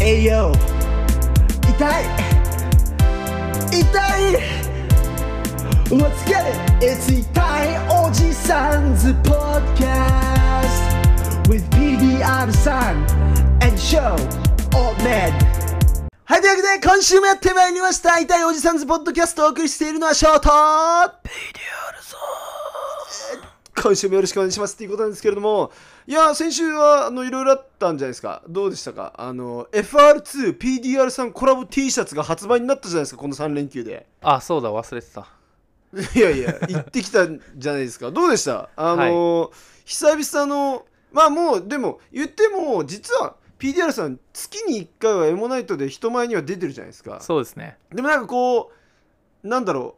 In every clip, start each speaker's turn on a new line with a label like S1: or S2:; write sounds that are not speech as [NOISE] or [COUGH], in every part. S1: 栄養痛い痛い Let's get it! It's 痛いおじさんズ Podcast with BBR さん and show all men はい、というわけで、今週もやってまいりました。痛いおじさんズポッドキャストをお送りしているのはショート BDR さん今週もよろしくお願いしますっていうことなんですけれども、いやー、先週は、あの、いろいろあったんじゃないですか。どうでしたかあの、FR2、PDR さんコラボ T シャツが発売になったじゃないですか、この3連休で。
S2: あそうだ忘れてた
S1: [LAUGHS] いやいや、行
S2: [LAUGHS]
S1: ってきたんじゃないですか。どうでしたあのー久々の、まあもう、でも、言っても、実は、PDR さん、月に1回はエモナイトで人前には出てるじゃないですか。
S2: そうですね
S1: でもなんかこう、なんだろ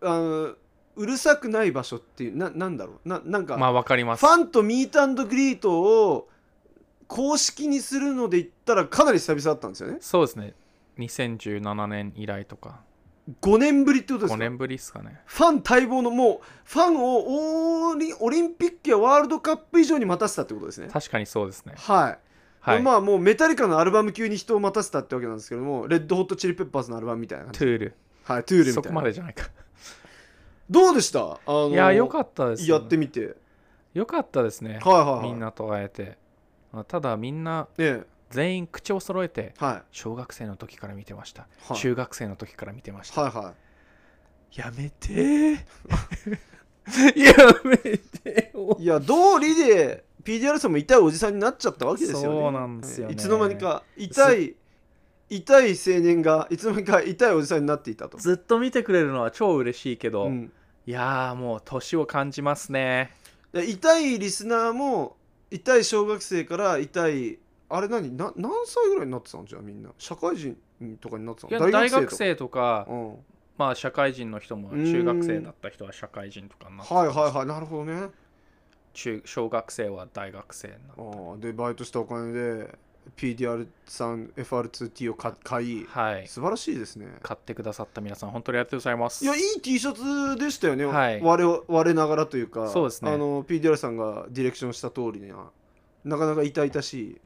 S1: う、あの、うるさくない場所っていう、ななんだろう、ななんか、
S2: まあわかります
S1: ファンとミートグリートを公式にするので言ったら、かなり久々だったんですよね。
S2: そうですね2017年以来とか
S1: 5年ぶりってことですか
S2: 5年ぶりですかね
S1: ファン待望のもうファンをオリオリンピックやワールドカップ以上に待たせたってことですね。
S2: 確かにそうですね
S1: はい、
S2: はい、
S1: まあもうメタリカのアルバム級に人を待たせたってわけなんですけども、レッドホットチリペッパーズのアルバムみたいな感
S2: ト
S1: じ。
S2: ゥール
S1: はい、トゥールみたいな。
S2: そこまでじゃないか
S1: どうでしたあの
S2: いやよかったです
S1: やってみて。はい
S2: よかったですね、
S1: はいはい。
S2: みん。なと会えてあただみんな
S1: ええ。
S2: 全員口を揃えて
S1: はい。
S2: 小学生の時から見てました、
S1: はい
S2: 中学生の時から見てました、
S1: はいはい。
S2: やめてー [LAUGHS] やめてー
S1: いや、道理で PDR さんも痛いおじさんになっちゃったわけですよね。
S2: そうなんですよね
S1: いつの間にか痛い、痛い青年がいつの間にか痛いおじさんになっていたと。
S2: ずっと見てくれるのは超嬉しいけど、
S1: うん
S2: いやーもう年を感じますね
S1: で痛いリスナーも痛い小学生から痛いあれ何な何歳ぐらいになってたんじゃあみんな社会人とかになってた
S2: いや
S1: の
S2: 大学
S1: とか
S2: 生とか、
S1: うん、
S2: まあ社会人の人も
S1: うん
S2: 中学生だった人は社会人とかになって
S1: はいはいはいなるほどね
S2: 中小学生は大学生にな
S1: あーでバイトしたお金で PDR さん FR2T を買買い、
S2: はい
S1: 素晴らしいですね
S2: 買ってくださった皆さん本当にありがとうございます
S1: いやいい T シャツでしたよね、
S2: はい
S1: 我を我ながらというか
S2: そうですね
S1: あの PDR さんがディレクションした通りななかなか痛々し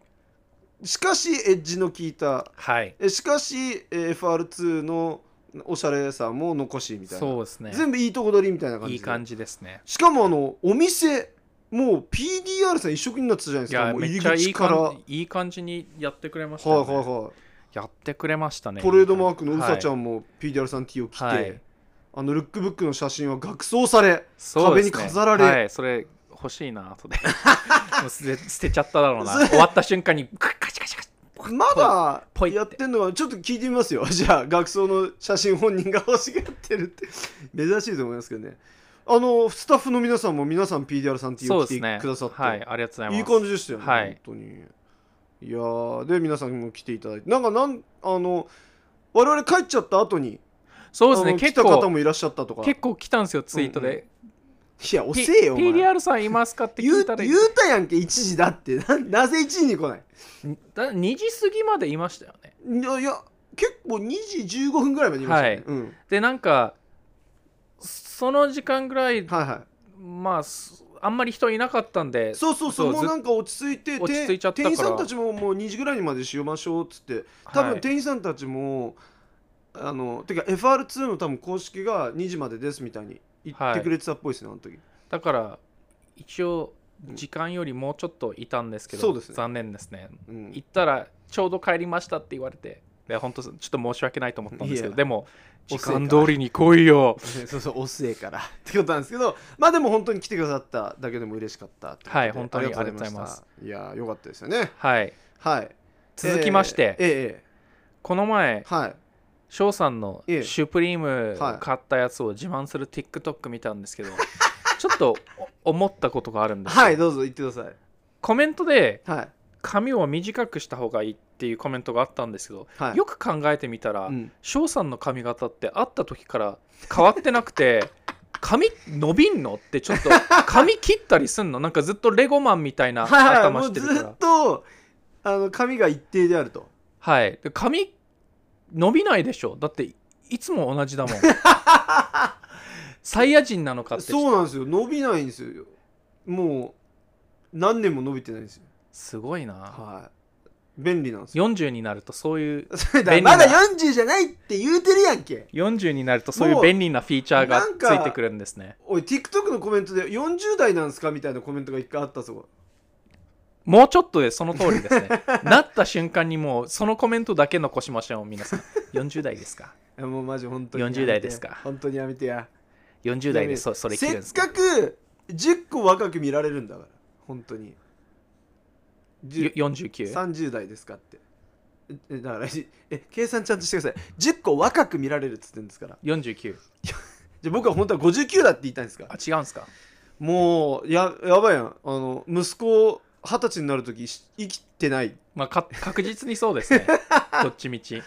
S1: いしかしエッジの効いた
S2: はい
S1: えしかし、えー FR2 のおしゃれさも残しみたいな、
S2: そうですね
S1: 全部いいとこ取りみたいな感じ
S2: いい感
S1: じ
S2: じですね
S1: しかもあのお店もう PDR さん一色になってたじゃないで
S2: い
S1: すか
S2: や
S1: もう
S2: め
S1: 入
S2: っ
S1: り
S2: ちゃい
S1: 口
S2: い
S1: から
S2: 感じいい感じにやってくれました
S1: はい
S2: よ
S1: は
S2: ね、
S1: いは
S2: やってくれました
S1: い
S2: ね
S1: トレードマークのう
S2: いい
S1: さちゃ
S2: はい
S1: んも PDR さん T を着て、
S2: はい
S1: あのルックブックの写真は額装され
S2: そうですね
S1: 壁に飾られ
S2: はいそれ欲しいな
S1: [LAUGHS]
S2: 後でもう捨て捨てちゃっただろうな終わった瞬間にカチカチカチ
S1: まだ
S2: ぽいぽいって
S1: やってんのかちょっと聞いてみますよ [LAUGHS] じゃあ学装の写真本人が欲しがってるって [LAUGHS] 珍しいと思いますけどねあのスタッフの皆さんも皆さん PDR さん T
S2: そう
S1: を
S2: で
S1: 着て
S2: すね
S1: くださって、
S2: はいありがとうございます
S1: いい感じでしたよね、
S2: はい
S1: 本当にいやーで皆さんも来ていただいてなんかなんあの我々帰っちゃった後に
S2: そうです
S1: あ
S2: ね
S1: の
S2: 結
S1: 来た方
S2: 構
S1: もいらっしゃったとか
S2: 結構来たんですよツイートで、
S1: いや遅
S2: ピ
S1: えよお前
S2: PDR さんいますかって
S1: 言
S2: 聞
S1: う
S2: いたら
S1: 言うたやんけ1時だってななぜ1時に来ない
S2: だ2時過ぎまでいましたよね
S1: いやいや結構2時15分ぐらいまでいましたよね、うん、
S2: でなんかその時間ぐらい
S1: はいはい
S2: まあすあんまり人いなかったんで
S1: そうそうそう
S2: そう
S1: もう
S2: ず
S1: なんか落ち着いて
S2: 落ち着いちゃった
S1: 店員
S2: から
S1: さんたちももう2時ぐらいにまでしましょうっつって多
S2: は
S1: 分
S2: い
S1: 店員さんたちも、あのてか FR2 の多分公式が2時までですみたいに言ってくれてたっぽいですね、あの時
S2: だから一応時間よりもうちょっといたんですけど、
S1: そうですね
S2: 残念ですね
S1: うん
S2: [LAUGHS] 行ったらちょうど帰りましたって言われてで本当ちょっと申し訳ないと思ったんですけ
S1: いや
S2: どでも
S1: 遅い
S2: 時
S1: から
S2: 間通りに来いよ
S1: そうそう遅えから [LAUGHS] ってことなんですけどまあでも本当に来てくださっただけでも嬉しかったってことで
S2: はい本当に
S1: したいやーよかったですよね
S2: はい
S1: はい
S2: 続きまして
S1: えーえ
S2: この前
S1: えええはい
S2: 翔さんの
S1: ええ
S2: シュプリーム
S1: はい
S2: を買ったやつを自慢する TikTok 見たんですけど [LAUGHS] ちょっとお思ったことがあるんですよ
S1: はいどうぞ言ってください
S2: コメントで
S1: はい
S2: 髪を短くした方がいいっていうコメントがあったんですけど
S1: はい
S2: よく考えてみたら
S1: うん
S2: 翔さんの髪型って会った時から変わってなくて [LAUGHS] 髪伸びんのってちょっと [LAUGHS] 髪切ったりすんのなんかずっとレゴマンみたいな
S1: はいはいも
S2: 頭
S1: う
S2: してる
S1: [LAUGHS] ず
S2: か
S1: っ
S2: ら
S1: とあの髪が一定であると
S2: はいで髪伸びないでしょだっていつも同じ
S1: [LAUGHS]
S2: だもんサイヤ人なのかって
S1: そうなんですよ伸びないんですよもう何年も伸びてないんですよ
S2: すごいな
S1: はい便利なんですよ
S2: 40になるとそういう
S1: それ [LAUGHS] だ
S2: 便利な
S1: まだ40じゃないって言うてるやんけ
S2: 40になるとそういう便利なフィーチャーが
S1: なん
S2: つ
S1: か
S2: いてくるんですね
S1: おい TikTok のコメントで40代なんすかみたいなコメントが一回あったぞ
S2: もうちょっとでその通
S1: [LAUGHS]
S2: りですねなった瞬間にもうそのコメントだけ残しましょう皆さん40代ですか
S1: いやもうマジ本当にやめて
S2: 40代ですか
S1: 本当にやめてや
S2: 40代でそそれ聞くん
S1: せ
S2: で
S1: っ
S2: すか
S1: かく10個若く見られるんだから本当に
S2: よ
S1: 10
S2: 49
S1: 30代ですかってええだからじえ計算ちゃんとしてください10個若く見られるっつってんですから
S2: 49
S1: じゃあ僕は本当は59だって言いたいんですか
S2: あ違うんすか
S1: もうややばいやんあの息子二十歳になる時し生きてない
S2: ま
S1: [LAUGHS]
S2: あか確実にそうですねどっちみち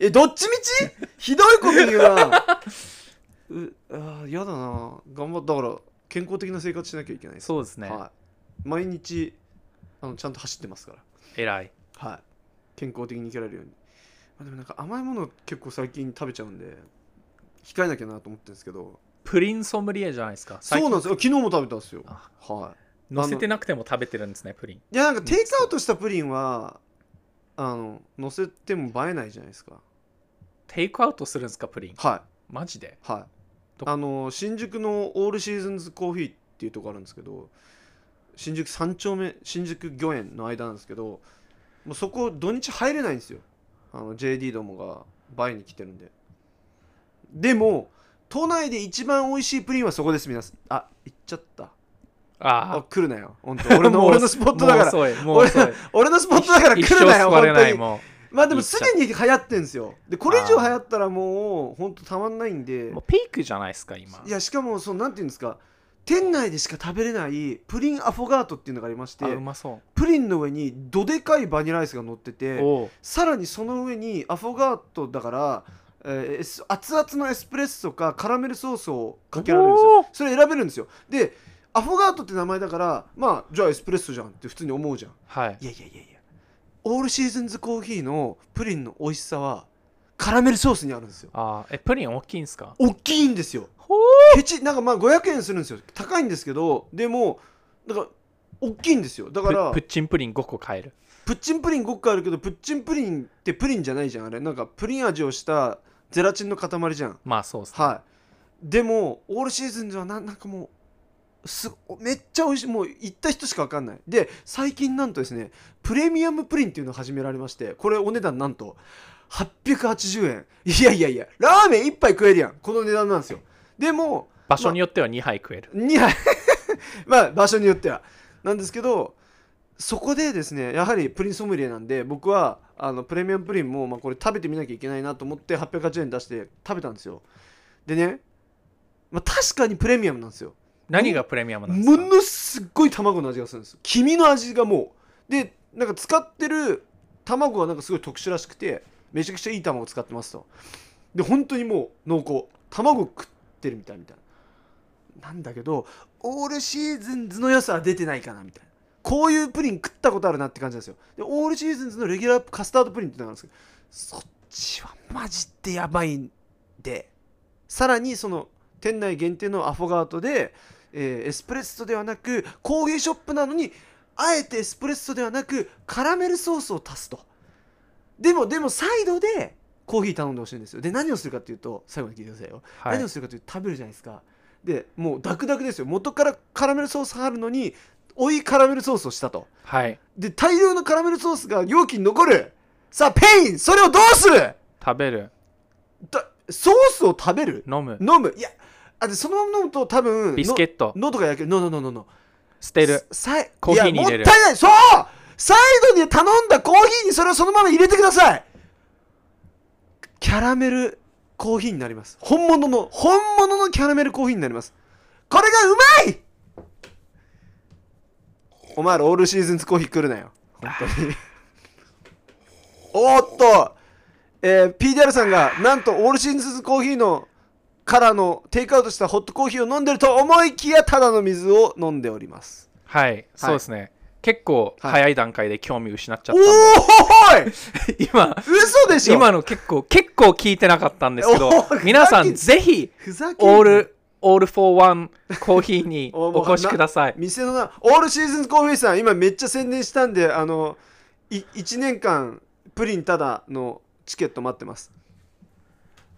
S1: えどっちみ
S2: [LAUGHS]
S1: ちひどいこと言うなうあーやだな頑張ったから健康的な生活しなきゃいけないです
S2: そうですね、
S1: はい、毎日あのちゃんと走ってますから
S2: 偉い
S1: はい健康的に生きられるように、まあ、でもなんか甘いもの結構最近食べちゃうんで控えなきゃなと思ってるんですけど
S2: プリンソムリエじゃないですか
S1: そうなん
S2: の
S1: ですよ昨日も食べたんですよ
S2: あ
S1: は
S2: 乗せてなくても食べてるんですねプリン
S1: いいやなんかテイクアウトしたプリンはあの乗せても映えないじゃないですか
S2: テイクアウトするんですかプリン
S1: はい
S2: マジで
S1: はい
S2: ど
S1: あの新宿のオールシーズンズコーヒーっていうとこあるんですけど新宿三丁目新宿御苑の間なんですけどもうそこ土日入れないんですよあの JD どもが倍に来てるんででも都内で一番美味しいプリンはそこです皆さんあ行っちゃったあ
S2: あ
S1: 来るなよ本当
S2: あ
S1: 俺の
S2: もう
S1: 俺のスポットだから
S2: もう
S1: [LAUGHS]
S2: 遅いもう遅い
S1: 俺のスポットだから来るなよ本
S2: 一生座れ
S1: 当
S2: ない
S1: に
S2: も
S1: まあでもすでに流行ってんですよでこれ以上流行ったらもう本当たまんないんで
S2: うもうピークじゃないですか今
S1: いやしかもそのなんていうんですか店内でしか食べれないプリンアフォガートっていうのがありまして
S2: あうまそ
S1: プリンの上にどでかいバニラアイスが乗って
S2: う
S1: て
S2: おう
S1: さらにその上にアフォガートだから、えーエス熱々のエスプレッソかカラメルソースをかけられるんです
S2: お
S1: よ
S2: ー
S1: それ選べるんですよでアフォガートって名前だからまあじゃあエスプレッソじゃんって普通に思うじゃん
S2: はい
S1: いやいやいやいやオールシーズンズコーヒーのプリンの美味しさはカラメルソースにあるんですよ
S2: あーえプリン大きいんすか
S1: 大きいんですよ
S2: ほう
S1: ケチなんかまあ500円するんですよ高いんですけどでもだから大きいんですよだから
S2: ププッチンプリン5個買える
S1: プッチンプリン5個あるけどプッチンプリンってプリンじゃないじゃんあれなんかプリン味をしたゼラチンの塊じゃん
S2: まあそうっすね
S1: はいでもオールシーズンではななんかもうすめっちゃ美味しいもう行った人しか分かんないで最近なんとですねプレミアムプリンっていうのを始められましてこれお値段なんと880円いやいやいやラーメン1杯食えるやんこの値段なんですよでも
S2: 場所によっては2杯食える、
S1: には [LAUGHS] まあ場所によってはなんですけどそこでですねやはりプリンソムリエなんで僕はあのプレミアムプリンも、まあ、これ食べてみなきゃいけないなと思って880円出して食べたんですよでね、まあ、確かにプレミアムなんですよ
S2: 何がプレミアムなんです
S1: も
S2: か
S1: のすっごい卵の味がするんですよ黄身の味がもうでなんか使ってる卵がなんかすごい特殊らしくてめちゃくちゃいい卵を使ってますとで本当にもう濃厚卵食ってるみたいみたいななんだけどオールシーズンズの良さは出てないかなみたいなこういうプリン食ったことあるなって感じなんですよでオールシーズンズのレギュラーカスタードプリンってのがあるんですけどそっちはマジでやばいんでさらにその店内限定のアフォガートでえーエスプレッソではなくコーヒーショップなのにあえてエスプレッソではなくカラメルソースを足すとでもでもサイドでコーヒー頼んでほしいんですよで何をするかっていうと最後に聞いてくださいよ、
S2: はい
S1: 何をするかというと食べるじゃないですかでもうダクダクですよ元からカラメルソースあるのに追いカラメルソースをしたと
S2: はい
S1: で大量のカラメルソースが容器に残るさあペインそれをどうする
S2: 食べる
S1: だソースを食べる
S2: 飲む
S1: 飲むいやあでそのまま飲むと多分
S2: ビスケット
S1: の喉が焼けるノノノノノ
S2: 捨てる
S1: さい
S2: コーヒーに入れる
S1: いやもったいないそうサイドに頼んだコーヒーにそれをそのまま入れてくださいキャラメルコーヒーになります本物の本物のキャラメルコーヒーになりますこれがうまいお前らオールシーズンズコーヒー来るなよ本当におーっと、えー、PDR さんがなんとオールシーズンズコーヒーのからのテイクアウトしたホットコーヒーを飲んでると思いきやただの水を飲んでおります
S2: はいそうですね結構
S1: はい
S2: 早い段階で興味失っちゃっ
S1: お
S2: たんで、
S1: おーい
S2: 今
S1: 嘘でしょ
S2: 今の結構結構聞いてなかったんですけど
S1: おー
S2: 皆さ
S1: ふざけ
S2: ん
S1: ん
S2: ぜひ
S1: ふざけんな
S2: オールオールフォーワンコーヒーに
S1: [LAUGHS] おもう
S2: お越しください
S1: 店のなオールシーズンズコーヒーさん今めっちゃ宣伝したんであのい1年間プリンただのチケット待ってます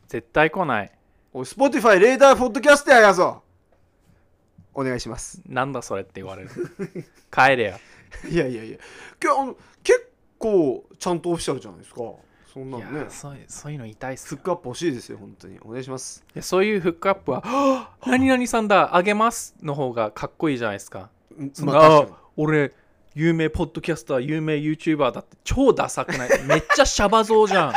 S2: 絶対来ない
S1: おい Spotify レーダーポッドキャスターやぞお願いします
S2: なんだそれって言
S1: [LAUGHS]
S2: われる帰れよ
S1: いやいやいやけあの結構ちゃんとオフィシャルじゃないですかそんなの
S2: い
S1: ね
S2: やそういうそういうの痛いっす
S1: フッ
S2: よ
S1: クアップ欲しいですよ本当にお願いします
S2: いやそういうフックアップはは「何々さんだあげます」の方がかっこいいじゃないですかその、あ俺有名ポッドキャスター有名 YouTuber だって超ダサくない [LAUGHS] めっちゃシャバ像じゃん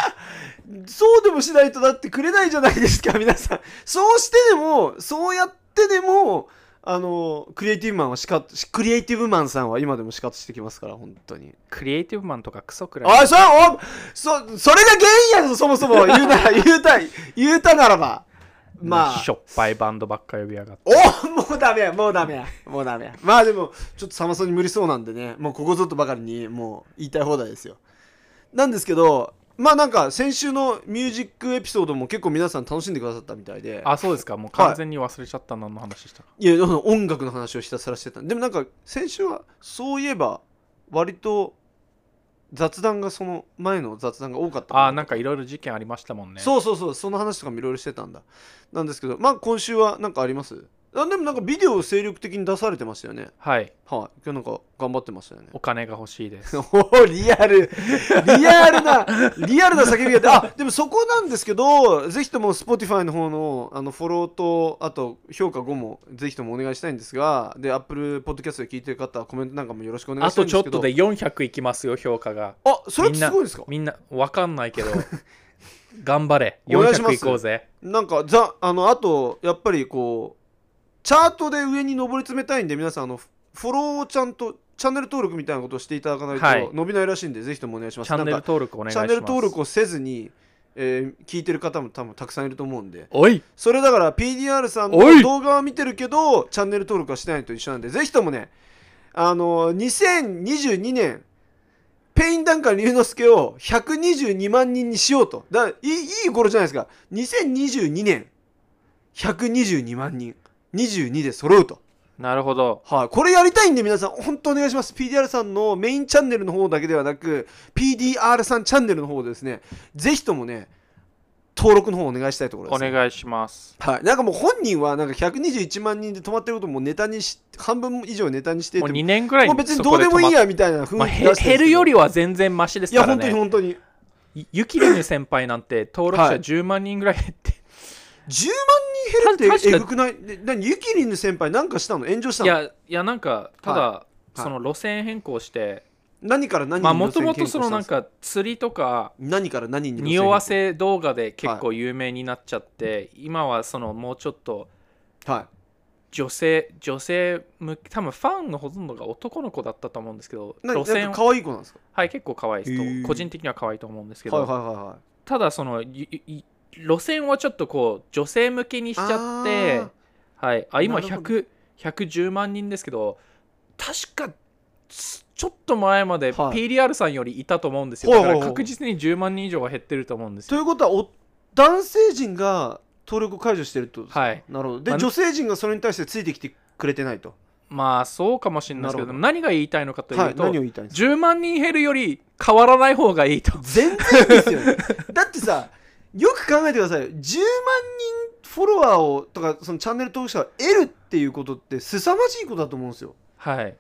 S1: そうでもしないとだってくれないじゃないですか皆さん [LAUGHS] そうしてでもそうやってでもあのクリエイティブマンはしかクリエイティブマンさんは今でも死活してきますから本当に
S2: クリエイティブマンとかクソくらい
S1: あそうおそそれが原因やぞそもそも言うなら言うた言うたならばまあ
S2: しょっぱいバンドばっか呼びやがって
S1: お [LAUGHS] もうダメやもうダメやもうダメやまあでもちょっとサマソニ無理そうなんでねもうここぞとばかりにもう言いたい放題ですよなんですけどまあなんか先週のミュージックエピソードも結構皆さん楽しんでくださったみたいで
S2: あそうですかもう完全に忘れちゃった何の話したか、
S1: いやその音楽の話をひたすらしてたでもなんか先週はそういえば割と雑談がその前の雑談が多かった
S2: ああーなんかいろいろ事件ありましたもんね
S1: そうそうそうその話とかもいろいろしてたんだなんですけどまあ今週は何かありますあでもなんかビデオを精力的に出されてましたよね
S2: はい
S1: はい、今日なんか頑張ってましたよね。 [LAUGHS]
S2: お金が欲しいです
S1: おリアルリアルなリアルな叫びが出あでもそこなんですけどぜひとも Spotify の方のあのフォローとあと評価5もぜひともお願いしたいんですがで Apple Podcast で聞いてる方はコメントなんかもよろしくお願い
S2: あ
S1: したいん
S2: と
S1: で
S2: ちょ
S1: す
S2: っ
S1: けど
S2: とで400いきますよ評価が
S1: あそれってすごいですか
S2: みんなわかんな
S1: [LAUGHS]
S2: いけど頑張れ
S1: お願いしま
S2: 400
S1: す
S2: いこうぜ
S1: なんかざあのあとやっぱりこうチャートで上に上り詰めたいんで皆さんあのフフォローをちゃんとチャンネル登録みたいなことをしていただかない
S2: はい
S1: と伸びないらしいんで、ぜひともお願いします
S2: チャンネル
S1: なんか
S2: 登録お願いし
S1: チ
S2: ま
S1: ャ
S2: す
S1: ンネル登録をせずに、えー聞いてる方も多分たくさんいると思うんで
S2: おい
S1: それだから PDR さん
S2: お
S1: の
S2: い
S1: 動画は見てるけどチャンネル登録はしてないのと一緒なんでぜひともねあの2022年ペインダンカン龍之介を122万人にしようとだいいいい頃じゃないですか2022年122万人22で揃うと
S2: なるほど
S1: はい、これやりたいんで皆さん本当お願いします PDR さんのメインチャンネルの方だけではなく PDR さんチャンネルの方でですねぜひともね登録の方お願いしたいところで
S2: お
S1: す、ね、
S2: 願いします
S1: はい、なんかもう本人はなんか121万人で止まってることもネタにし半分以上ネタにしてい
S2: も
S1: て
S2: う
S1: も
S2: 2年ぐらい
S1: もう別にどうでもいい
S2: や、
S1: やみたいな
S2: まあ、
S1: 雰囲気
S2: へ
S1: 出して
S2: 減るより
S1: は
S2: は全然マシです
S1: いや
S2: から
S1: 本当に
S2: ね
S1: 本当に
S2: いゆきりぬ先輩なんて登録
S1: は
S2: 者
S1: い
S2: 10万人ぐらい減
S1: [LAUGHS]
S2: って、
S1: 10万人減るったてえ
S2: 確か
S1: ぐくないで何ゆきりん先輩なんかしたの炎上した
S2: い、
S1: の
S2: やいやなんかただ、
S1: い
S2: その路線変更して、
S1: 何から何に
S2: まあ
S1: 路
S2: もと
S1: 線
S2: も
S1: 変更
S2: と
S1: した
S2: そ
S1: んで
S2: の
S1: す
S2: なんか釣りとか
S1: 何から何に路線変更
S2: 匂わせ動画で結構有名になっちゃって、今はそのもうちょっと
S1: は
S2: 女性女性向け多分ファンのほとんどが男の子だったと思うんですけど
S1: いな
S2: 路線
S1: なん
S2: を
S1: か可愛い子なんですか
S2: はい結構可愛い
S1: へ
S2: です
S1: ー
S2: と個人的には可愛いと思うんですけど、
S1: はいはいはいはい
S2: ただそのいい路線はちょっとこう女性向けにしちゃってはい、あ今
S1: なるほ
S2: 100 110万人ですけど確かつちょっと前ま
S1: は
S2: で
S1: い
S2: PDR さんよりいたと思うんですよ、
S1: ほうほう
S2: だ
S1: ほう
S2: から確実に10万人以上は減ってると思うんです
S1: とい
S2: よ
S1: うことはお男性陣が登録を解除してるってことですか、
S2: はい
S1: なるほどで、
S2: まあ
S1: 女性陣がそれに対してついてきてくれてないと
S2: まあそうかもしれないですけど
S1: なるほど
S2: でも何が言いたいのかと
S1: はいいう
S2: と、
S1: 何を言いたいんですか
S2: 10万人減るより変わらない方がいいと
S1: 全然ですよねだってさよく考えてくださいよ10万人フォロワーをとかそのチャンネル登録者を得るっていうことって凄まじいことだと思うんですよ
S2: はい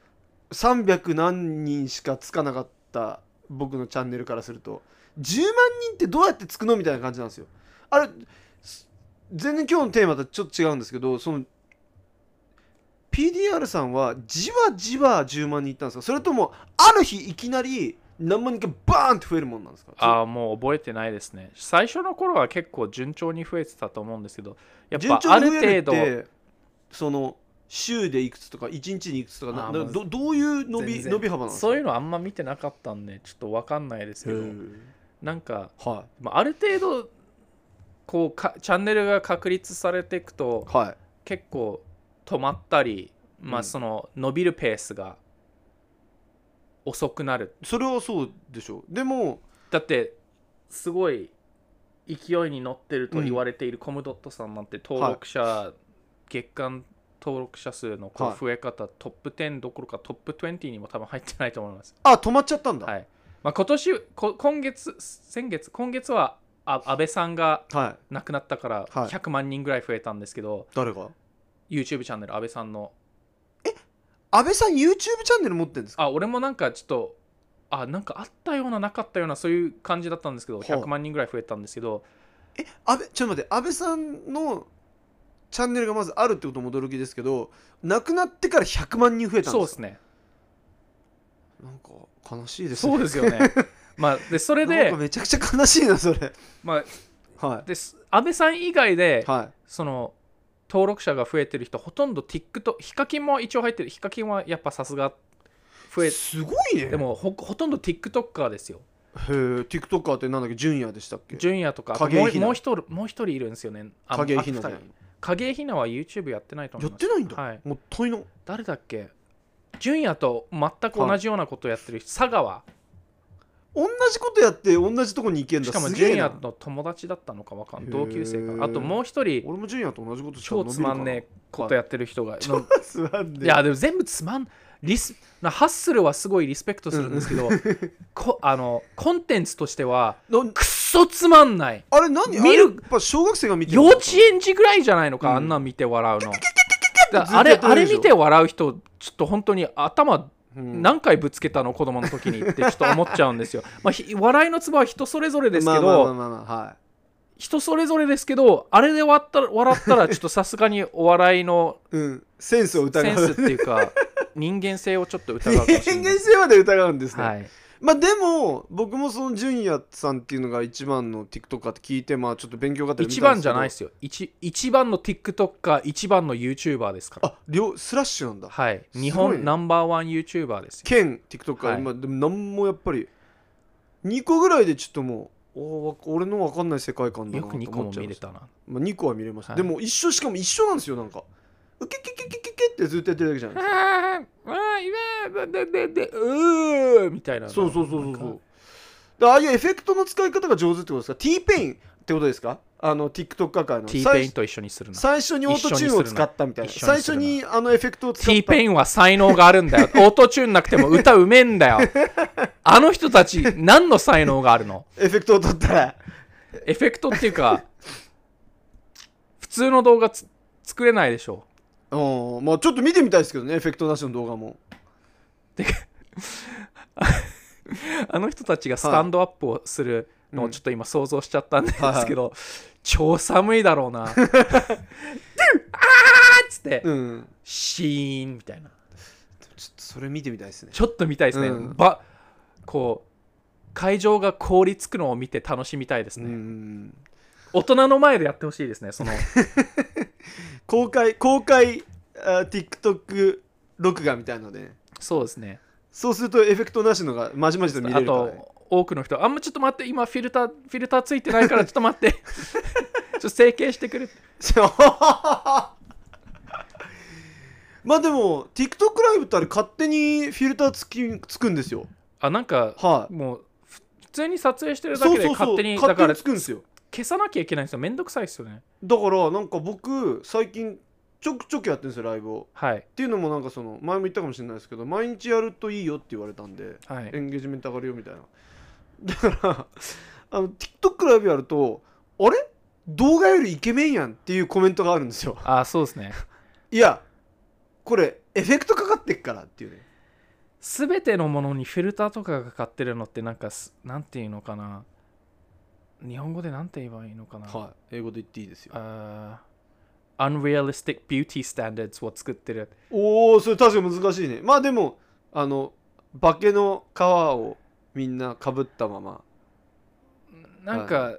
S1: 300何人しかつかなかった僕のチャンネルからすると10万人ってどうやってつくのみたいな感じなんですよあれす全然今日のテーマとちょっと違うんですけどその PDR さんはじわじわ10万人いったんですかそれともある日いきなり何万人かバーンって増えるもんなんですか
S2: ああもう覚えてないですね最初の頃は結構順調に増えてたと思うんですけどや
S1: 順
S2: っぱ
S1: 調
S2: あ
S1: に
S2: る
S1: 増える
S2: 程
S1: って
S2: 度
S1: その週でいくつとか1日にいくつとかな
S2: あー
S1: な
S2: まあ
S1: どどういう伸び
S2: 全然
S1: 伸び幅なんですか
S2: そういうのあんま見てなかったんでちょっとわかんないですけどなんか、
S1: は
S2: まあ、ある程度こうかチャンネルが確立されていくと
S1: いはい
S2: 結構止まったり、
S1: う
S2: まあ、
S1: ん
S2: その伸びるペースが遅くなる
S1: それはそうでしょうでも
S2: だってすごい勢いに乗ってると言われているコムドットさんなんて登録者、月間登録者数のこ
S1: はいう
S2: 増え方、トップ10どころかトップ20にも多分入ってないと思います
S1: あ止まっちゃったんだ、
S2: はい、まあ、今年こ今月先月今月はあ安倍さんが
S1: はい
S2: 亡くなったから
S1: はい
S2: 100万人ぐらい増えたんですけど、
S1: 誰が
S2: YouTube チャンネル安倍さんの
S1: 安倍さん YouTube チャンネル持ってるんですか
S2: あ俺もなんかちょっとあなんかあったようななかったようなそういう感じだったんですけど
S1: ほう
S2: 100万人ぐらい増えたんですけど
S1: え安倍ちょっと待って安倍さんのチャンネルがまずあるってことも驚きですけど亡くなってから100万人増えたんですか
S2: そうですね
S1: なんか悲しいですね
S2: そうですよ
S1: [LAUGHS]
S2: ねまあでそれ
S1: なん
S2: で
S1: かめちゃくちゃ悲しいなそれ
S2: まあ
S1: は
S2: です安倍さん以外で、
S1: いは
S2: その登録者が増えてる人ほとんど TikTok ヒカキンも一応入ってるヒカキンはやっぱさすが増
S1: い
S2: え
S1: すごいね
S2: でもほほとんど TikToker ですよ
S1: へえ TikToker ってなんだっけ純也でしたっけ
S2: 純也とかあと
S1: 影
S2: もう
S1: ひな
S2: もう一人もう一人いるんですよねあの
S1: 影ひな
S2: あ
S1: じゃな
S2: 二
S1: い
S2: 人影ひなは YouTube やってないと
S1: や
S2: 思い
S1: っ
S2: ます
S1: てないんだ、
S2: はい
S1: もったいな
S2: 誰だっけ純也と全く同じようなことをやってる人佐川
S1: 同じことやって同じとこに行けんだ
S2: しかも
S1: すげえ
S2: 純
S1: な
S2: 也の友達だったのかわかん
S1: へー
S2: ない同級生かあともう一人
S1: 俺も純也と同じことしたら伸
S2: 超
S1: び
S2: つ
S1: るか
S2: ま
S1: なん
S2: ねえことやってる人がの
S1: つまんねえ
S2: いやでも全部つまんリスなハッスルはすごいリスペクトするんで
S1: [LAUGHS]
S2: すけど、こあのコンテンツとしては
S1: な
S2: くっそつまんない
S1: あれ何
S2: 見る
S1: あれやっぱ小学生が見てる
S2: 幼
S1: の
S2: 稚園児ぐらいじゃないのか、
S1: うん
S2: あんなん見て笑う
S1: ずっ
S2: の
S1: と
S2: あれ
S1: やって
S2: あ
S1: る
S2: れ
S1: でしょ
S2: 見て笑う人ちょっと本当に頭
S1: うん
S2: 何回ぶつけたの子供の時にってちょっと思っちゃう
S1: [LAUGHS]
S2: んですよ、まあ、ひ笑いのツボは人それぞれですけど、
S1: まあまあまあまあはい
S2: 人それぞれですけどあれで笑ったら笑ったらちょっとさすがにお笑いの
S1: うんセンスを
S2: セン
S1: 疑
S2: スっ
S1: う
S2: ていう
S1: [LAUGHS]
S2: か人間性をちょっと疑うかもしれない
S1: 人間性まで疑うんですね、
S2: はい
S1: まあでも僕もその純也さんっていうのが一番の TikToker って聞いてまあちょっと勉強があった
S2: 一番じゃないですすよ一一番の TikToker 一番の YouTuber ですから
S1: あ両スラッシュなんだ
S2: はい
S1: ごいね
S2: 日本ナンバーワン YouTuber ですよ
S1: 兼 TikToker、
S2: はい
S1: 今でも何もやっぱり2個ぐらいでちょっともうおーわ俺の分かんない世界観だ
S2: よ
S1: なと
S2: く2個
S1: 思
S2: も
S1: っちゃい
S2: 見
S1: ま
S2: れ
S1: した
S2: たな
S1: まあ、2個は見れました、
S2: はい
S1: でも一緒しかも一緒なんですよなんかウケケケケケケってずっとやってるだけじゃないですか
S2: あああいやでででうーみたいな
S1: そうそうそうそうそ
S2: な
S1: うだああいうエフェクトの使い方が上手ってことですか T ペインってことですかあの TikToker 界の
S2: T ペイン
S1: 最
S2: と一緒にするな
S1: 最初にオートチューンを使ったみたいな
S2: 一緒
S1: 最
S2: にす
S1: 初
S2: るな
S1: にあのエフェクトを使った
S2: T ペインは才能があるんだよオートチューンなくても歌うめえん
S1: [LAUGHS]
S2: だよあの人たち何の才能があるの
S1: エフェクトを取ったら
S2: エフェクトっていうか普通の動画つ作れないでしょ
S1: うんまあちょっと見てみたいですけどねエフェクトなしの動画も
S2: あの人たちがスタンドアップをするの
S1: は
S2: を
S1: い
S2: ちょっと今想像しちゃったんですけど、超寒いだろう
S1: [LAUGHS]
S2: な。ドゥンあーっつって、
S1: うん
S2: シーンみたいな。
S1: ちょっとそれ見てみたいですね
S2: ちょっと見たいですね。
S1: うん
S2: ばこう会場が凍りつくのを見て楽しみたいです
S1: う
S2: ね。
S1: ん
S2: 大人の前でやってほしいです
S1: [LAUGHS]
S2: ね。その
S1: 公開公開あ TikTok 録画みたいのでね
S2: そうですね。
S1: そうするとエフェクトなしのがまじまじと見れ
S2: あ
S1: るから、ね、
S2: と多くの人、あんまちょっと待って、今フィルターフィルターついてないからちょっと
S1: [LAUGHS]
S2: 待って。ちょっと整形してくる
S1: [LAUGHS] まあでも TikTok ライブってあれ勝手にフィルターつきつくんですよ
S2: あなんか
S1: はい、
S2: もうふ普通に撮影してるだ
S1: そう
S2: けで
S1: そうそう
S2: 勝手にだ
S1: 勝
S2: か
S1: 手
S2: ら
S1: につくんですよ
S2: 消さなきゃいけないんですよ。めんどくさいですよね。
S1: だからなんか僕最近ちょくちょくやってるんですよライブを
S2: はい。
S1: っていうのもなんかその前も言ったかもしれないですけど毎日やるといいよって言われたんで
S2: はい
S1: エ。ンゲージメント上がるよみたいな [LAUGHS] だからあの TikTok ライブやるとあれ動画よりイケメンやんっていうコメントがあるんですよ
S2: ああ、そうですね。
S1: いやこれエフェクトかかってっからっていうね
S2: すべてのものにフィルターとかがかかってるのって、なんかす、なんていうのかな。日本語でなんて言えばいいのかな。
S1: はい英語で言っていいですよ
S2: あー Unrealistic Beauty Standards を作ってる。
S1: おおそれ確かに難しいねまあでもあの化けの皮をみんなかぶったまま
S2: なんか、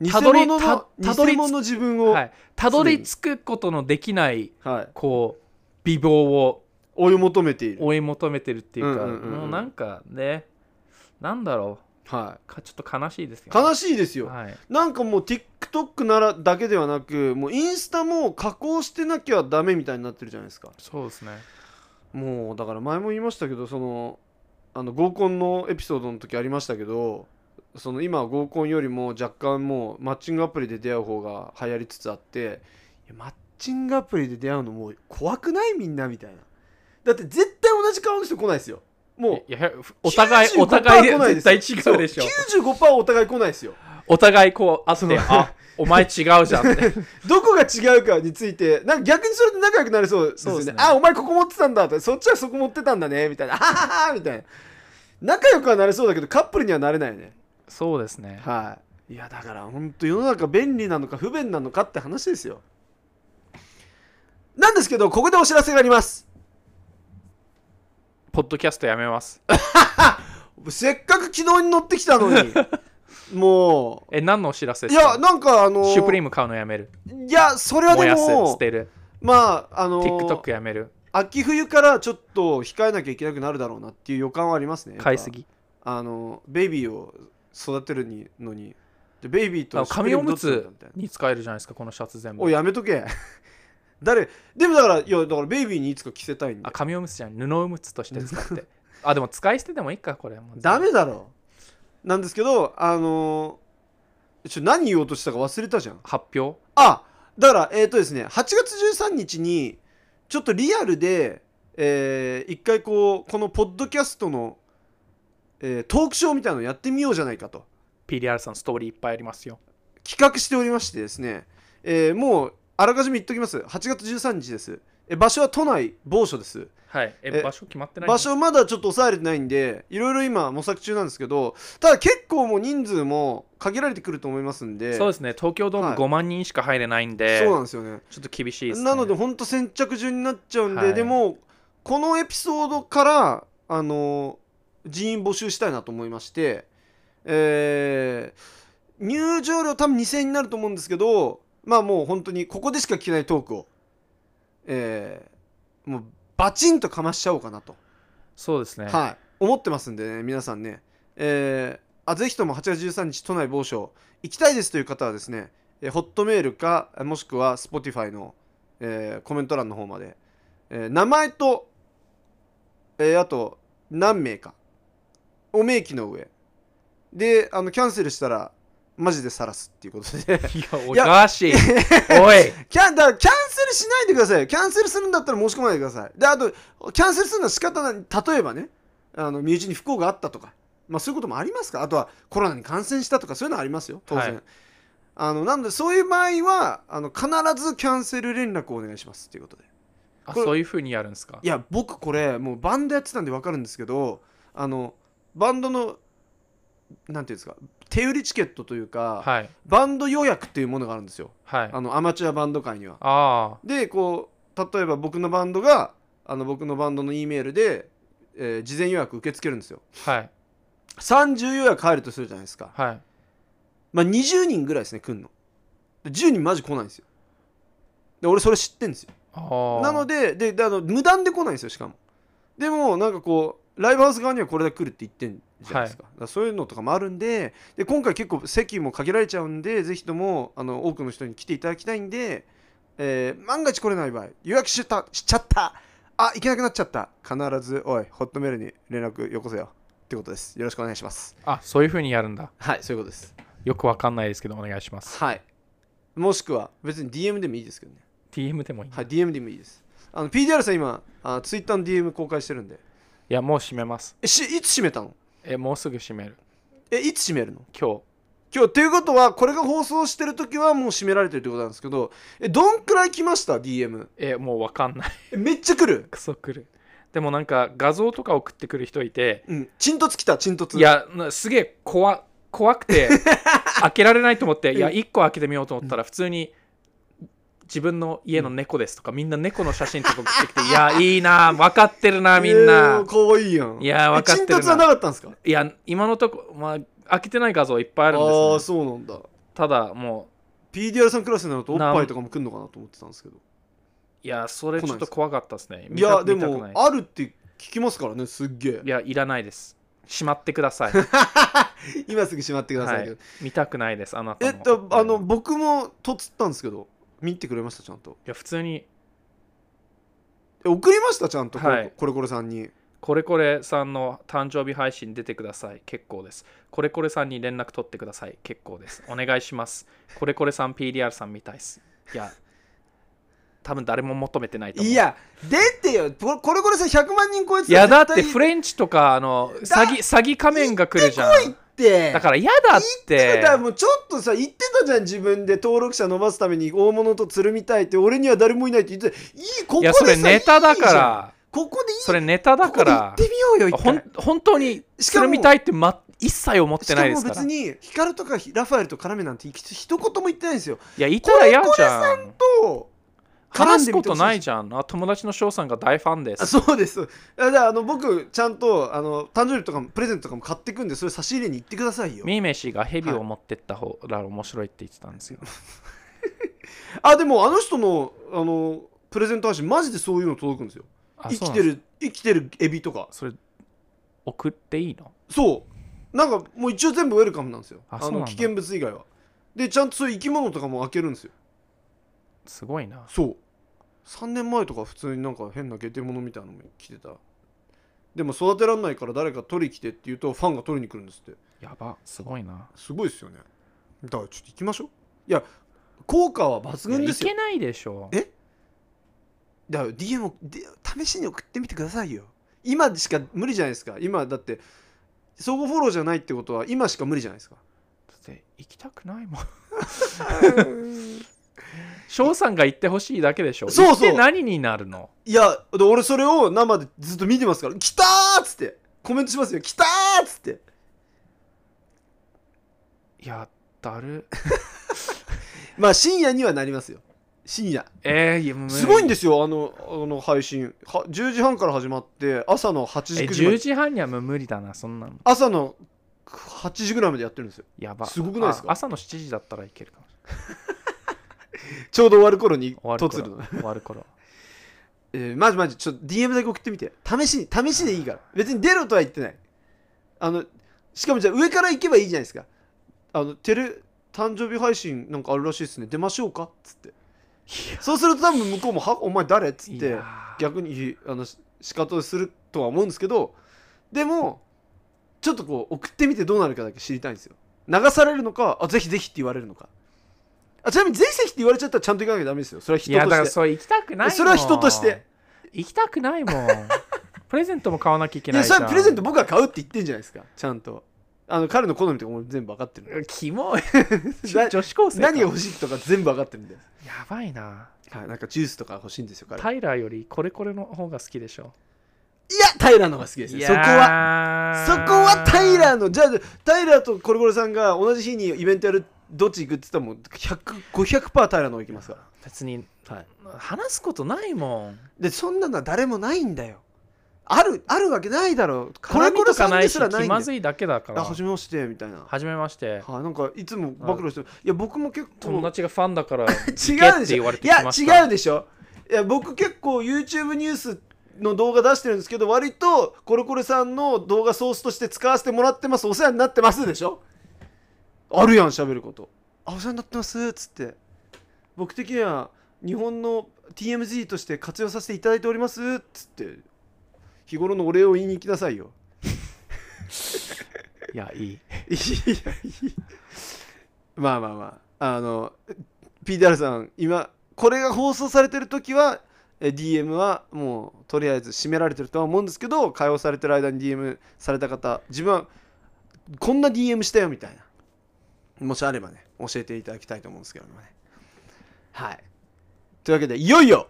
S1: 偽
S2: たどり
S1: 物の
S2: たたどり
S1: 偽物の自分を、
S2: はい。たどり着くことのできない、
S1: はい、
S2: こう、美貌を
S1: 追い求めている、
S2: 追い求めてるっていうか、
S1: うんうんうんうん
S2: もうなんかね、なんだろ
S1: は
S2: う。かちょっと悲しいです
S1: い、
S2: よ、
S1: 悲しいですよ、
S2: はい。
S1: なんかもう TikTok ならだけではなくもうインスタも加工してなきゃダメみたいになってるじゃないですか
S2: そうですね。
S1: もうだから前も言いましたけどそのあの合コンのエピソードの時ありましたけどその今は合コンよりも若干もうマッチングアプリで出会う方が流行りつつあっていやマッチングアプリで出会うのもう怖くないみんなみたいなだって絶対同じ顔の人来ないですよも
S2: いやお
S1: う
S2: 互いお互いで絶対違うでしょ
S1: 95%お互い来ないですよ
S2: お互いこうあってあお前違うじゃんって
S1: どこが違うかについてなんか逆にそれで仲良くなれそうですよ
S2: そう
S1: ね
S2: ですね
S1: あお前ここ持ってたんだってそっちはそこ持ってたんだねみたいなあ [LAUGHS] はははみたいな仲良くはなれそうだけどカップルにはなれないね
S2: [LAUGHS] そうですね
S1: はいいやだから本当世の中便利なのか不便なのかって話ですよなんですけどここでお知らせがあります
S2: ポッドキャストやめます
S1: せっかく軌道に乗ってきたの
S2: [LAUGHS]
S1: にも
S2: え何のお知らせ
S1: う
S2: で
S1: い
S2: すか
S1: やなんかあの
S2: シュプリーム買うのやめる
S1: いやそれは
S2: 燃
S1: で
S2: やす捨
S1: も
S2: てる
S1: まああの
S2: TikTok やめる
S1: 秋冬からちょっと控えなきゃいけなくなるだろうなっていう予感はありますね
S2: 買いすぎ
S1: あのベイビーを育てるにのにでベイビー
S2: あ
S1: と
S2: の紙おむつ
S1: みたいな
S2: に使えるじゃないですかこのシャツ全
S1: お
S2: 部
S1: いやめとけ [LAUGHS] 誰でもだからいやだからベイビーにいつか着せたいん
S2: あ
S1: だ
S2: 紙おむつじゃない布おむつとして
S1: [LAUGHS]
S2: 使ってあでも使い捨てでもいいかこれもう
S1: ダメだろなんですけどあのちょ何言おうとしたか忘れたじゃん
S2: 発表
S1: あだからえっ、とですね8月13日にちょっとリアルで、えー一回こうこのポッドキャストの、えートークショーみたいなのやってみようじゃないかと
S2: PDR さんストーリーいっぱいありますよ
S1: 企画しておりましてですね、えーもうあらかじめ言っときます8月13日ですえ場所は都内某所です
S2: はいえ
S1: え
S2: 場所決まってない
S1: 場所まだちょっと抑えれてないんでいろいろ今模索中なんですけどただ結構もう人数も限られてくると思いますんで
S2: そうですね東京ドー
S1: は
S2: ム
S1: い
S2: 5万人しか入れないんで、
S1: そうなんですよね
S2: ちょっと厳しいです、ね、
S1: なので本当先着順になっちゃうんで、
S2: はい
S1: でもこのエピソードからあの人員募集したいなと思いまして、えー入場料多分2000円になると思うんですけどまあもう本当にここでしか聞けないトークを、えーもうバチンとかましちゃおうかなと、
S2: そうですね、
S1: はい、思ってますんでね皆さんね、えーあぜひとも8月13日都内某所行きたいですという方はですね、えーホットメールかえーもしくは Spotify の、えーコメント欄の方まで、えー名前と、えーあと何名かお明記の上であのキャンセルしたらマジで晒すっていうことで
S2: いやお
S1: いや
S2: かしいお
S1: [LAUGHS]
S2: い
S1: キャンだからキャンセルしないでくださいよキャンセルするんだったら申し込まないでくださいであとキャンセルするのは仕方ない例えばねあの身内に不幸があったとか、まあ、そういうこともありますかあとはコロナに感染したとかそういうのはありますよ当然、
S2: はい
S1: あのなのでそういう場合はあの必ずキャンセル連絡をお願いしますということで
S2: あ
S1: これ
S2: そういうふうにやるんですか
S1: いや僕これもうバンドやってたんで分かるんですけどあのバンドのなんていうんですか手売りチケットというか、
S2: はい
S1: バンド予約っていうものがあるんですよ
S2: はい
S1: あのアマチュアバンド界には
S2: あ
S1: でこう例えば僕のバンドがあの僕のバンドの E メールで、えー事前予約受け付けるんですよ
S2: あはい
S1: 30予約入るとするじゃないですか、
S2: はい
S1: まあ、20人ぐらいですね来んので10人マジ来ないんですよで俺それ知ってんですよ
S2: あー
S1: なのででであの無断で来ないんですよしかもでもなんかこうライブハウス側にはこれだけ来るって言ってんじゃないですか,、そういうのとかもあるんでで今回結構席も限られちゃうんでぜひともあの多くの人に来ていただきたいんで、えー万が一来れない場合予約しちゃったしちゃったあ行けなくなっちゃった必ずおいホットメールに連絡よこせよってことですよろしくお願いします
S2: あそういうふうにやるんだ
S1: はいそういうことです
S2: よくわかんないですけどお願いします
S1: はいもしくは別に DM でもいいですけどね
S2: TM でもいい、、
S1: はいい DM でもいいですあの PDR さん今あ Twitter の DM 公開してるんで
S2: やもう閉めます
S1: えしいつ閉めたの
S2: えもうすぐ閉める
S1: えいつ閉めるの
S2: 今日
S1: 今日ということはこれが放送してる時はもう閉められてるってことなんですけどえどんくらい来ました DM
S2: えもうわかんない
S1: えめっちゃ来る
S2: クソくるでもなんか画像とか送ってくる人いて
S1: うんチントツ来たチントツ
S2: いやなすげえ怖怖
S1: [LAUGHS]
S2: くて開けられないと思っていや1個開けてみようと思ったら普通に自分の家の猫ですとかみんな猫の写真とか送ってきていやいいな分かってるなみん
S1: え
S2: な
S1: ーかわいいやん
S2: いや分かって
S1: えチント
S2: る
S1: ツは
S2: な
S1: なかったんですか
S2: いや今のとこまあ開けてない画像いっぱい
S1: あ
S2: あるんです
S1: あ
S2: よ
S1: ーそうなんだ
S2: ただも
S1: PDR さんクラスになるとおっぱいとかも来るのかなと思ってたんですけど
S2: ういやそれちょっと怖かったですね
S1: いやで
S2: 見たく
S1: も
S2: ない
S1: あるって聞きますからねすっげえ
S2: いやいらないですしまってくださ
S1: [LAUGHS]
S2: い
S1: 今すぐ閉まってください、
S2: はい見たくないですあなた
S1: え
S2: の
S1: っとあの僕もとつったんですけど見てくれましたちゃんと
S2: いや普通に
S1: え送りましたちゃんと、
S2: はい
S1: これこれさんに
S2: これこれさんの誕生日配信出てください。結構です。これこれさんに連絡取ってください。結構です。お願いします。これこれさん PDR さんみたいです。いや、多分誰も求めてないと思う
S1: いや出てよここれこれさ100万人超えて
S2: いやだってフレンチとかあの詐欺詐欺仮面が来るじゃん
S1: て
S2: だから嫌だって
S1: だからもうちょっとさ言ってたじゃん自分で登録者伸ばすために大物とつるみたいって俺には誰もいないって言ってたいいここ
S2: い
S1: で
S2: や
S1: さ
S2: それネタだ
S1: いい
S2: か
S1: じゃん
S2: ら
S1: ここでいい
S2: それネタだか
S1: ここ
S2: ら
S1: で行ってみようよ一
S2: ほん
S1: 回
S2: 本当に
S1: し
S2: す
S1: かも
S2: るみたいって、ま、一切思っ
S1: してか
S2: ないで
S1: も
S2: すから
S1: 別
S2: い
S1: に光とかラファエルと絡めなんて一言も言ってないんですよ
S2: やいたら嫌じゃん
S1: と
S2: 話すことない
S1: じ
S2: じゃんあ友達の翔さんが大ファンで
S1: ゃん
S2: す
S1: そうですだからあの僕ちゃんとあの誕生日とかもプレゼントとかも買ってくんでそれ差し入れに行ってくださいよ
S2: ミーメシがヘビを持ってった方が面白いって言ってたんですよ
S1: あでもあの人のあのプレゼント配信マジでそういうの届くんですよ
S2: あ
S1: 生
S2: そう
S1: き
S2: なん
S1: て
S2: です
S1: る生きてるエビとか
S2: それ送っていいの
S1: そうなんかもう一応全部ウェルカムなんですよ
S2: あ
S1: あ
S2: そうなん
S1: の
S2: だ
S1: 危険物以外はでちゃんとそういう生き物とかも開けるんですよ
S2: すごいな
S1: そう3年前とか普通になんか変なゲテモノみたいなのも来てたでも育てらんないから誰か取り来てって言うとファンが取りに来るんですって
S2: やばすごいな
S1: すごいですよねだからちょっと行きましょういや効果は抜
S2: いや
S1: 群で
S2: い
S1: すよ
S2: けないでしょ
S1: えだから DM をで試しに送ってみてくださいよ今しか無理じゃないですか今だって相互フォローじゃないってことは今しか無理じゃないですか
S2: だって行きたくないもん翔さんが行ってほしいだけでしょ
S1: そうそう
S2: 行って何になるの
S1: いやで俺それを生でずっと見てますから「来た!」っつってコメントしますよ「来た!」っつって
S2: いや
S1: [LAUGHS]
S2: だる
S1: まあ深夜にはなりますよ深夜
S2: えー、いやもう
S1: すごいんで
S2: で
S1: すよあのあの配信は10時半から始まって朝の8時
S2: え
S1: 9時ま
S2: 10
S1: で
S2: 時半にはもう無理だなそんなの
S1: 朝の8時ぐらいまでやってるんですよ
S2: やば
S1: すごくないですか
S2: あ朝の7時だったらいけるかもし
S1: ちょうど終わる頃に
S2: れない終わ
S1: 突
S2: る
S1: る
S2: 頃
S1: の、
S2: 終わる頃
S1: えー、マジマジちょっと DM だけ送ってみて試しに試しでいいから別に出ろとは言ってないあのしかもじゃあ上から行けばいいじゃないですかあのテレ誕生日配信なんかあるらしいですね出ましょうかっつってそうすると多分向こうも「はお前誰?」っつっ
S2: い
S1: て
S2: やー
S1: 逆にあのし仕方するとは思うんですけどでもちょっとこう送ってみてどうなるかだけ知りたいんですよ流されるのかあぜひぜひって言われるのかあちなみにぜひぜひって言われちゃったらちゃんと行かなきゃダメですよそれは人
S2: いやだから
S1: として
S2: それ行きたくないもん
S1: それは人として
S2: 行きたくないもんプレゼントも買わなきゃいけ
S1: い
S2: ない
S1: や
S2: じゃん
S1: それはプレゼント僕は買うって言ってんじゃないですかちゃんとあの彼の好みとかも全部分かってるんで
S2: キ
S1: [LAUGHS]
S2: モい
S1: な
S2: 女子高生か
S1: 何が欲しいとか全部分かってるんで、
S2: やばいな
S1: はい、なんかジュースとか欲しいんですよ彼い
S2: タイラーよりこれこれの方が好きでしょ
S1: やタイラーの方が好きですねそこは
S2: は
S1: そこはタイラーのじゃあタイラーとコロコロさんが同じ日にイベントやるどっち行くって言ったらもう100 500%タイラーの方行きますか
S2: 別に
S1: ら、はい、
S2: 話すことないもん
S1: でそんなのは誰もないんだよあるあるわけないだろうコロ
S2: 絡み
S1: コ
S2: と
S1: ロ
S2: か
S1: さん
S2: な
S1: で
S2: いし
S1: すらない
S2: 気
S1: んだ
S2: ま
S1: よ
S2: ずいだけだから
S1: あはじめましてみたいな、
S2: はじめまして
S1: はい、なんかいつも暴露してるいや僕も結
S2: 友
S1: 構
S2: 達がファンだ [LAUGHS] から
S1: 違
S2: 行
S1: う
S2: け
S1: で
S2: って
S1: し
S2: 言わ
S1: ょ
S2: れて
S1: い
S2: き
S1: や
S2: ました
S1: 違うでしょいや僕結構 YouTube ニュースの動画出してるんですけど割とコロコロさんの動画ソースとして使わせてもらってますお世話になってますでしょあるやん喋ることあお世話になってますっつって僕的には日本の TMZ として活用させていただいておりますっつって日頃のお礼を言いに行きなさいよ
S2: いやいい
S1: いやいいまあまあまああの PDR さん今これが放送されてる時はえ DM はもうとりあえず閉められてるとは思うんですけど解放されてる間に DM された方自分はこんな DM したよみたいなもしあればね教えていただきたいと思うんですけどもねはいというわけでいよいよ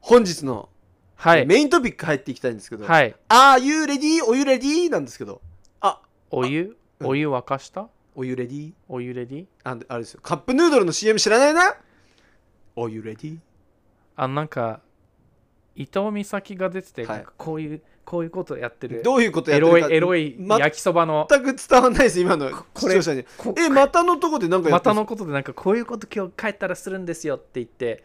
S1: 本日の
S2: はい
S1: メイントピック入っていきたいんですけど「
S2: はい
S1: ああ Are you ready? おゆ ready?」なんですけどあ
S2: お湯
S1: うん
S2: お湯沸かした
S1: おゆ ready?
S2: お湯レディ
S1: ああれですよカップヌードルの CM 知らないな Are you ready?
S2: あなんか伊藤美咲が出てて、
S1: はい
S2: なんかこういうこういうことやってる
S1: どういうことや
S2: エ
S1: ってる
S2: ロ
S1: か
S2: いエロい
S1: 全
S2: 焼きそばの
S1: く伝わんないです今の視
S2: これ
S1: 聴者に
S2: こ
S1: え股のとこでなんかやって
S2: 股
S1: るん
S2: のことでなんかこういうこと今日帰ったらするんですよって言って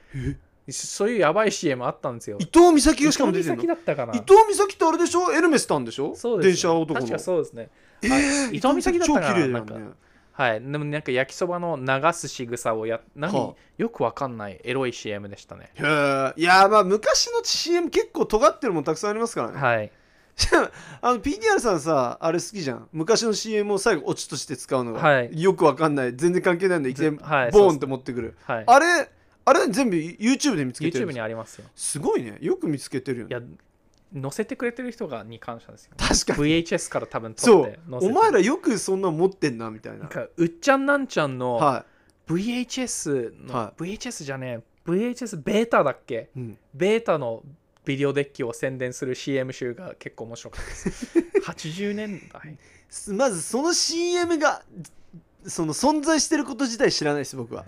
S2: そういうやばい CM あったんですよ
S1: ですか伊藤美咲がしかも出て
S2: 伊
S1: る
S2: 藤美咲
S1: の
S2: だったかな
S1: 伊藤美咲ってあれでしょエルメスたんでしょ
S2: そうです
S1: 電車男の
S2: 確かそうですね
S1: え
S2: あ
S1: ー、
S2: 伊藤美咲だったかな
S1: 超綺麗だよ
S2: なん
S1: ね
S2: はいでもなんか焼きそばの流す仕草をや何、
S1: は
S2: よくわかんないエロい CM でしたね
S1: へーいやーまあ昔の CM 結構尖ってるもんたくさんありますからね、
S2: はい
S1: しかも [LAUGHS] あの PDR さんさあれ好きじゃん昔の CM を最後オチとして使うのが、
S2: はい
S1: よくわかんない全然関係ないんでいきなり
S2: ずはい
S1: ボーンって持ってくる、
S2: はい
S1: あれあれ全部 YouTube で見つけてるんです
S2: YouTube に
S1: か
S2: ありますよ
S1: すごいねよく見つけてるよ
S2: い
S1: ね
S2: や載せてくれてる人がに感謝ですよ
S1: 確かに
S2: VHS から多分撮
S1: そ
S2: って
S1: う
S2: 載せて
S1: お前らよくそんなの持ってんなみたい
S2: なん
S1: な
S2: かうっちゃんなんちゃんの
S1: は
S2: VHS の、
S1: は
S2: VHS じゃねえ VHS ベータだっけ
S1: い、うん、
S2: ベータのビデオデッキを宣伝する CM 集が結構面白かったです80年代
S1: すまずその CM がその存在してること自体知らないです僕は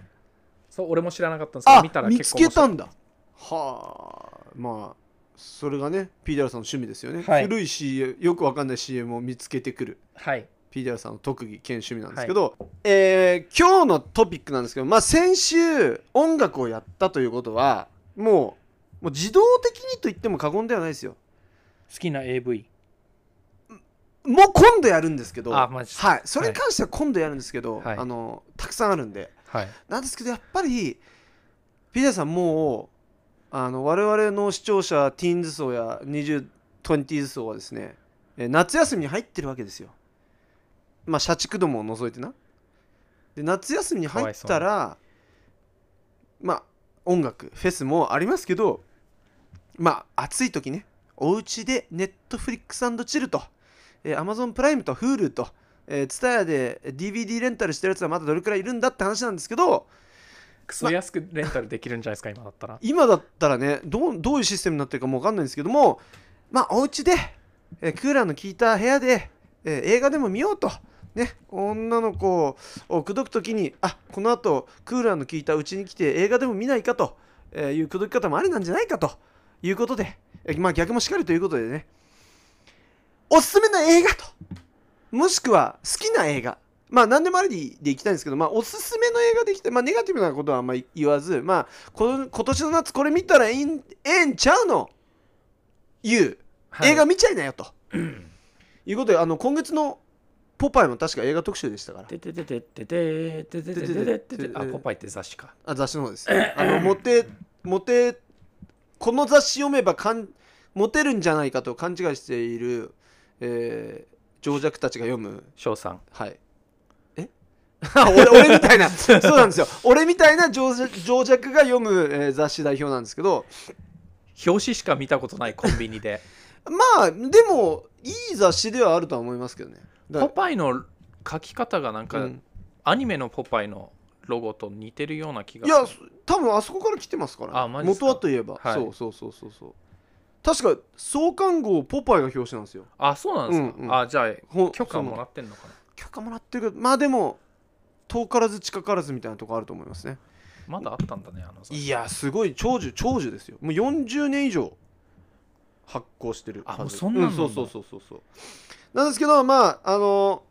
S2: そう俺も知らなかったんですけど
S1: あ
S2: 見たら
S1: 見
S2: 結
S1: つ
S2: 構面
S1: け
S2: 白
S1: た
S2: い
S1: んだはあまあそれがね PDR さんの趣味ですよね、
S2: はい
S1: 古い CM よくわかんない CM を見つけてくる
S2: はい
S1: PDR さんの特技兼趣味なんですけど、えー今日のトピックなんですけど、まあ、先週音楽をやったということはもうもう自動的にと言っても過言ではないですよ
S2: 好きな AV
S1: もう今度やるんですけど
S2: あマジ
S1: はい、それに関しては今度やるんですけど、
S2: はい
S1: あのたくさんあるんで
S2: はい
S1: なんですけどやっぱりピザさんもうあの我々の視聴者ティーンズ層や 2020s 層はですねえー夏休みに入ってるわけですよまあ社畜どもを除いてなで夏休みに入った
S2: から
S1: まあ音楽フェスもありますけどまあ暑い時ねお家でネットフリックスチルと、えー、Amazon プライムと Hulu と、えー、TSUTAYA で DVD レンタルしてるやつはまだどれくらいいるんだって話なんですけど
S2: クソ安くレンタルできるんじゃないですか今だったら
S1: 今だったらねどうどういうシステムになってるかも分かんないんですけどもまあお家で、えークーラーの効いた部屋で、えー映画でも見ようと。ね、女の子を口説く時にあこのあとクーラーの効いたうちに来て映画でも見ないかとえーいう口説き方もありなんじゃないかということで、えーまあ、逆もしかりということでねおすすめの映画ともしくは好きな映画まあ何でもありでいきたいんですけど、まあ、おすすめの映画できて、まあ、ネガティブなことはあんまり言わず、まあ、この今年の夏これ見たらええんええんちゃうのいう、映画見ちゃいなよということであの今月の「ポパイ」も確か映画特集でしたから
S2: てててててててててててててあポパイって雑誌か
S1: あ雑誌の方ですあのモテモテこの雑誌読めばかんモテるんじゃないかと勘違いしている、えー、情弱たちが読む
S2: 翔さん
S1: はい。え [LAUGHS] 俺俺みたい [LAUGHS] な、そうなんですよ。俺みたいな情弱情弱が読む、えー雑誌代表なんですけど、
S2: 表紙しか見たことないコンビニで
S1: まあ、でも、いい雑誌ではあるとは思いますけどね。だ
S2: ポパイの書き方がなん
S1: う
S2: か
S1: ん
S2: アニメのポパイのロゴと似てるような気が
S1: いや、そ多分あそこから来てますから、
S2: あマジっすか
S1: 元はといえば、
S2: はい
S1: そうそうそうそうそう。確か、創刊号、ポパイが表紙なんですよ。
S2: あそうなんですか、
S1: うんうん
S2: あじゃ
S1: ほ
S2: あ許可
S1: その
S2: もらってんのかな
S1: 許可もらってるけど、まあでも、遠からず近からずみたいなとこあると思いますね。
S2: まだあったんだねあの雑誌
S1: いや、すごい、長寿、長寿ですよ。もう40年以上発行してるはず。
S2: あもうそんな
S1: う
S2: のなんだ
S1: そうそうそうそうそう。なんですけど、まあ、あの、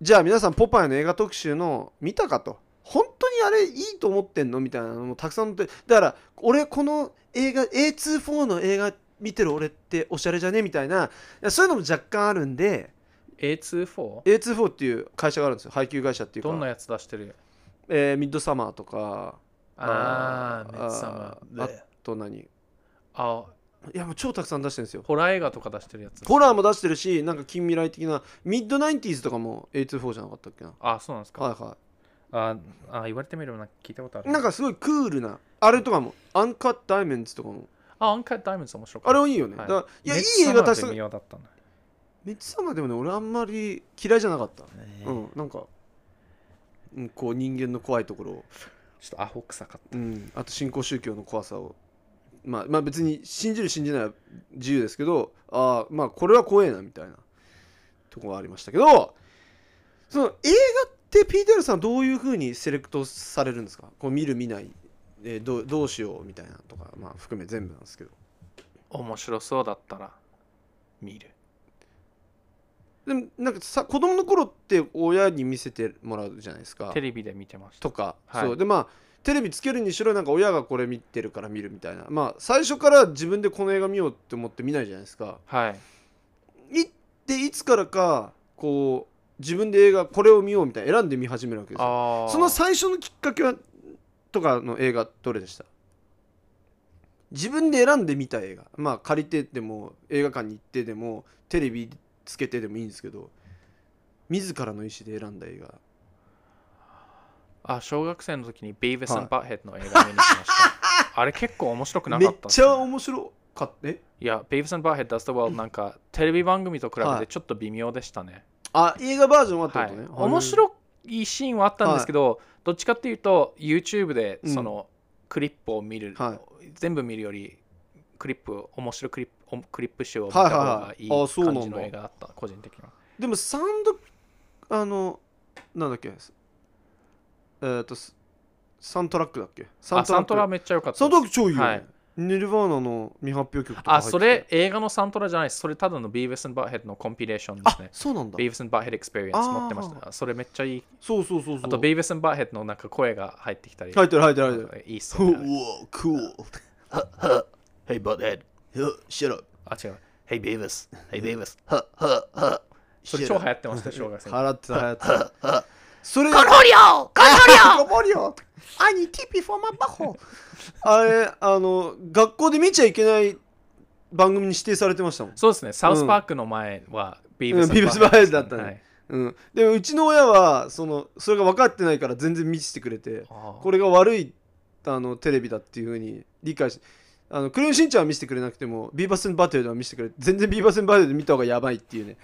S1: じゃあ皆さん、ポパイの映画特集の見たかと。本当にあれいいと思ってんのみたいなのもたくさん載ってだから俺この映画 A24 の映画見てる俺っておしゃれじゃねみたいないやそういうのも若干あるんで
S2: A24?
S1: A24 っていう会社があるんですよ配給会社っていうか
S2: どんなやつ出してる
S1: えーミッドサマーとか
S2: ああメッツ
S1: あ
S2: サ
S1: ー
S2: マ
S1: あ
S2: ー
S1: と何
S2: あ
S1: いやもう超たくさん出してるんですよ
S2: ホラー映画とか出してるやつ
S1: ホラーも出してるしなんか近未来的なミッドナインティーズとかも A24 じゃなかったっけな
S2: あそうなんですか、
S1: はいは
S2: ああ言われてみればなんか聞いたことあ
S1: い
S2: る
S1: なんかすごいクールなあれとかもアンカットダイメンズとかも
S2: あアンカーダイムズ面白か
S1: あ
S2: った
S1: れもいいよね、
S2: はい
S1: だからいやい
S2: メッ
S1: い
S2: ツ
S1: 映
S2: サ
S1: 画
S2: マ
S1: た
S2: ーで
S1: くさん
S2: 見ようだったんだ
S1: メッツサマーでもね俺あんまり嫌いじゃなかった、
S2: ね
S1: うんなんか、うん、こう人間の怖いところを、
S2: ちょっとアホ臭かっ
S1: うん、あと新興宗教の怖さをまあまあ別に信じる信じないは自由ですけどああまあこれは怖えなみたいなところはありましたけどその映画ってピーテルさんどういうふうにセレクトされるんですかこう見る見ない、えーどうどうしようみたいなとか、まあ、含め全部なんですけど
S2: た面白そうだったら見る
S1: でもなんかさ子供の頃って親に見せてもらうじゃないですか
S2: テレビで見てました
S1: とか、
S2: はい
S1: そうでまあテレビつけるにしろなんか親がこれ見てるから見るみたいなまあ最初から自分でこの映画見ようって思って見ないじゃないですか
S2: はい
S1: 行っていつからかこう自分で映画これを見ようみたいな選んで見始めるわけですよ
S2: ああ
S1: その最初のきっかけはとかの映画どれでした自分で選んで見た映画まあ借りてでも映画館に行ってでもテレビつけてでもいいんですけど自らの意思で選んだ映画
S2: あ小学生の時にビーヴィスン・バッヘッドの映画見に行きました。あれ結構面白くな
S1: め
S2: かっ
S1: った
S2: んです
S1: ち
S2: よ
S1: ゃ面白かったえ
S2: いや、ビーヴィスン・バッヘッド・ダスト・ワールドなんかテレビ番組と比べてちょっと微妙でしたね。
S1: あ映画バージョンはって
S2: は
S1: こ
S2: い
S1: とね、
S2: 面
S1: い
S2: 白いシーンはあったんですけど、どっちかっていうと YouTube でそのクリップを見る、
S1: は
S2: 全部見るよりクリップ面白いクリップおクリップ集を見た方がいい
S1: はいはいはいあそうなんだ
S2: 感じの映画だった個人的には
S1: でもサウンドあのなんだっけえーっとスサントラックだっけサ
S2: あサントラめっちゃ良かった
S1: サントラッ
S2: です
S1: ク超いいよね、
S2: はい
S1: ニルヴァーナの未発表曲とか入
S2: あ
S1: ってて
S2: それ映画のサントラじゃないですそれただのビーヴィスン・バーヘッドのコンピレーションで
S1: あ
S2: すね
S1: そうなんだ
S2: ビーヴィスン・バーヘッドエクスペリエンス
S1: あー
S2: 持ってましたそれめっちゃいい
S1: そうそうそうそう
S2: あとビーヴィスン・バーヘッドのなんか声が入ってきたり
S1: 入ってる入ってる入ってる
S2: いいっす
S1: う
S2: よ
S1: わ [LAUGHS]
S2: ね
S1: cool
S3: Hey, Butthead.
S1: Yeah, shut up
S2: あ違う
S3: Hey, Beavis. Hey, Beavis. Huh, huh, huh.
S2: それ
S3: Shut
S2: 超
S3: up.
S2: 流行って
S1: [LAUGHS]
S2: ました小学生の時
S1: 払ってた払ってた
S2: [LAUGHS]
S1: それ
S3: Cornholio!
S1: [LAUGHS]
S3: Cornholio!
S1: ボリオ
S3: I need tippy for my butthole.
S1: あれあの学校で見ちゃいけない番組に指定されてましたもん
S2: そうですね、サウスパークの前はビー
S1: う
S2: ブ
S1: ん
S2: ス、
S1: ビーブスバレーだったね
S2: はい
S1: うん、でもうちの親はそのそれが分かってないから全然見せてくれてこ
S2: こ
S1: れが悪いあのテレビだっていうふうに理解してあのクレヨンしんちゃんは見せてくれなくてもビーバーセンバトルでは見せてくれて全然ビーバーセンバトルで見た方がやばいっていうね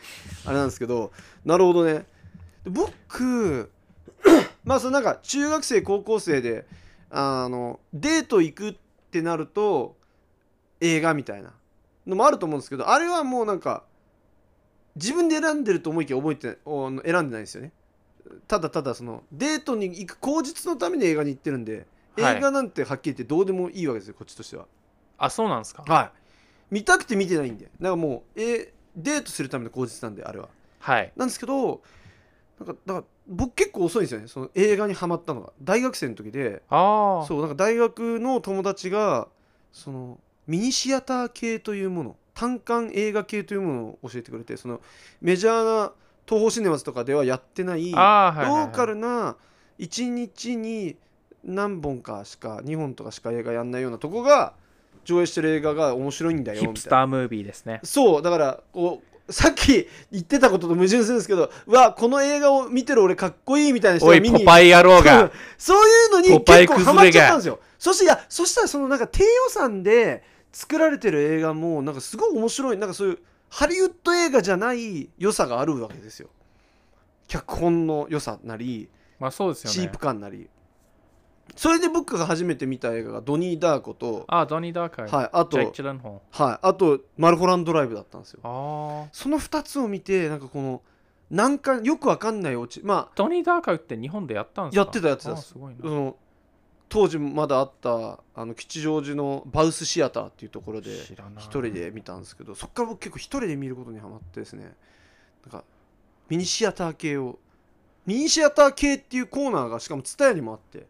S1: あれなんですけどなるほどねで僕 [CLEARS THROAT] まあそのなんか中学生高校生であのデート行くってなると映画みたいなのもあると思うんですけどあれはもうなんか自分で選んでると思いきや覚えておあの選んでないんですよねただただそのデートに行く口実のために映画に行ってるんで
S2: はい
S1: 映画なんてはっきり言ってどうでもいいわけですよこっちとしては
S2: あ、そうなんですか。
S1: はい見たくて見てないんでなんかもうえデートするための口実なんであれは
S2: はい。
S1: なんですけどなんかだから僕結構遅いんですよねその映画にはまったのが大学生の時で
S2: ああ、
S1: そうなんか大学の友達がそのミニシアター系というもの単館映画系というものを教えてくれてそのメジャーな東宝シネマズとかではやってないロ
S2: あーはいはいはい
S1: ーカルな1日に何本かしか2本とかしか映画やんないようなとこが上映してる映画が面白いんだよ
S2: ヒ
S1: みたい
S2: ップス
S1: な
S2: タームービーです
S1: [LAUGHS]
S2: ね。
S1: そうだからこうさっき言ってたことと矛盾するんですけどうわこの映画を見てる俺かっこいいみたいな人
S2: お
S1: が
S2: い、
S1: 見
S2: ポ
S1: に
S2: パイ野郎
S1: う
S2: が
S1: ん。 [LAUGHS] そういうのに
S2: ポパ
S1: 結
S2: イ
S1: 構
S2: 崩れ
S1: ハ
S2: が
S1: マっちゃったんですよ。そしていやそしたらそのなんか低予算で作られてる映画もなんかすごい面白いなんかそういうハリウッド映画じゃない良さがあるわけですよ。脚本の良さなり、
S2: まあそうですよ
S1: チー
S2: ね
S1: プ。感なり。それで僕が初めて見た映画がドニー・ダーコと、
S2: あー、ドニー・ダーカー。
S1: はい、あと、
S2: ジ
S1: はい
S2: ャック・チレンホン。、
S1: あとマルホランドライブだったんですよ。
S2: ああ。
S1: その2つを見てなんかこの難関よくわかんないオチまあ
S2: ドニー・ダーカーって日本でやったんですか
S1: やってたやってた
S2: あーすごい
S1: そ
S2: な。
S1: の当時まだあったあの吉祥寺のバウスシアターっていうところで
S2: 知らな
S1: 一
S2: い
S1: 人で見たんですけどそっから僕結構一人で見ることにはまってですねなんかミニシアター系をミニシアター系っていうコーナーがしかも蔦屋にもあってだか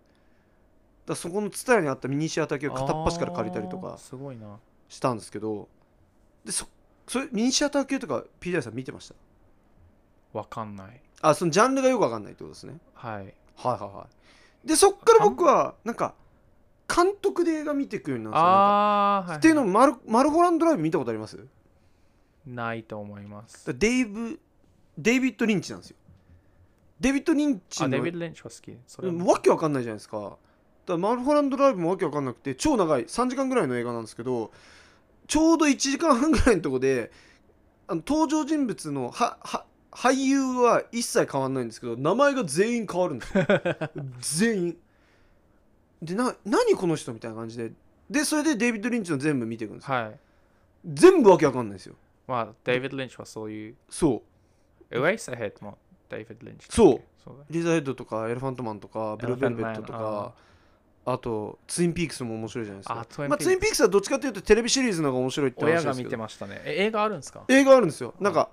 S1: らそこの蔦屋にあったミニシアター系を片っ端から借りたりと
S2: あー
S1: か
S2: すごいな。
S1: したんですけどでそそれミニシアター系とか PDI さん見てました
S2: わかんない。
S1: あそのジャンルがよくわかんないってことですね
S2: はい。
S1: はいはいはいでそっから僕はなんか監督で映画見ていくようになるんですよなんか
S2: ああ、はは
S1: っていうのもマルマルホランドライブ見たことありますだか
S2: ないと思います
S1: ら。デイブデイビッド・リンチなんですよデイビッド・リンチ
S2: あ、
S1: の
S2: デビッド・レンチは好き。それは
S1: うんわけわかんないじゃないですかだからマルホランドライブもわけわかんなくて超長い3時間ぐらいの映画なんですけどちょうど1時間半ぐらいのとこであの登場人物のはは俳優は一切変わんないんですけど名前が全員変わるんです
S2: [LAUGHS]
S1: よ全員でな何この人みたいな感じででそれでデイビッド・リンチの全部見ていくんですよ
S2: はい。
S1: 全部わけわかんないんですよ
S2: まあ、デビッド・レンチはそういう。
S1: そう
S2: エレイサヘッドもデイビッド・リンチだっけ。
S1: そう
S2: そうだよ
S1: リザーヘッドとかエレファントマンとかブルーベルベットと
S2: エレファントマン
S1: かあとツインピークスも面白いじゃないですか
S2: あツイン
S1: まあ、
S2: ピークス
S1: ツインピークスはどっちかというとテレビシリーズの方が面白いって話
S2: 親
S1: で
S2: が
S1: す
S2: 見
S1: け
S2: て
S1: ど
S2: ましたね。え映画あるんですか
S1: 映画あるんですよなんか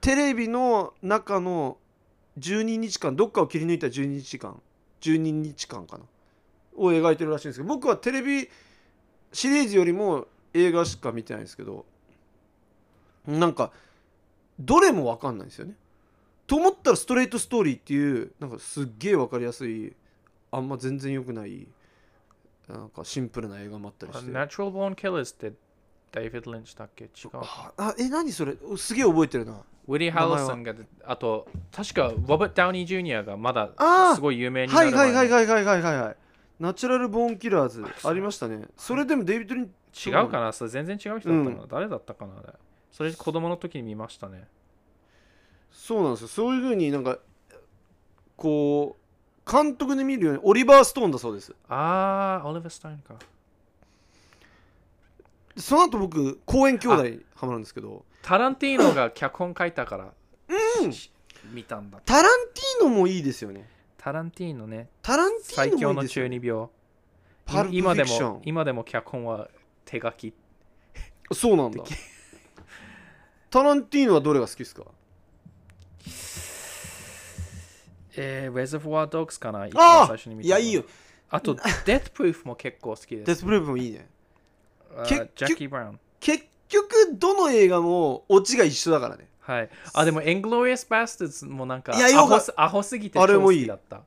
S1: テレビの中の12日間どっかを切り抜いた12日間12日間かなを描いてるらしいんですけど僕はテレビシリーズよりも映画しか見てないんですけどなんかどれも分かんないんですよね。と思ったらストレートストーリーっていうなんかすっげえ分かりやすいあんま全然良くないなんかシンプルな映画もあったりして
S2: ナチュラル・ボーン・キル r s ってデイビッド・リンチだっけ違う。
S1: ああえ何それおすげえ覚えてるな
S2: ウィリー・ハリソンが、あと、確かロバート・ダウニー・ジュニアがまだ
S1: あー
S2: すごい有名にな
S1: は
S2: る
S1: い
S2: 前
S1: は
S2: に
S1: いはいはいはいはいはいはいナチュラルボーンキラーズありましたねそれでもデイビッド・リンチ
S2: 違うかなそれ全然違う人だったの、誰だったかなあれそれ子供の時に見ましたね。
S1: そうなんですよそういうふうになんかこう監督で見るようにオリバー・ストーンだそうです
S2: あー、オリバー・スタインか。
S1: その後僕公演兄弟ハマるんですけど
S2: タランティーノが脚本書いたから、
S1: うん
S2: し見たんだ。
S1: タランティーノもいいですよね
S2: タランティーノね、
S1: タランティ
S2: 最
S1: ーノ
S2: 強
S1: もい
S2: の
S1: いですよ
S2: 中
S1: ね
S2: 二病。
S1: パルプ
S2: い
S1: フ
S2: 今で
S1: ィクショ
S2: も
S1: ン、
S2: 今でも脚本は手書き。
S1: そうなんだタランティーノはどれが好きですか
S2: えー、Reservoir Dogs かな一
S1: あ
S2: 番
S1: ー
S2: 最初に見た
S1: い
S2: の
S1: や
S2: はい
S1: いよ。
S2: あと、Death Proof も結構好きです。
S1: デスプレイブもいいね
S2: あー
S1: 結局
S2: ジャッキー・ブラウン。
S1: 結局どの映画もオチが一緒だからね
S2: はい。あ、でも、エングロリアス・バスターズもなんか、
S1: いやよか
S2: アホ
S1: っ
S2: すアホすぎて
S1: あれ
S2: 超
S1: も
S2: 好
S1: いい
S2: きだった。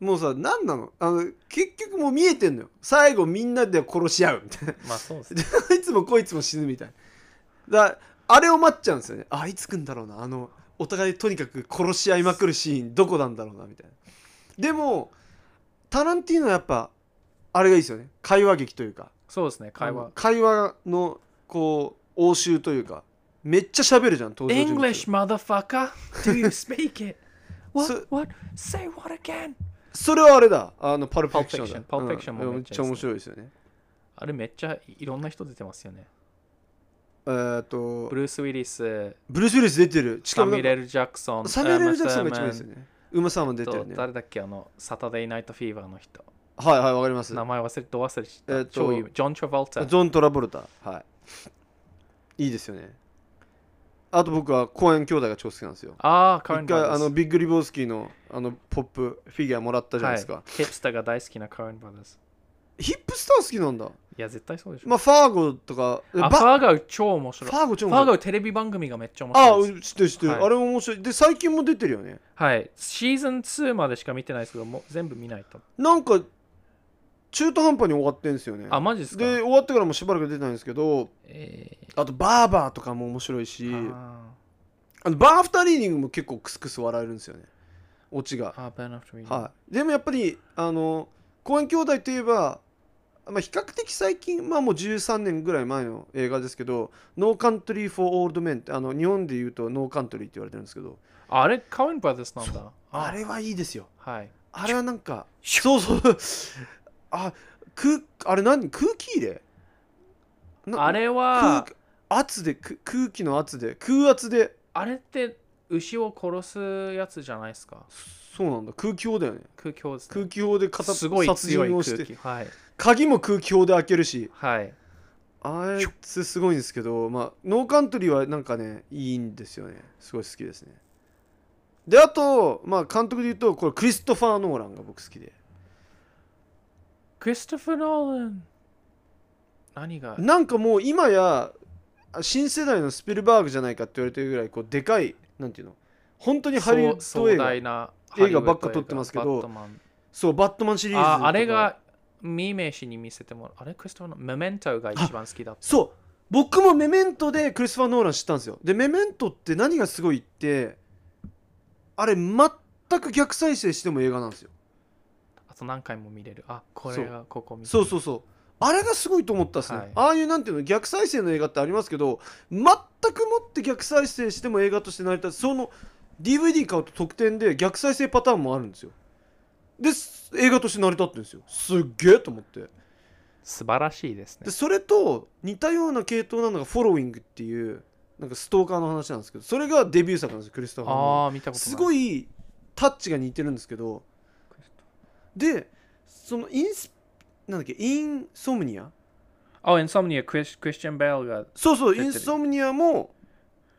S1: もうさ何なのあの結局もう見えてんのよ最後みんなで殺し合うみたいな [LAUGHS]
S2: まあ、そうですね。
S1: いつもこいつも死ぬみたいなだあれを待っちゃうんですよねあいつ来んだろうなあのお互いとにかく殺し合いまくるシーンどこなんだろうなみたいなでもタランティーノはやっぱあれがいいですよね会話劇というか
S2: そうですね、会
S1: あの
S2: 話。
S1: 会話のこう応酬というかめっちゃ喋るじゃん登場人物
S2: English, motherfucker! Do you speak
S1: [LAUGHS]
S2: it?
S1: そ
S2: What? What? Say what again?
S1: それはあれだあのパルプフィクションだ
S2: Pulp Fiction Pulp Fiction
S1: うん
S2: も
S1: め
S2: めっ
S1: っ
S2: ち
S1: ち
S2: ゃ
S1: ゃ面
S2: いいっすね
S1: 白いですよね
S2: あれめっちゃいろんな人出てますよね。
S1: えーっと
S2: ブルース・ウィリス、
S1: ブルース・ウィリス出てるし
S2: サ
S1: かもな
S2: ミ
S1: ん
S2: ュレ
S1: か
S2: ル・ジャクソン、
S1: サミュエル・ジャクソンが一
S2: エマ
S1: 番いいですよねウマ・サーマン出て
S2: サーマ
S1: る
S2: ン
S1: ね
S2: と
S1: はい
S2: 誰だっけあの、サタデー・ナイト・フィーバーの人。
S1: はいわかります
S2: 名前忘れて忘れち
S1: え
S2: ゃ
S1: っ
S2: っ
S1: と
S2: た。超有名ジョン・トラボルタ。
S1: ジョン・トラボルタはいいいですよねあと僕は公園兄弟が超好きなんですよ
S2: ああ、カーン・
S1: 一
S2: ブ
S1: 回
S2: ラ
S1: あ
S2: ザ
S1: の
S2: ーズ。
S1: ビッグ・リボウスキーのあのポップフィギュアもらったじゃないですか、
S2: はい、ヒップスターが大好きなカーン・ブラザーズ。
S1: ヒップスター好きなんだ
S2: いや、絶対そうでしょ。
S1: まあファーゴとか
S2: あ、フ
S1: バ
S2: ァーガウ超面白
S1: フ
S2: い。
S1: ァーゴ超
S2: フ
S1: 面
S2: ァ
S1: 白
S2: ーガ
S1: い
S2: ウテレビ番組がめっちゃ面
S1: あ
S2: 白いです。
S1: 知ってる知ってる、
S2: はい
S1: あれも面白いで最近も出てるよね
S2: はい。シーズン2までしか見てないですけど、もう全部見ないと。
S1: なんか中途半端に終わってんですよね
S2: あ、マジですか
S1: で終わってからもしばらく出てないんですけど
S2: え
S1: あとバーバーとかも面白いし
S2: ー
S1: あ
S2: あ
S1: のバーアフターリーディングも結構クスクス笑えるんですよねオチが
S2: ー、あー、ベン・アフトリー。
S1: はいでもやっぱりあの公園兄弟といえばまあ、比較的最近、まあ、もう13年ぐらい前の映画ですけど「ノーカントリー・フォー・オールド・メン」ってあの日本で言うと「ノーカントリー」って言われてるんですけど
S2: ああれ、カーン・ブラザーズなんだ。
S1: あ
S2: れ
S1: れはいいですよ
S2: はい。
S1: あれはなんかそうそうあ空あれ何空気入れな
S2: あれは
S1: 空、圧でく空気の圧で空圧で
S2: あれって牛を殺すやつじゃないですか。
S1: そうなんだ空気砲だよね
S2: 空気をですね
S1: 空気砲で片
S2: すごい
S1: 殺
S2: 強い
S1: 人を
S2: 空
S1: して
S2: 気。はい。
S1: 鍵も空気砲で開けるし
S2: はい。
S1: あいつすごいんですけどまあノーカントリーはなんかねいいんですよねすごい好きですねであとまあ監督で言うとこれクリストファー・ノーランが僕好きで
S2: クリストファー・ノーラン。何が
S1: なんかもう今やあ新世代のスピルバーグじゃないかって言われてるぐらいこうでかいなんていうの本当にハリウッド
S2: そう
S1: 映
S2: 壮大
S1: 画
S2: な
S1: 映画ばっか撮ってますけど
S2: ハリウッド映画バットマン
S1: そうバットマンシリーズと
S2: あ
S1: か
S2: あれがミーメイ氏に見せてもらうあれクリストファーのメメントが一番好きだった
S1: そう僕もメメントでクリストファー・ノーラン知ったんですよでメメントって何がすごいってあれ全く逆再生しても映画なんですよ
S2: あと何回も見れるあこれがここ見
S1: そうそうそうあれがすごいと思ったっすね、
S2: はい
S1: ああいうなんていうの逆再生の映画ってありますけど全くもって逆再生しても映画として成り立つその DVD 買うと特典で逆再生パターンもあるんですよです映画として成り立ってるんですよすっげえと思って
S2: 素晴らしいです
S1: で
S2: ね
S1: それと似たような系統なのが「フォロウィング」っていうなんかストーカーの話なんですけどそれがデビュー作なんですよクリストファー・ノーラン
S2: ああ見たことない
S1: すごいタッチが似てるんですけどでそのインスなんだっけインソムニア
S2: あインソムニアクリスクリスチャン・ベールが
S1: そうそう、
S2: 出て
S1: イ
S2: る
S1: ンソムニアも、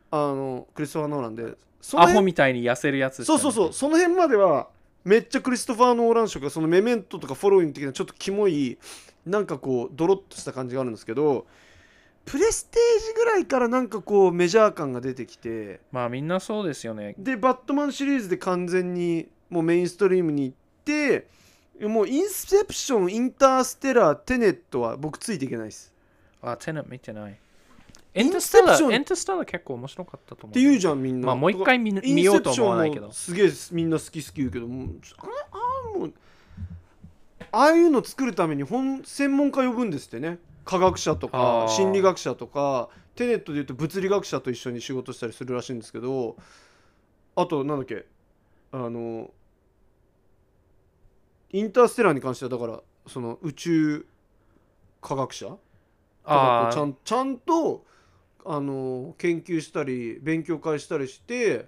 S1: あの、クリストファー・ノーランで、その
S2: アホ
S1: 辺
S2: みたいに痩せるやつ
S1: そうそうそう、その辺までは、めっちゃクリストファー・ノーラン色が、そのメメントとかフォローイング的な、ちょっとキモい、なんかこう、ドロッとした感じがあるんですけど、プレステージぐらいからなんかこう、メジャー感が出てきて、
S2: まあみんなそうですよね
S1: で、バットマンシリーズで完全に、もうメインストリームに行って、もうインセプション、インターステラー、テネットは僕ついていけないです。
S2: あテナ見てないインターステラ
S1: インセプション
S2: ー、インターステラー結構面白かったと思う。
S1: て言うじゃんみんな
S2: まあもう一回見
S1: イン
S2: 見よ
S1: セ
S2: う
S1: プ
S2: とは
S1: シ
S2: 思わないけ
S1: ョン
S2: ど
S1: も。すげえみんな好き好き言うけどもうあれあれもうああいうの作るために本専門家呼ぶんですってね科学者とか
S2: あー
S1: 心理学者とかテネットでいうと物理学者と一緒に仕事したりするらしいんですけどあとなんだっけあのインターステラーに関してはだからその宇宙科学者
S2: あ
S1: とかこうちゃ
S2: あ、
S1: んちゃんとあの研究したり勉強会したりして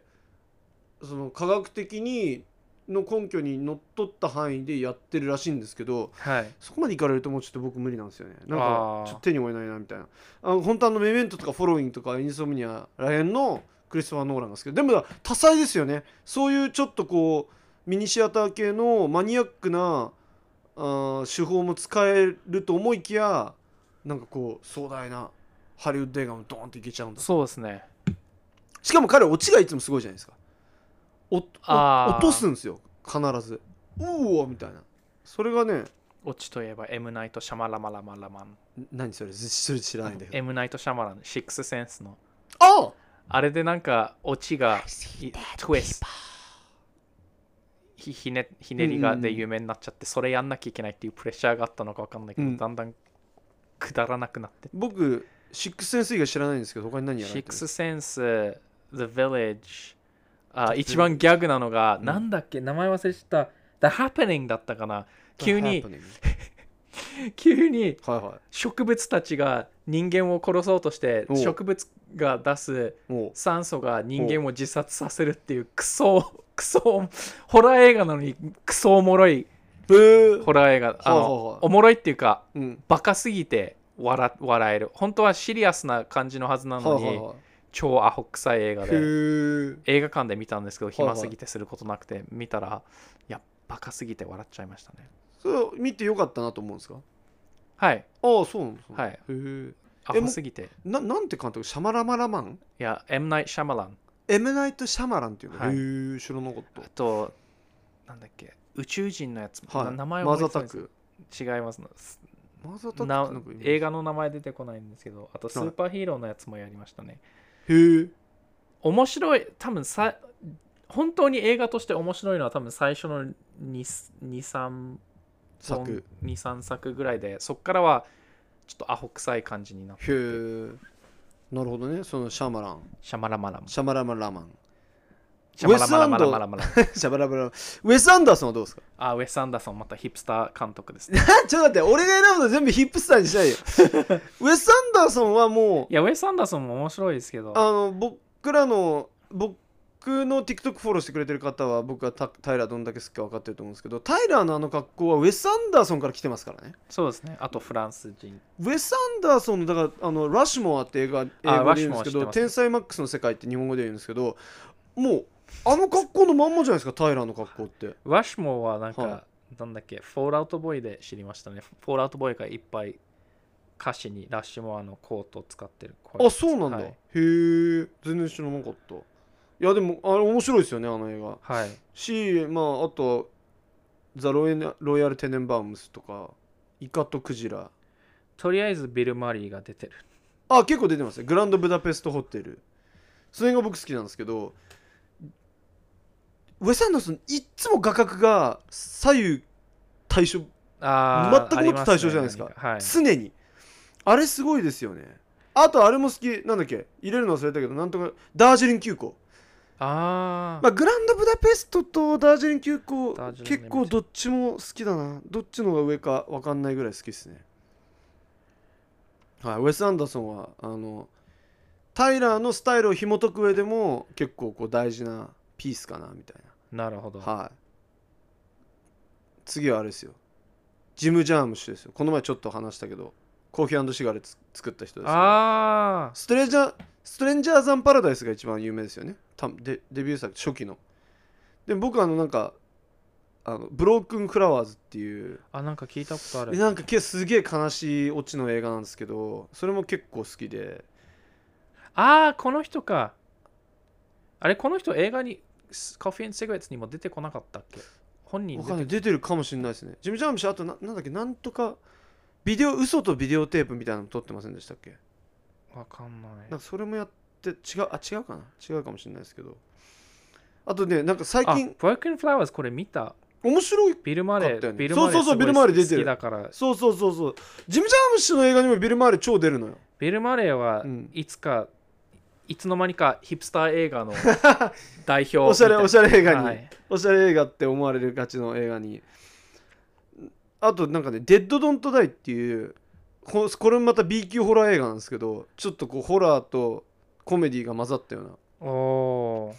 S1: その科学的にの根拠にのっとった範囲でやってるらしいんですけど
S2: はい。
S1: そこまでいかれるともうちょっと僕無理なんですよねなん
S2: あ
S1: か
S2: ー
S1: ちょっと手に負えないなみたいなあの本当あのメメントとかフォローインとかインソムニアらへんのクリストファー・ノーランなんですけどでも多彩ですよねそういうちょっとこうミニシアター系のマニアックなあー手法も使えると思いきやなんかこう壮大なハリウッド映画もドーンといけちゃうんだ
S2: そうですね。
S1: しかも彼オチがいつもすごいじゃないですかお
S2: あー
S1: 落とすんですよ必ずうおーみたいなそれがね
S2: オチといえば、エムナイト・シャマラマラマラマン。
S1: ん何それずそれ知らないんだけど
S2: エムナイト・シャマラン、シックス・センスの。
S1: あ
S2: あれでなんか、オチが、いトゥエスト。ひひねひねりがで有名になっちゃって、それやんなきゃいけないっていうプレッシャーがあったのかわかんないけど、
S1: うん
S2: だんだんくだらなくなって
S1: 僕シックスセンス以外知らないんですけど他に何やら
S2: シ
S1: れ
S2: ッ
S1: て
S2: ク
S1: る
S2: スセンス、The Village、あ一番ギャグなのが、
S1: うん
S2: なんだっけ、名前忘れちゃった。The Happening だったかな。急に、急に
S1: はいは
S2: 植物たちが人間を殺そうとして
S1: お、う
S2: 植物が出す
S1: いも
S2: 酸素が人間を自殺させるっていうクソ、 [LAUGHS] クソ、ホラー映画なのにクソおもろいう
S1: ブ
S2: ホラー映画。あの
S1: はいはいはい
S2: おもろいっていうか、
S1: うん
S2: バカすぎて笑笑える。本当はシリアスな感じのはずな
S1: は
S2: の
S1: いはい
S2: に、
S1: は
S2: 超アホ臭い映画
S1: い
S2: で。
S1: へえ
S2: 映画館で見たんですけど
S1: はいはい
S2: 暇すぎてすることなくて見たらいやバカすぎて笑っちゃいましたね
S1: それを見てよかったなと思うんですか
S2: はい
S1: ああそうなんですね
S2: はい
S1: へえ
S2: ア
S1: え
S2: ホすぎて
S1: ななんて監督シャマラマラマン
S2: いやエムナイト・シャマラン
S1: エムナイト・シャマランっていうの、
S2: はい
S1: へえ知らなかっ
S2: あとなんだっけ宇宙人のやつ、
S1: た、は、
S2: ない名前
S1: マ
S2: 覚
S1: ザ
S2: えて
S1: タ
S2: ないんで
S1: ク
S2: す違いますなす
S1: マザタクって
S2: な
S1: なんかいる
S2: 映画の名前出てこないんですけどあと
S1: い
S2: スーパーヒーローのやつもやりましたね、
S1: へえ
S2: 面白い多分さ本当に映画として面白いのは多分最初の23
S1: 作
S2: 23作ぐらいでそっからはちょっとアホ臭い感じになって
S1: へえなるほどねそのシャマラン
S2: シャマラマラン
S1: シャマラマラマン [LAUGHS]
S2: シャマラマラマラマラマラ
S1: シャマラマラマンウェス・アンダーソンはどうですか
S2: あ、ウェス・アンダーソン、またヒップスター監督で
S1: [LAUGHS]
S2: すね。
S1: ちょっと待って俺が選ぶの全部ヒップスターにしないよ
S2: [LAUGHS]
S1: ウェス・アンダーソンはもう
S2: いや、ウェス・アンダーソンも面白いですけど、
S1: あの僕らの僕の TikTok フォローしてくれてる方は僕はタタイラーどんだけ好きか分かってると思うんですけどタイラーのあの格好はウェス・アンダーソンから来てますからね
S2: そうですね。あとフランス人。
S1: ウェス・アンダーソンのだからあのラッシュモアって映画英語で言うんですけ
S2: ラッシュモア知っ
S1: ど
S2: て
S1: 「
S2: ます
S1: 天才マックスの世界」って日本語で言うんですけどもうあの格好のまんまじゃないですかタイラーの格好って
S2: ワシュモアはなんか、
S1: は
S2: なんだっけ、フォールアウトボーイで知りましたね。フォールアウトボーイがいっぱい歌詞にラッシュモアのコートを使ってる。
S1: あそうなんだ、
S2: はい
S1: へえ全然知らなかったいやでもあれ面白いですよねあの映画
S2: はい。
S1: し、まあ、あとはザロイナ・ロイヤル・テネンバウムスとかイカとクジラ
S2: とりあえずビル・マリーが出てる。
S1: あ結構出てますねグランドブダペストホテルそれが僕好きなんですけどウェス・アンダーソンいっつも画角が左右対称
S2: あー
S1: 全くもって対象じゃないですか
S2: ありまねはい。
S1: 常にあれすごいですよねあとあれも好きなんだっけ入れるの忘れたけどなんとかダージリン急行
S2: あ
S1: まあ、グランドブダペストとダージリン急行
S2: ダージリン
S1: 結構どっちも好きだなどっちの方が上か分かんないぐらい好きですねはいウェス・アンダーソンはあのタイラーのスタイルを紐解く上でも結構こう大事なピースかなみたい
S2: あ、なるほど。
S1: なはい次はあれですよジム・ジャームッシュですよこの前ちょっと話したけどコーヒーシガレット作った人ですけど
S2: あ
S1: ストレジャーストレンジャーザンパラダイスが一番有名ですよねたデデビュー作初期ので僕あのなんかあのブロークンフラワーズっていう
S2: ーあ、なんか聞いたことあ
S1: で
S2: る。
S1: なんかけすげえ悲しいオチの映画なんですけどそれも結構好きで
S2: ああ、この人か。あれ、この人映画に、スカフェイン・セグレッツにも出てこなかったっけ本人
S1: わ
S2: 出
S1: かんな
S2: て
S1: い出てるかもしれないですねジム・ジャーム氏あとななんだっけなんとかビデオ嘘とビデオテープみたいなの撮ってませんでしたっけ
S2: わわかんない
S1: なんかそれもやって違うあ違うかな違うかもしれないですけどあとねなんか最近
S2: ブロックンフラワーズこれ見た
S1: 面白い
S2: ビル・マレ
S1: 買ったよ
S2: ー、
S1: ね
S2: ビル・マレー
S1: そうそうそうビルマーレー出てる
S2: すごい好きだから
S1: そうそうそうそうジム・ジャームッシュの映画にもビル・マーレ超出るのよ
S2: ビル・マレーは
S1: うん
S2: いつか、いつの間にかヒプスター映画
S1: [LAUGHS]
S2: の代表
S1: おしゃれおし
S2: ゃ
S1: ゃれ映画に、
S2: はい
S1: おしゃれ映画って思われるがちの映画にあとなんかね「デッド・ドント・ダイ」っていうここれもまた B 級ホラー映画なんですけどちょっとこうホラーとコメディが混ざったような
S2: おー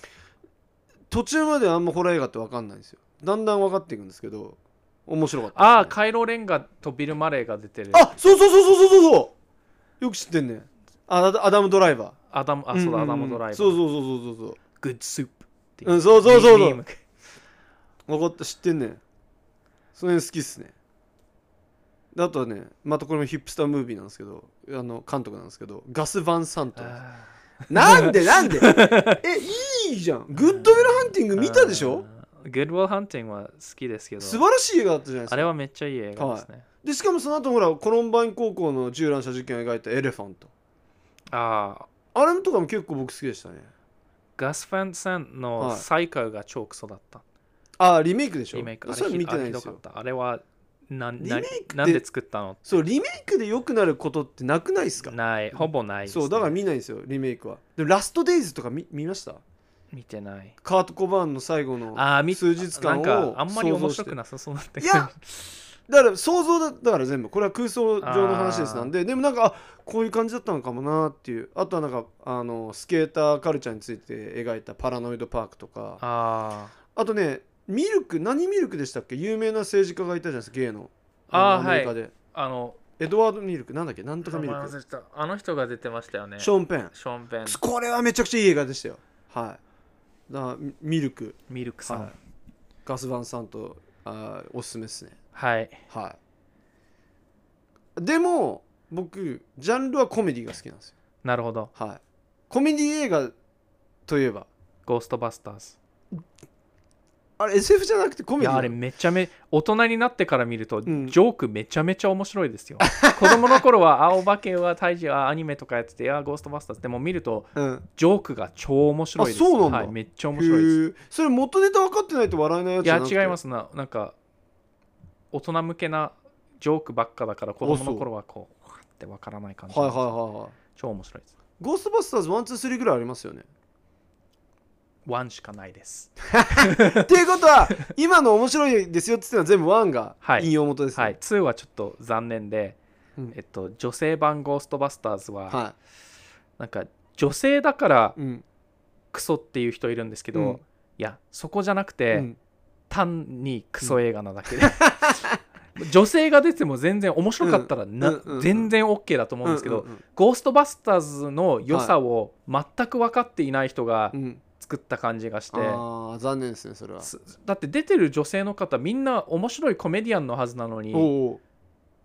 S1: 途中まではあんまホラー映画って分かんないんですよだんだん分かっていくんですけど面白かった
S2: ああ
S1: ですね
S2: カイロ・レンガとビル・マレーが出てる
S1: あそうそうそうそうそうそうそうよく知ってんねあアダアダム・ドライバー
S2: アダムあそう
S1: んんん
S2: だ、アダム・ドライバー
S1: そうそうそうそうそう
S2: グッド・スープって
S1: うんそうそうそうそう
S2: ミーム
S1: 分かった知ってんねんその辺好きっすねであとはねまたこれもヒップスタームービーなんですけどあの監督なんですけどガス・ヴァン・サント
S2: あ
S1: なんでなん
S2: [LAUGHS]
S1: でえいいじゃんグッド・ウィル・ハンティング
S2: ー
S1: 見たでしょ
S2: あーグッド・ウィル・ハンティングは好きですけど
S1: 素晴らしい映画だったじゃないですか
S2: あれはめっちゃいい映画ですね、
S1: でしかもその後ほらコロンバイン高校の銃乱射事件を描いた「エレファント
S2: ああ」
S1: あれのとかも結構僕好きでしたね
S2: ガス・ファンさん
S1: は
S2: の
S1: い
S2: 最下位が超クソだった、
S1: ああリメイクでしょ
S2: リメイクあ
S1: そ
S2: れ
S1: れ見てない
S2: ひ
S1: ん
S2: ど
S1: です
S2: かっ
S1: よ
S2: たあれはなん
S1: リメイ
S2: な
S1: クって
S2: なんで作ったの
S1: そうリメイクで良くなることってなくないですか
S2: ないほぼないですね、
S1: そうだから見ないんですよリメイクはでもラストデイズとか見見ました
S2: 見てない
S1: カート・コバーンの最後の
S2: あー見
S1: 数日間を
S2: なんかあんまり面
S1: 想像して
S2: 白くなさそうだった
S1: いやだから想像だだから全部これは空想上の話です
S2: あー
S1: なんででもなんかあこういう感じだったのかもなっていうあとはなんかあのスケーターカルチャーについて描いた「パラノイド・パーク」とかあ
S2: [LAUGHS] あ
S1: とねミルク何ミルクでしたっけ有名な政治家がいたじゃないですか芸の
S2: あー
S1: のアメリカで、
S2: ーあの
S1: エドワード・ミルクなんだっけなんとかミル
S2: 名前忘
S1: ク
S2: れてたあの人が出てましたよね
S1: ショーン・ペン
S2: ショーン・ベン
S1: これはめちゃくちゃいい映画でしたよはいだからミミルク
S2: ミルクさん
S1: はいガス・バンさんとあーおすすめですね
S2: はい
S1: はい。でも、僕、ジャンルはコメディが好きなんですよ。
S2: なるほど
S1: はい。コメディ映画といえば、
S2: ゴーストバスターズ
S1: あれ SF じゃなくてコ
S2: い
S1: メディ
S2: やあれめちゃめ大人になってから見ると、
S1: ん
S2: ジョークめちゃめちゃ面白
S1: [LAUGHS]
S2: いですよ子供の頃はあお化けは胎児はアニメとかやっててあゴーストバスターズでも見ると
S1: うん。
S2: ジョークが超面白いです
S1: あそうなんだ
S2: はい、めっちゃ面白いです
S1: へーそれ元ネタ分かってないと笑えないやつ
S2: い
S1: じゃなくて
S2: や違いま。すななんか大人向けなジョークばっかだから子供の頃はこうわってわからない感じ
S1: はいはいはい
S2: い
S1: はい。
S2: 超面白いです
S1: ゴーストバスターズ1、2、3ぐらいありますよね。 [LAUGHS]
S2: ワンしかないです
S1: っていうことは、今の面白いですよって言ってるのは全部1が
S2: はい
S1: 引用元ですね。
S2: はい2はちょっと残念で、
S1: うん
S2: えっと女性版ゴーストバスターズは、
S1: は
S2: なんか女性だから
S1: い。うん。
S2: クソっていう人いるんですけど、
S1: うん
S2: いやそこじゃなくて、
S1: うん
S2: 単にクソ映画なだけで、 [LAUGHS] 女性が出ても全然面白かったらな、
S1: うんうんうんうん
S2: 全然 OK だと思うんですけど、
S1: うんうん
S2: ゴーストバスターズの良さを全く分かっていない人が
S1: うんうん
S2: 作った感じがして、
S1: ああ、残念ですね、それは。
S2: すだって出てる女性の方みんな面白いコメディアンのはずなのに
S1: おお。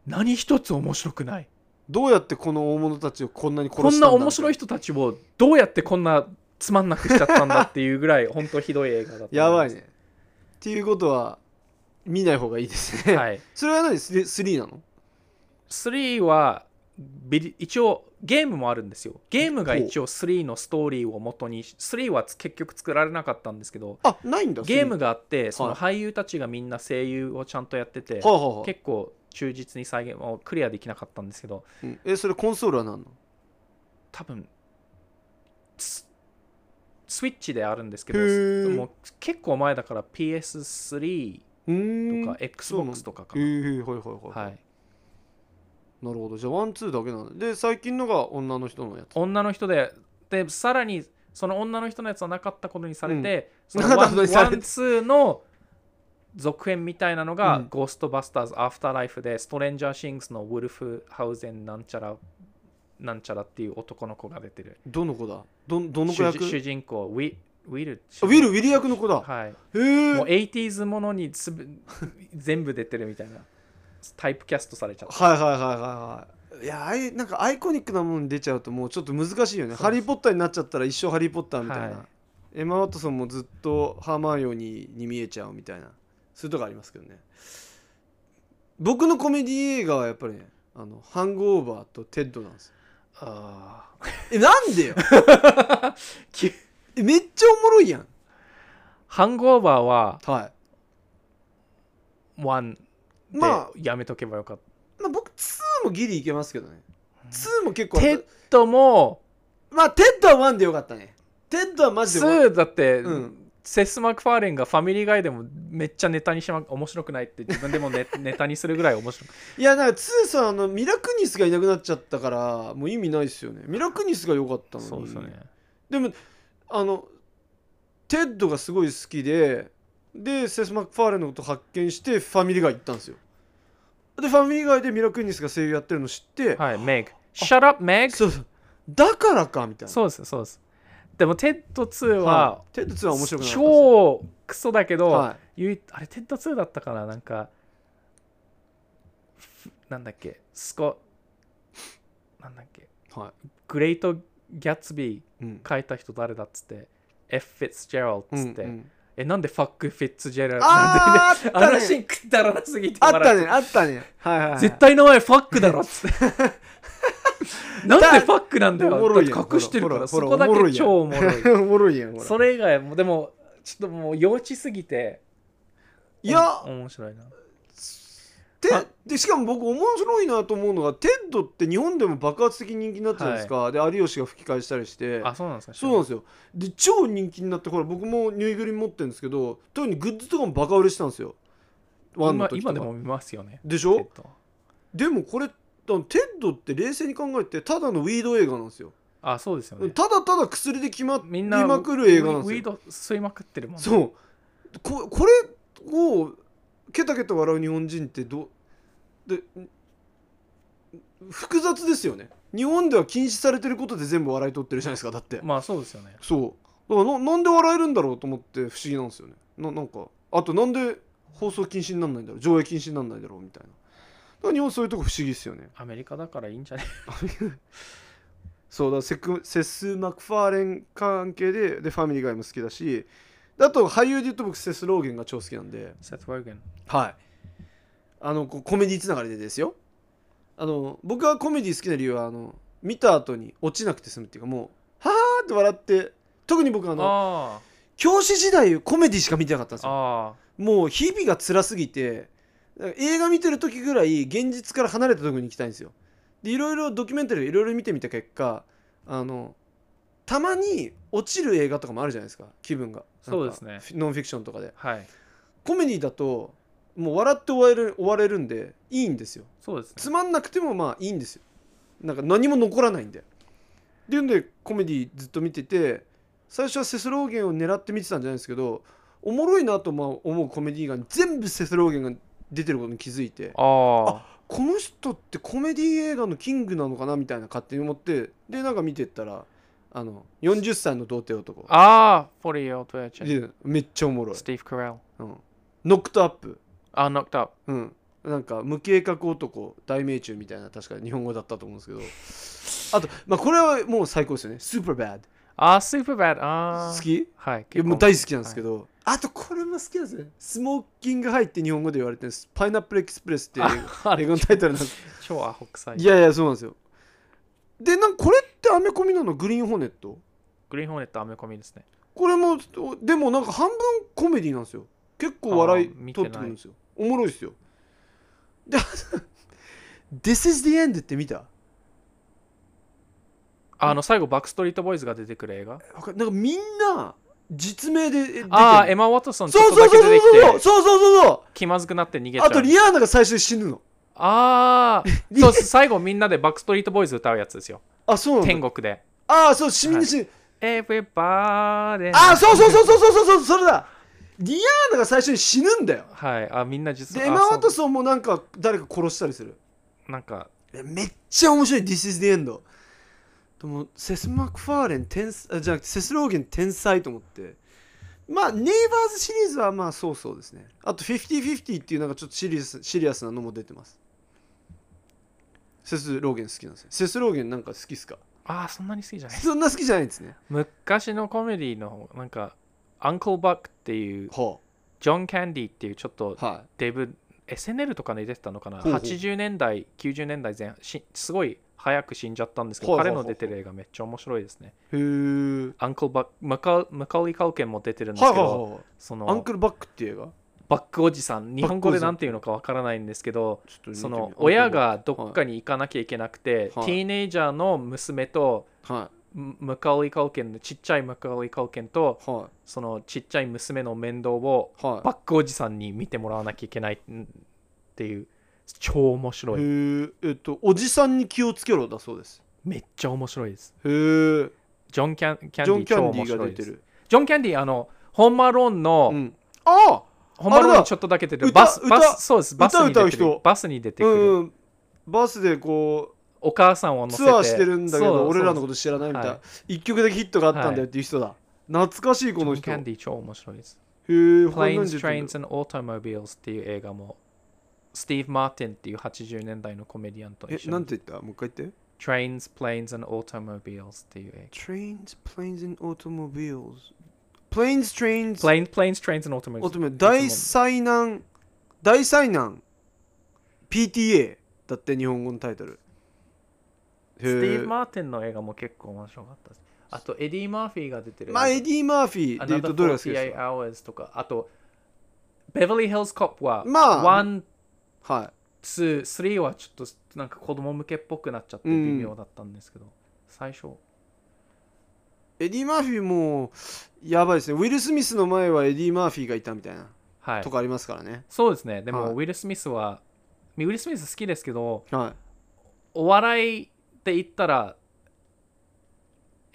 S2: 何一つ面白くない
S1: どうやってこの大物たちをこんなに殺した
S2: こん
S1: んだ
S2: な面白い
S1: 人。
S2: 人たちをどうやってこんなつまんなくしちゃったんだっていうぐらい本当ひどい映画だった [LAUGHS]
S1: やばいね。っていうことは、見ない方がいいですね。
S2: はい
S1: それは何スリスリーなの
S2: 3はビリ一応ゲームもあるんですよゲームが一応3のストーリーを元にし3はつ結局作られなかったんですけど
S1: あないんだ
S2: ゲーム
S1: が
S2: があってその俳優たちがみんな声優をちゃんとやってて、
S1: はあ、はあはあ
S2: 結構忠実に再現をクリアできなかったんですけど
S1: うんえそれコンソールは何の
S2: 多分ススイッチであるんですけど
S1: へー
S2: もう結構前だから PS3
S1: う
S2: と
S1: ーん
S2: か XBOX とかか
S1: へ
S2: な、
S1: えはいはいはい、
S2: はい、
S1: なるほどじゃあワンツーだけなので最近のが女の人のやつ
S2: 女の人ででさらにその女の人のやつはなかったことにされて、
S1: うん
S2: その
S1: な
S2: ワ
S1: かったことに
S2: ン
S1: されて
S2: ワンツーの続編みたいなのが、
S1: うん
S2: ゴーストバスターズ・アフターライフでストレンジャー・シングスのウルフ・ハウゼンなんちゃらなんちゃらっていう男の子が出てる
S1: どの子だどどの子
S2: 主
S1: 役
S2: 人主人公ウィウィル
S1: あウィル・ウィル役の子だ、
S2: はい
S1: へえ
S2: もう
S1: はい
S2: 80s ものにつぶ全部出てるみたいなタイプキャストされちゃった
S1: はいはいはいはいいやああいうなんかアイコニックなものに出ちゃうともうちょっと難しいよね「ハリー・ポッター」になっちゃったら一生「ハリー・ポッター」みたいな、
S2: はい
S1: エマ・ワトソンもずっとハーマイオニーに見えちゃうみたいなそういうとこありますけどね僕のコメディ映画はやっぱりねあのハングオーバーとテッドなんですよ
S2: あー
S1: えなん [LAUGHS] でよえめっちゃおもろいやん
S2: ハングオーバーは
S1: は
S2: 1
S1: いまあ
S2: でやめとけばよかっ
S1: まあ僕2もギリいけますけどね2も結
S2: た。
S1: 構あった
S2: テッドも
S1: まあテッドは1でよかったねテッドはマジで
S2: 2だって、
S1: うん
S2: セス・マクファーレンがファミリーガイでもめっちゃネタにしま面白くないって自分で
S1: [LAUGHS]
S2: もネネタにするぐらい面白く
S1: いやなんか2さあのミラクニスがいなくなっちゃったからもう意味ないですよねミラクニスが良かったのに
S2: そうですよね。
S1: でもあのテッドがすごい好きででセス・マクファーレンのこと発見してファミリーガイ行ったんですよでファミリーガイでミラクニスが声優やってるの知って、
S2: はい、メグ。Shut up, Meg!
S1: そうそうだからかみたいな
S2: そうです、そうです。でも、テッド2は、
S1: テッド2は面白くなかったですね
S2: 超クソだけど、
S1: は
S2: 唯一あれ、テッド2だったかななんか、ふなんだっけ、スコ、なんだっけ、
S1: い、は
S2: グレート・ギャッツビ
S1: いうん
S2: ー書いた人誰だっつって、F ・フィッツジェラルドっつって、
S1: うんうん
S2: え、 [LAUGHS] なんでファック・フィッツジェラルドなんで
S1: あーあ
S2: [LAUGHS] あ
S1: っ
S2: の
S1: た
S2: シー
S1: ね
S2: ンくだらなすぎて
S1: あっ
S2: 笑
S1: た
S2: う
S1: ねあったねはいはい、はい、
S2: 絶対名前ファックだろ
S1: [LAUGHS]
S2: っつって。なんでファックなんだよ
S1: おもろいやん
S2: だって隠して
S1: ほ
S2: るか
S1: ら
S2: ら
S1: ほ
S2: そ
S1: ら
S2: こだ
S1: おもろ
S2: け
S1: いやん
S2: 超おもろ
S1: [LAUGHS]
S2: い。
S1: おもろいやんこれ
S2: それ以外もでもちょっともう幼稚すぎて
S1: いや
S2: お面白いな。
S1: で
S2: あ
S1: でしかも僕面白いなと思うのがテッドって日本でも爆発的に人気になったじゃないですか、で有吉が吹き替えしたりして
S2: あそうなんですか。
S1: そうなんですよで超人気になってほら僕もぬいぐるみ持ってるんですけど特にグッズとかもバカ売れしたんですよワンの
S2: 今
S1: 時とか
S2: 今でも見ますよね。
S1: でし
S2: えっ
S1: ょ
S2: と
S1: でもこれあのテッドって冷静に考えてただのウィード映画なんですよ、
S2: あそうですよね。
S1: ただただ薬で決まり
S2: みんな
S1: まくる映画なんで
S2: ウ
S1: す
S2: ィウィー
S1: よ
S2: ド吸いまくってるもん、ね。
S1: そうここれをケタケタ笑う日本人ってどでん複雑ですよね日本では禁止されてることで全部笑い取ってるじゃないですかだって
S2: まあそうですよね。
S1: そうだからななんで笑えるんだろうと思って不思議なんですよねななんかあとなんで放送禁止になんないんだろう上映禁止になんないだろうみたいなだから日本そういうとこ不思議ですよね
S2: アメリカだからいいんじゃ [LAUGHS] ない。
S1: そうだセクセス・マクファーレン関係ででファミリーガイも好きだしあと俳優で言うと僕セス・ローゲンが超好きなんで
S2: セットワーゲン。
S1: はいあのこうコメディつながりでですよあの僕がコメディ好きな理由はあの見た後に落ちなくて済むっていうかもうはーって笑って特に僕あの
S2: あ
S1: 教師時代コメディしか見てなかったんですよ
S2: ああ
S1: もう日々が辛すぎて映画見てる時ぐらい現実から離れたところに行きたいんですよでいろいろドキュメンタリーをいろいろ見てみた結果あのたまに落ちる映画とかもあるじゃないですか気分がなんか
S2: そうですね
S1: フィノンフィクションとかで
S2: はい
S1: コメディだともう笑って終われる終われるんでいいんですよ
S2: そうです
S1: つ
S2: ね。
S1: まんなくてもまあいいんですよなんか何も残らないんでっていうんでコメディずっと見てて最初はセスローゲンを狙って見てたんじゃないですけどおもろいなとまあ思うコメディが全部セスローゲンが出てることに気づいて
S2: あ
S1: この人ってコメディ映画のキングなのかなみたいな勝手に思ってでなんか見てったらあの40歳の童貞男
S2: あああフォリーオートエチェン。
S1: でめっちゃおもろい
S2: ス、ティーブ・カレル。
S1: うん、ノックトアップ
S2: あ、ノックトアップ。
S1: うん、なんか無計画男大命中みたいな確か日本語だったと思うんですけどあと、まあ、これはもう最高ですよね「スーパーバッ
S2: あー、スーパーバッド。
S1: ド」
S2: あー
S1: 好きい
S2: はい。
S1: やもう大好きなんですけど、あとこれも好きなんですね「スモーキングハイ」って日本語で言われてるんです「パイナップルエクスプレス」っていう
S2: あ
S1: 映画のタイトルなんです
S2: [LAUGHS] 超アホ臭い。
S1: いやいやそうなんですよでなんかこれってアメコミなのグリーンホーネット
S2: グリーンホーネットアメコミですね。
S1: これもでもなんか半分コメディなんですよ結構笑
S2: あ
S1: い
S2: ー見て
S1: 取
S2: ない
S1: ってくるんですよおもろいですよで「This is the end」って見た
S2: あの、最後、バックストリートボーイズが出てくる映画。
S1: わかなんかみんな実名でえ出てる
S2: ああ、エマ・ワトソンちょ
S1: そ
S2: っ
S1: う
S2: と
S1: そう
S2: だけ
S1: そう
S2: 出
S1: そう
S2: てき
S1: そう
S2: て、
S1: そうそうそうそう
S2: 気まずくなって逃げちゃう。
S1: あとリアーナが最初に死ぬの [LAUGHS]
S2: あーそう、最後みんなでバックストリートボーイズ歌うやつですよ。
S1: あそうな
S2: 天
S1: の
S2: 国で。
S1: ああそう死に死ぬ、
S2: Everybody。
S1: ああそうそうそうそうそうそうそうそれだリアーナが最初に死ぬんだよ
S2: はい。あ、みんな実
S1: で
S2: は。
S1: エマ・ワト
S2: ソ
S1: ソンもなんか誰か殺したりする
S2: ン。なんか、
S1: いやめっちゃ面白い This is the end でもセス・マクファーレン天才あじゃなくてセス・ローゲン天才と思ってまあネイバーズシリーズはまあそうそうですねあと50-50っていうなんかちょっとシリアスシリアスなのも出てますセス・ローゲン好きなんですよセス・ローゲンなんか好きっすか
S2: ああ、そんなに好きじゃない。
S1: そんな好きじゃないんですね
S2: 昔のコメディの、なんか、アンクル・バックっていう、
S1: ほ
S2: ジョン・キャンディっていうちょっと
S1: うはい
S2: デブ SNL とかに出てたのかな
S1: ほうほう
S2: 80年代90年代前半しすごい早く死んじゃったんですけど、
S1: はいはいはい
S2: 彼の出てる映画めっちゃ面白いですね。
S1: へえ
S2: アンクルバマカマカオリー・カウケンも出てるんです
S1: はい
S2: け
S1: はい
S2: ど、
S1: はい
S2: そ
S1: アン
S2: の
S1: クルバックっていう映画
S2: バックおじさん、日本語でなんていうのかわからないんですけど、
S1: ちょっと見てみ
S2: そ
S1: アン
S2: の
S1: クルバック
S2: 親がどっかに行かなきゃいけなくて、
S1: はい
S2: ティーネイジャーの娘と
S1: は
S2: マカオリー・カウケンのちっちゃいマカオリー・カウケンと
S1: いは
S2: そのちっちゃい娘の面倒を
S1: いはい
S2: バックおじさんに見てもらわなきゃいけないっていう超面白い
S1: へええっとおじさんに気をつけろだそうです
S2: めっちゃ面白いです
S1: へえ
S2: ジョン・キャン
S1: ジョ
S2: キャン
S1: ン・
S2: デ
S1: キ
S2: ィ超
S1: ャンデ
S2: 面
S1: ィー
S2: 白
S1: が
S2: い
S1: 出て
S2: です
S1: る
S2: ジョン・キャンディあのホームアローンの、
S1: うんあ
S2: ホームアローン
S1: あれ
S2: に
S1: だ
S2: ちょっとだけ出てる
S1: 歌
S2: バスバ
S1: 歌
S2: スそうですバスに出
S1: 歌歌う
S2: てる
S1: 人
S2: バスに出て
S1: あう
S2: くる、
S1: んうんバスでこう
S2: お母さんを乗せて
S1: ツアーしてるんだけ
S2: そ
S1: ど
S2: う
S1: 俺らの
S2: そう
S1: こと知らないみたい
S2: は
S1: な一曲だけヒットがあったんだよっていう人だ懐かしいこの
S2: ジ
S1: 人
S2: ョン・キ
S1: へ
S2: ャンディ超面白いです
S1: え他に何
S2: Planes,
S1: 出てる
S2: Trains and Automobiles っていう映画も、スティーブ・マーティンっていう80年代のコメディアンと
S1: え
S2: 一緒
S1: なん
S2: に、
S1: て言ったもう一回言って
S2: Trains, Planes and Automobiles っていう映
S1: Trains, planes and automobiles Planes,
S2: 画。
S1: trains,
S2: Planes, Planes, Trains and
S1: automobiles
S2: Automobiles。
S1: 大災難大災難 PTA だって日本語のタイトルへ
S2: スティー
S1: え
S2: ブ・マーティンの映画も結構面白かったです。あと、エディ・マーフィーが出てる映画。
S1: まあエディ・マーフィーで言うとどれが好きです
S2: Another 48
S1: か
S2: Hours とか、あと、Beverly Hills Cop は、
S1: まあ
S2: 1、
S1: は
S2: 2、3はちょっとなんか子供向けっぽくなっちゃって微妙だったんですけど、最初、
S1: いエディ・マーフィーもやばいですねウィル・スミスの前はエディ・マーフィーがいたみたいな
S2: はい
S1: と。かありますからね
S2: そうですね。でも、
S1: はい
S2: ウィル・スミスは、ウィル・スミス好きですけど、
S1: はい
S2: お笑いって言ったら、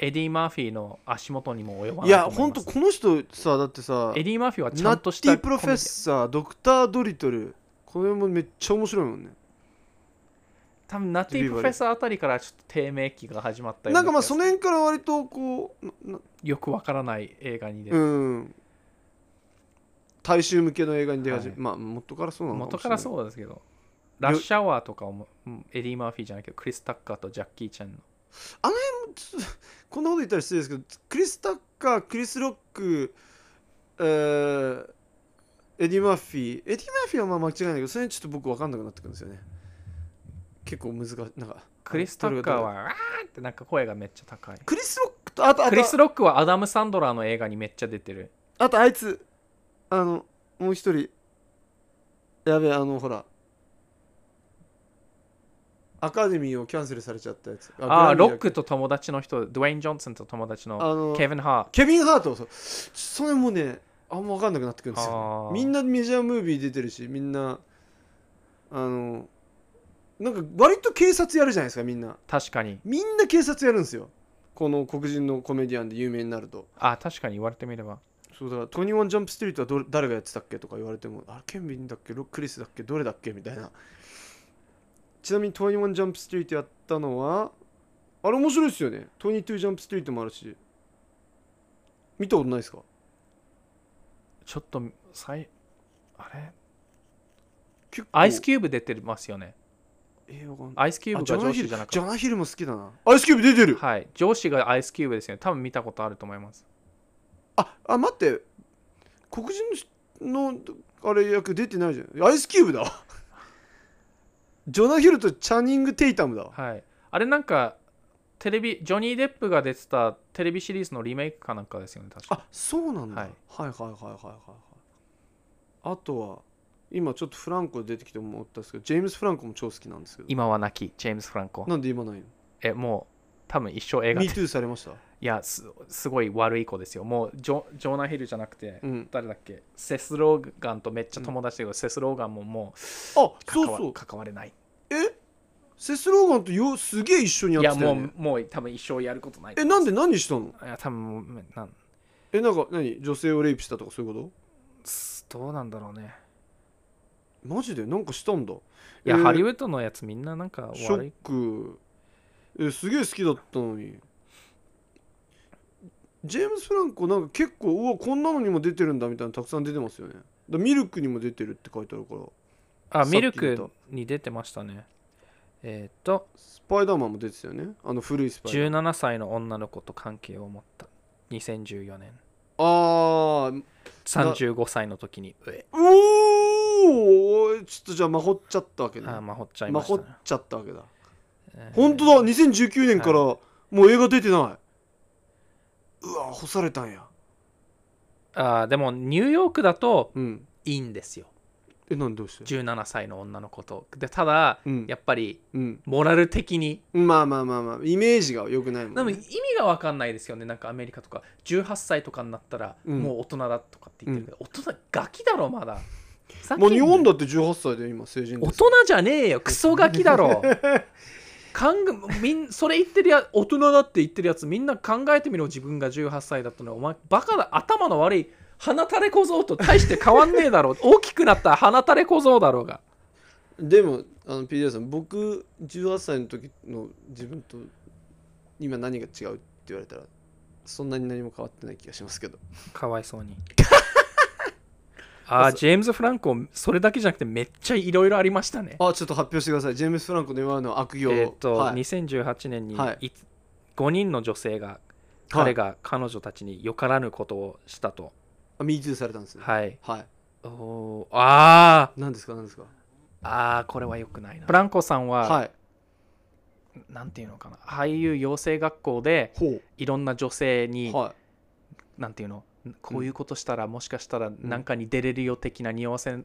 S2: エディ・マーフィーの足元にも及ばない
S1: いや、
S2: と思
S1: ほ
S2: い
S1: ん
S2: ま
S1: と
S2: す。
S1: この人さ、だってさ、
S2: エディ・マーフィーはちゃ
S1: ナ
S2: んと
S1: ッ
S2: し
S1: テ
S2: た
S1: ィ・プロフェッサー、ドクター・ドリトル、これもめっちゃ面白いもんね。
S2: コメディ多分ナッティ・プロフェッサーあたりからちょっと低迷期が始まったよう
S1: なんかまあ、
S2: 気
S1: そ
S2: が
S1: の辺から割とこう、なな
S2: よくわからない映画に出て、
S1: うん、大衆向けの映画に出始め、
S2: はい
S1: まあ、元からそうなのかもしれない。
S2: 元からそうですけど、ラッシュアワーとかもうんエディ・マーフィーじゃなくて、クリス・タッカーとジャッキー・チェンの。
S1: こんなこと言ったら失礼ですけど、クリス・タッカー、クリス・ロック、えーエディ・マーフィー、エディ・マーフィーはまあ間違いないけど、それにちょっと僕分かんなくなってくるんですよね。結構難しい。なんか
S2: クリス・タッカーは、わーってなんか声がめっちゃ高い。
S1: クリス・ロックと、あと、あと
S2: クリス・ロックはアダム・サンドラーの映画にめっちゃ出てる。
S1: あとあいつあのもう一人やべえあのほらアカデミーをキャンセルされちゃったやつ
S2: あ
S1: グラ
S2: あ、ロ
S1: ミーだ
S2: ックと友達の人、ドウェイン・ジョンソンと友達
S1: あ
S2: の
S1: の
S2: ケビン・ハー。
S1: ケビン・ハートそうそれもねあんま分かんなくなってくるんですよ
S2: あー
S1: みんなメジャームービー出てるしみんなあのなんか割と警察やるじゃないですかみんな
S2: 確かに。
S1: みんな警察やるんですよこの黒人のコメディアンで有名になると
S2: あ確かに言われてみれば。
S1: そうだから「トニワンジャンプストリートはどれ誰がやってたっけ?」とか言われても「あれケンビンだっけロクリスだっけどれだっけ?」みたいなちなみに「トニワンジャンプストリートやったのはあれ面白いですよね「トニトゥジャンプストリートもあるし見たことないですか
S2: ちょっと、さいあれ
S1: 結構
S2: アイスキューブ出てますよね。
S1: えーわかんない
S2: アイスキュー
S1: あ
S2: ブ
S1: ジ
S2: が
S1: ョナ
S2: 上
S1: ヒ
S2: 司
S1: ル
S2: じゃなく
S1: ジ
S2: て。
S1: ョナヒルも好きだなアイスキューブ出てる
S2: はい。上司がアイスキューブですよね。多分見たことあると思います。
S1: ああ待って黒人の人のあれ役出てないじゃんアイスキューブだ [LAUGHS] わジョナヒルとチャニング・テイタムだわ
S2: はい。あれなんか、テレビ、ジョニー・デップが出てたテレビシリーズのリメイクかなんかですよね。確か
S1: あそうなんだ、
S2: は
S1: はいい、はいはいはいはいはいはいあとは今ちょっとフランコ出てきて思ったんですけどジェームス・フランコも超好きなんですけど
S2: 今は亡き、ジェームス・フランコ。
S1: なんで今ないの
S2: え、もう、多分一生映画
S1: ?MeToo されました
S2: いやす、すごい悪い子ですよ。もうジョ、ジョーナ・ヒルじゃなくて、
S1: うん
S2: 誰だっけ、セス・ローガンとめっちゃ友達だけど、セス・ローガンもも
S1: あ
S2: う
S1: そう
S2: 関わ
S1: そう
S2: 関われない。
S1: えセス・ローガンとよすげえ一緒に
S2: い
S1: や
S2: や、
S1: ってたよ、
S2: も
S1: ね、
S2: う、もう多分一生やることない。
S1: えなんで何したの
S2: いや、多分もうなん
S1: えなんか何女性をレイプしたとかそういうこ
S2: すどうなんだろうね。
S1: とマジでなんかしたんだ
S2: いや、
S1: えー
S2: ハリウッドのやつみんななんか
S1: ショ
S2: 悪
S1: ッ
S2: い。
S1: クえすげえ好きだったのにジェームス・フランコなんか結構うわこんなのにも出てるんだみたいなのたくさん出てますよねだミルクにも出てるって書いてあるから
S2: あ、
S1: さっき言
S2: ミル
S1: った
S2: クに出てましたね。えーっと、
S1: スパイダーマンも出てたよねあの古いスパイダーマン
S2: 17歳の女の子と関係を持った。2014年。
S1: あー
S2: 35歳の時に、うえ
S1: うおーちょっとじゃあまほっちゃったわけね
S2: あー、まあ、ほっちゃい
S1: ま
S2: まし
S1: ほ
S2: た
S1: っ
S2: ね。
S1: ちゃったわけだ
S2: え
S1: 本当だ2019年からもう映画出てない、うわ干されたんや
S2: あーでもニューヨークだと
S1: うん
S2: いいんですよ
S1: えなんでどうして
S2: 17歳の女の子とでただ、
S1: うん
S2: やっぱり
S1: うん
S2: モラル的に
S1: まあまあまあまあイメージが良くないもん、ね、
S2: でも意味が分かんないですよねなんかアメリカとか18歳とかになったら
S1: うん
S2: もう大人だとかって言ってるけど、大人ガキだろまだ
S1: まあ、日本
S2: だ
S1: だって18歳で今成人
S2: 大
S1: です
S2: 人じゃねえよクソガキだ [LAUGHS] ろかんみんそれ言ってるや大人だって言ってるやつみんな考えてみろ自分が18歳だったのにお前バカだ頭の悪い鼻垂れ小僧と大して変わんねえだ [LAUGHS] ろ大きくなった鼻垂れ小僧だろうが
S1: でもあの PDR さん僕18歳の時の自分と今何が違うって言われたらそんなに何も変わってない気がしますけど
S2: かわい [LAUGHS] そうにあージェームズ・フランコそれだけじゃなくてめっちゃいろいろありましたね
S1: あちょっと発表してくださいジェームス・フランコの今の悪行を
S2: えーっと、
S1: はい
S2: 2018年に
S1: はい
S2: 5人の女性が彼が彼女たちによからぬことをしたと。
S1: あ、ミートゥーされたんですね
S2: はい。
S1: はい
S2: おーあ
S1: 何ですか何ですか
S2: ーあーこれは良くないな。ブランコさんは、
S1: はい
S2: なんていうのかな俳優養成学校で
S1: ほ
S2: いろんな女性
S1: う
S2: に、
S1: は
S2: なんていうのこういうことしたら、もしかしたらなんかに出れるよ的な匂わせ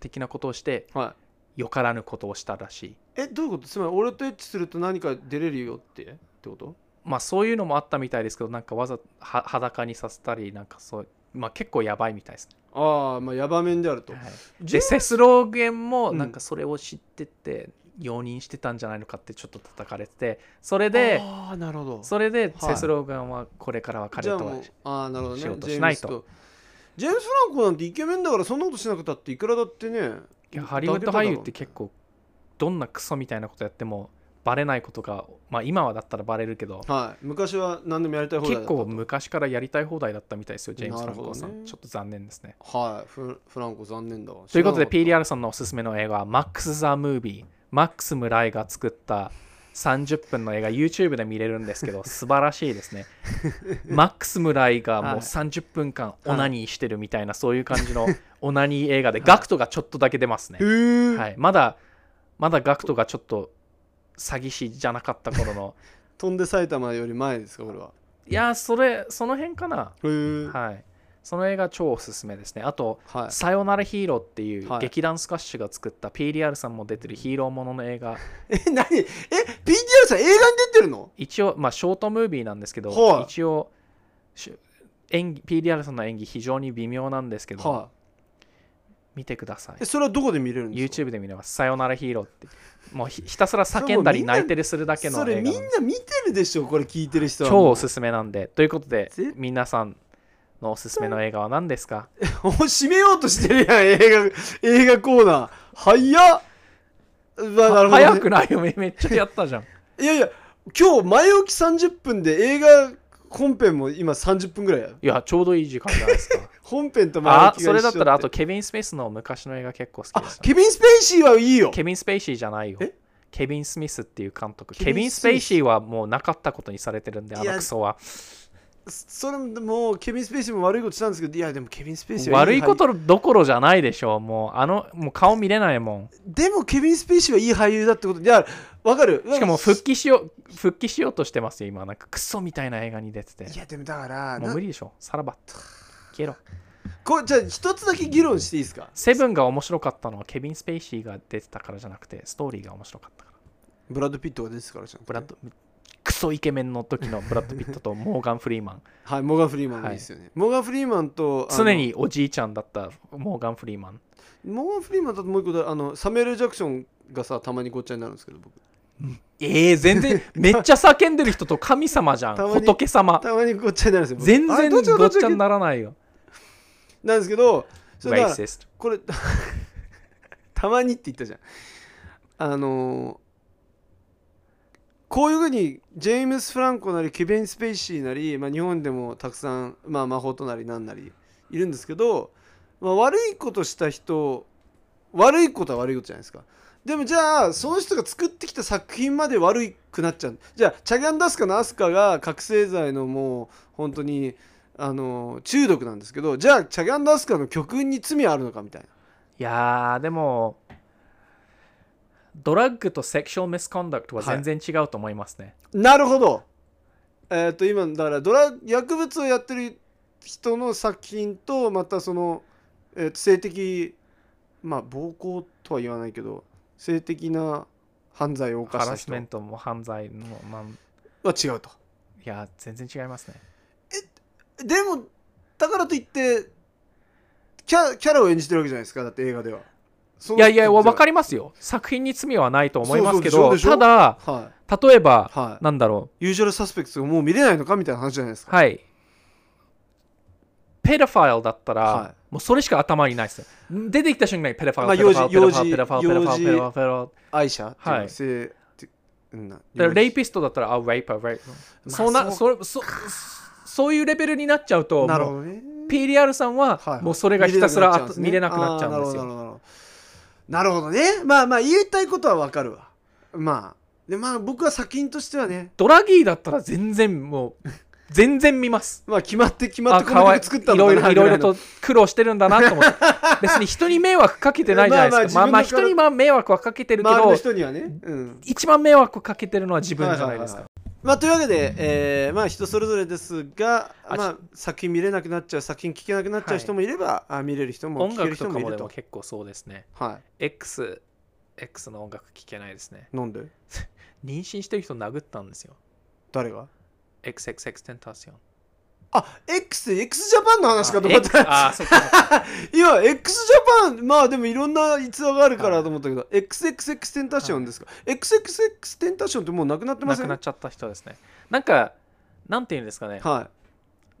S2: 的なことをして
S1: いは
S2: よからぬことをしたらしい。
S1: いえどういうことつまり俺とエッチすると何か出れるよってってこと
S2: まあそういうのもあったみたいですけどなんかわざは裸にさせたりなんかそうまあ結構やばいみたいです
S1: ああまあヤバ面であると、
S2: ね。はい
S1: ジェ
S2: でセスローゲンも
S1: うん
S2: なんかそれを知ってて容認してたんじゃないのかってちょっと叩かれててそれで
S1: ああなるほど
S2: それで
S1: い
S2: セスローゲンはこれからは彼
S1: じゃあ
S2: と
S1: も
S2: は
S1: うああなるほどね
S2: 仕事しないと
S1: ジェームスジェームス・フランコなんてイケメンだからそんなことしなくたっていくらだってね
S2: いやハリウッド俳優って結構どんなクソみたいなことやってもバレないことがまあ今はだったらバレるけど
S1: はい昔は何でもやりたい方だ
S2: 結構昔からやりたい放題だったみたいですよジェームス・フ
S1: な
S2: ラ
S1: る
S2: ン
S1: ほど
S2: コ
S1: ね
S2: さんちょっと残念ですね
S1: はいフフランコ残念だわ
S2: ということで
S1: 知らなか
S2: PDR さんのおすすめの映画はマックス・ザ・ムービーマックス・ムライが作った30分の映画 YouTube で見れるんです
S1: [LAUGHS]
S2: けど素晴らしいですねマックス・ムライがもう
S1: はい
S2: 30分間オナニーしてるみたいなそういう感じ
S1: [LAUGHS]
S2: のオナニー映画でガクトがちょっとだけ出ますね
S1: った、へえ、
S2: はい、まだまだガクトがちょっと詐欺師じゃなかった
S1: [LAUGHS]
S2: 頃の
S1: 飛んで埼玉より前ですかこれはい
S2: やーそれその辺かな
S1: へえ
S2: [LAUGHS]
S1: は
S2: はいその映画超おすすめですねあと
S1: い
S2: さよならヒーローってい
S1: は
S2: う
S1: い
S2: 劇団スカッシュが作った PDR さんも出てるヒーローものの映画
S1: え何え PDR さん映画に出てるの
S2: 一応まあショートムービーなんですけど
S1: はい
S2: 一応し演技 PDR さんの演技非常に微妙なんですけど
S1: は
S2: 見てください
S1: いえそれはどこで見れるんですか
S2: YouTube で見れます「さよならヒーロー」ってもうひひたすら叫んだり泣いてりするだけの
S1: それ
S2: 映
S1: み
S2: 画
S1: ん
S2: な
S1: なん
S2: で
S1: 見てるでしょこれ聞いてる人は
S2: 超おすすめなんでということで
S1: 絶対
S2: 皆さんのおすすめの映画は何ですか
S1: もう締めようとしてるやん映画映画コーナー早っまあなるほどね
S2: 早くないよめめっちゃやった
S1: [LAUGHS]
S2: じゃん
S1: いやいや今日前置き30分で映画本編も今30分ぐらいや
S2: いやちょうどいい時間じゃないですか
S1: 本編と前
S2: あ
S1: 置きが一緒
S2: それだったらあとケビン・スペースの昔の映画結構好きでした
S1: ケビン・スペイシーはいいよ
S2: ケビン・スペイシーじゃないよ
S1: え。
S2: ケビン・スミスっていう監督。
S1: ケ
S2: ケ
S1: ビ
S2: ビ
S1: ン
S2: ン・スペイシーはもうなかったことにされてるんで、あ
S1: い
S2: の
S1: や
S2: クソは。
S1: それもうケビン・スペイシーも悪いことしたんですけどいやでもケビン・スペイシーはい
S2: 悪
S1: い
S2: い
S1: 俳優
S2: ことどころじゃないでしょう。もう、あの、もう顔見れないもん。
S1: でもケビン・スペイシーはいい俳優だってこといやわかる
S2: しかも復帰しよう、復帰しようとしてますよ、今。なんかクソみたいな映画に出てて
S1: い。やでもだから
S2: もう
S1: な
S2: 無理でしょ。さらば。消えろ。
S1: これじゃあ一つだけ議論していいですか
S2: セブンが面白かったのはケビン・スペイシーが出てたからじゃなくて、ストーリーが面白かったから。
S1: ブラッド・ピットが出てたからじゃん
S2: ブラッド、クソイケメンの時のブラッド・ピットとモーガン・フリーマン。
S1: はいモーガン・フリーマンがいいですよね、モーガン・フリーマンとあの
S2: 常におじいちゃんだったモーガン・フリーマン。
S1: モーガン・フリーマンだともう一個だあのサメル・ジャクションがさたまにごっちゃになるんですけど僕
S2: えー、全然めっちゃ叫んでる人と神様じゃん
S1: たまに
S2: 仏様
S1: たまにごっちゃになるんですよ僕
S2: 全
S1: あれ
S2: 然
S1: ど
S2: ご
S1: っちがど
S2: っ
S1: っち
S2: ちゃ
S1: が
S2: にならないよ
S1: なんですけどそれだから
S2: racist
S1: これ [LAUGHS] たまにって言ったじゃんあのーこういうふうにジェームス・フランコなりケビン・スペイシーなり、まあ、日本でもたくさん、まあ、魔法となりなんなりいるんですけど、まあ、悪いことした人悪いことは悪いことじゃないですかでもじゃあその人が作ってきた作品まで悪くなっちゃうじゃあチャギャンダスカのアスカが覚醒剤のもう本当にあの中毒なんですけどじゃあチャギャンダスカの曲に罪あるのかみたいない
S2: やーでもドラッグとセクシュアルミスコンダクトは全然違うと思いますね。
S1: なるほどえっ、と今だからドラ薬物をやってる人の作品とまたその、えーと性的まあ暴行とは言わないけど性的な犯罪を犯し
S2: ハ
S1: た
S2: ラス
S1: 人
S2: メ
S1: は
S2: ントも犯罪の、まあ、
S1: 違うと
S2: いや、全然違いますね。
S1: でもだからといってキャキャラを演じてるわけじゃないですかだって映画ではその
S2: いやいや、わわか
S1: り
S2: りますよ。作品に罪はないと思いますけ
S1: そうそう
S2: ど、
S1: でしょでしょ
S2: ただ、
S1: は
S2: 例えば
S1: い、はい
S2: なんだろ
S1: ユージュアルサスペクツがもう見れないのかみたいな話じゃないです
S2: う、
S1: か
S2: はい。ペドファイルだったら、
S1: はい
S2: もうそれしか頭にないですよ。出てきた瞬間にペドファイ
S1: まあ
S2: ル、ペドファイル、ペ
S1: 幼
S2: ドファイ
S1: 児
S2: ル、ペドファイル、
S1: 幼児
S2: ペドファイル、ペドファイルペドファイル。
S1: 愛者っていう
S2: は
S1: か
S2: い
S1: 性ってうんな
S2: だからレイピストだったら、あ、レイパー、レイパー。そんな、それそそういうレベルになっちゃうと、
S1: なる
S2: も
S1: ほ
S2: う
S1: どね
S2: PDR さんは、
S1: はい
S2: もうそれがひたすらあ
S1: 見
S2: 見れ
S1: れ
S2: な
S1: な
S2: く
S1: く
S2: な
S1: な
S2: っ
S1: っ
S2: ち
S1: ち
S2: ゃ
S1: ゃうん
S2: うん
S1: で
S2: ですす
S1: ねあーなるほど
S2: よ。
S1: なるほどなるほどねまあまあ言いたいことはわかるわまあでまあ僕は作品としてはね
S2: ドラギーだったら全然もう、全然見ます。
S1: まあ決まって決まってこ
S2: か
S1: の
S2: わい
S1: 曲作った
S2: い
S1: の
S2: ろ
S1: か
S2: いろ
S1: ない
S2: ろいろ
S1: ぐらいの
S2: と苦労してるんだなと
S1: [LAUGHS]
S2: 思って別に人に迷惑かけてないじゃないです
S1: まあ
S2: かまあ
S1: ま
S2: ま
S1: あ
S2: あ
S1: 自分の
S2: 人にまあ迷惑はかけてるけ
S1: 周りの
S2: ど
S1: 人にはねうん
S2: 一番迷惑かけてるのは自分じゃないです
S1: はは
S2: か
S1: はまあ、というわけで、えーまあ、人それぞれですが、
S2: あ
S1: まあ、作品見れなくなっちゃう作品聴けなくなっちゃう人もいれば、あ見れる人も
S2: 音
S1: 聴ける
S2: 楽
S1: 人
S2: と
S1: も
S2: か
S1: い
S2: も
S1: る
S2: で
S1: と
S2: も結構そうですね
S1: は
S2: X, X の音楽聴けないですね
S1: いなんで
S2: 妊娠してる人殴ったんですよ
S1: 誰が
S2: XXX テンタション
S1: あ X で x ジャパンの話かと思っ
S2: X あ
S1: た
S2: ーそっかそっか
S1: 今 x ジャパンまあでもいろんな逸話があるからと思ったけど、XXX テンタションですか、XXX テンタションってもうなくなってま
S2: [LAUGHS] 亡
S1: せ
S2: く
S1: ん
S2: なっちゃった人ですねなんかなんて言うんですかね
S1: は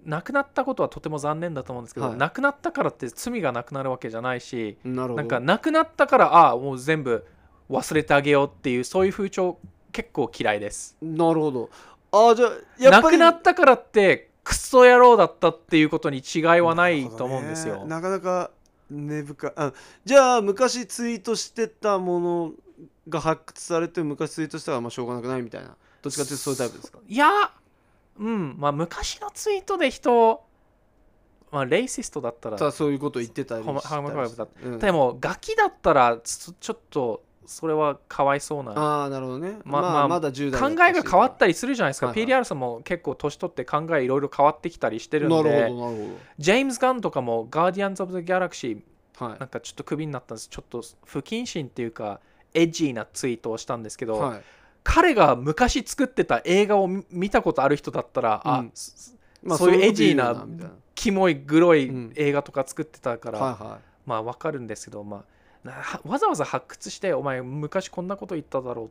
S2: 亡くなったことはとても残念だと思うんですけど、
S1: はい
S2: 亡くなったからって罪がなくなるわけじゃないし、
S1: いなるほど
S2: なんかなくなったからああもう全部忘れてあげようっていうそういう風潮結構嫌いです
S1: なるほどああじゃあや
S2: な
S1: っぱ
S2: く
S1: り
S2: なったからってクソ野郎だったっていうことに違いはないと思うんですよ、
S1: なるほどねなかなか根深いあじゃあ昔ツイートしてたものが発掘されて昔ツイートしたからまあしょうがなくないみたいなどっちかっていうとそういうタイプですか
S2: いやうんまあ昔のツイートで人をまあレイシストだったら
S1: ただそういうことを言ってたりしたりして
S2: ハムハムハムだっ
S1: うん
S2: でもガキだったらちょちょっとそれはかわいそうな
S1: ああなるほどねま
S2: ま
S1: ま
S2: ま
S1: あ
S2: あ
S1: まだ10代
S2: 考えが変わった
S1: り
S2: りするじゃないですか、
S1: はいはい
S2: PDR さんも結構年取って考えいろいろ変わってきたりして
S1: な
S2: る
S1: るほ
S2: んで
S1: どなるほ
S2: ジェームズ・ガンとかも「ガーディアンズ・オブ・ザ・ギャラクシー」
S1: どはい
S2: なんかちょっとクビになったんですちょっと不謹慎っていうかエッジーなツイートをしたんですけど、
S1: はい
S2: 彼が昔作ってた映画を見見たことある人だったら、
S1: う
S2: あ
S1: ん
S2: すそういうエッジーな
S1: そういうこと言うよみたい
S2: キモいグロい
S1: うん
S2: 映画とか作ってたから、
S1: なはいは
S2: まあわかるんですけど、まあ、なはわざわざ発掘してお前昔こんなこと言っただろ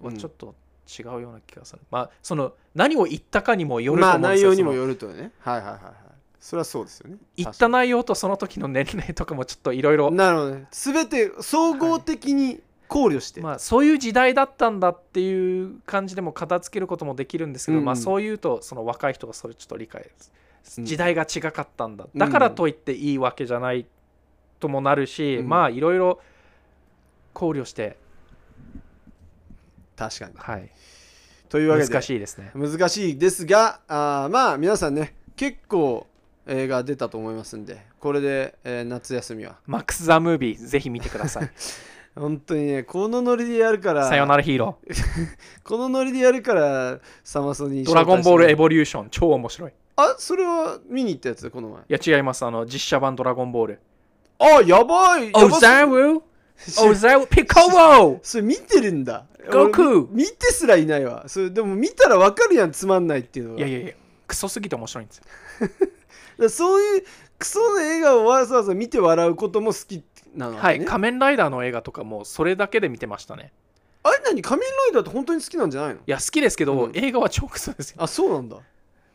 S2: うは
S1: うん
S2: ちょっと違うような気がする、まあその何を言ったかにも
S1: い
S2: よると
S1: まあ
S2: 思うんで
S1: 内
S2: すよ、
S1: 容に
S2: そ
S1: も
S2: の
S1: よるとねはいはいはいはいそれはそうですよね
S2: 言った内容とその時の年齢とかもちょっといろいろ
S1: なるほどね全て総合的に考慮して、
S2: まあ、そういう時代だったんだっていう感じでも片付けることもできるんですけど、
S1: うん
S2: まあ、そういうとその若い人がそれちょっと理解です
S1: うん
S2: 時代が違かったんだ、
S1: うん
S2: だからといっていいわけじゃないともなるし、
S1: うん
S2: まあいろいろ考慮して、
S1: 確かに
S2: はい、
S1: というわけで
S2: 難しいですね
S1: 難しいですがあーまあ皆さんね結構映画出たと思いますんでこれで、えー夏休みは
S2: マックス・ザ・ムービーぜひ見てくださ
S1: [LAUGHS]
S2: い
S1: 本当にねこのノリでやるから
S2: さよならヒーロ
S1: このノリでやるからサマソニー
S2: ードラゴンボールエ
S1: ボ
S2: ボリューション超面白いい
S1: あそれは見に行ったやつこの前
S2: や違いますあの実写版ドラゴンボール
S1: あやばい
S2: オザ
S1: やば
S2: ウ
S1: そう
S2: オザウピコ
S1: [LAUGHS]
S2: ウ
S1: それ見てるんだ
S2: 悟空
S1: 俺見てすらいないわそれでも見たらわかるやんつまんないっていうのが
S2: いやいやいやクソすぎて面白いんですよ
S1: だからそういうクソの映画をわざわざ見て笑うことも好きなのね、
S2: はい、仮面ライダーの映画とかもそれだけで見てましたね。
S1: あれ何仮面ライダーって本当に好きなんじゃないの
S2: いや、好きですけど、
S1: うん
S2: 映画は超クソですよ。
S1: あそうなんだ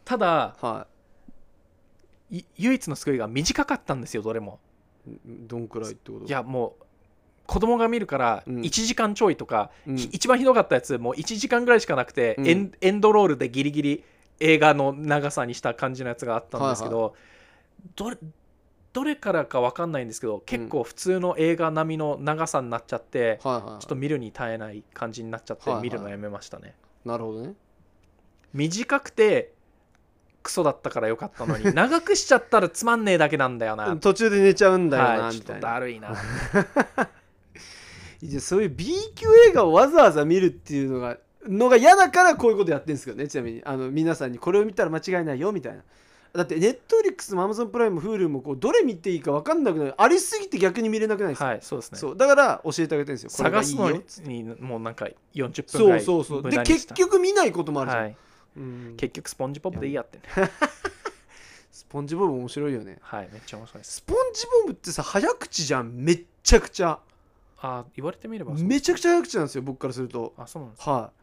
S2: ただ、
S1: はい
S2: 唯一の救いが短かったんですよ、どれも。
S1: い。どんくらいってことい
S2: い、や、もう、子供が見るから
S1: うん
S2: 1時間ちょいとか、
S1: うん
S2: ひ一番ひどかったやつ、もう1時間ぐらいしかなくて、
S1: うん
S2: エンエンドロールでギリギリ映画の長さにした感じのやつがあったんですけど、どれどれからか分かんないんですけど、結構普通の映画並みの長さになっちゃって、
S1: はいはい。
S2: ちょっと見るに耐えない感じになっちゃって、
S1: はいはい
S2: 見るのやめましたね。
S1: なるほどね。
S2: 短くてクソだったからよかった
S1: [LAUGHS]
S2: のに長くしちゃったらつまんねえだけなんだよな。
S1: 途中で寝ちゃうんだよ
S2: は
S1: な、 [LAUGHS]
S2: い、
S1: み
S2: ちょ
S1: た
S2: っ
S1: い
S2: と
S1: な。
S2: だるいな。
S1: じゃあそういう B 級映画をわざわざ見るっていうのがのが嫌だからこういうことやってるんですけどねちなみにあの皆さんにこれを見たら間違いないよみたいなだってネットフリックスもアマゾンプライムも Hulu もこうどれ見ていいか分かんなくなるありすぎて逆に見れなくないですか、
S2: はいそうですね
S1: そうだから教えてあげてるんですよこれが
S2: 探
S1: いい
S2: す
S1: よ
S2: のにもうなんか40分ぐ
S1: そ
S2: ら
S1: う
S2: い
S1: そうそう
S2: 無
S1: で
S2: 駄にし
S1: 結
S2: た
S1: 局見ないこともあるじゃん、
S2: はい、
S1: うん
S2: 結局スポンジボブでいいやってね
S1: スポンジボブ面白いよね
S2: はいめっちゃ面白いです
S1: スポンジボブってさ早口じゃんめっちゃくちゃ
S2: あー言われてみればそう
S1: めちゃくちゃ早口なんですよ僕からすると
S2: あそうなんです
S1: はい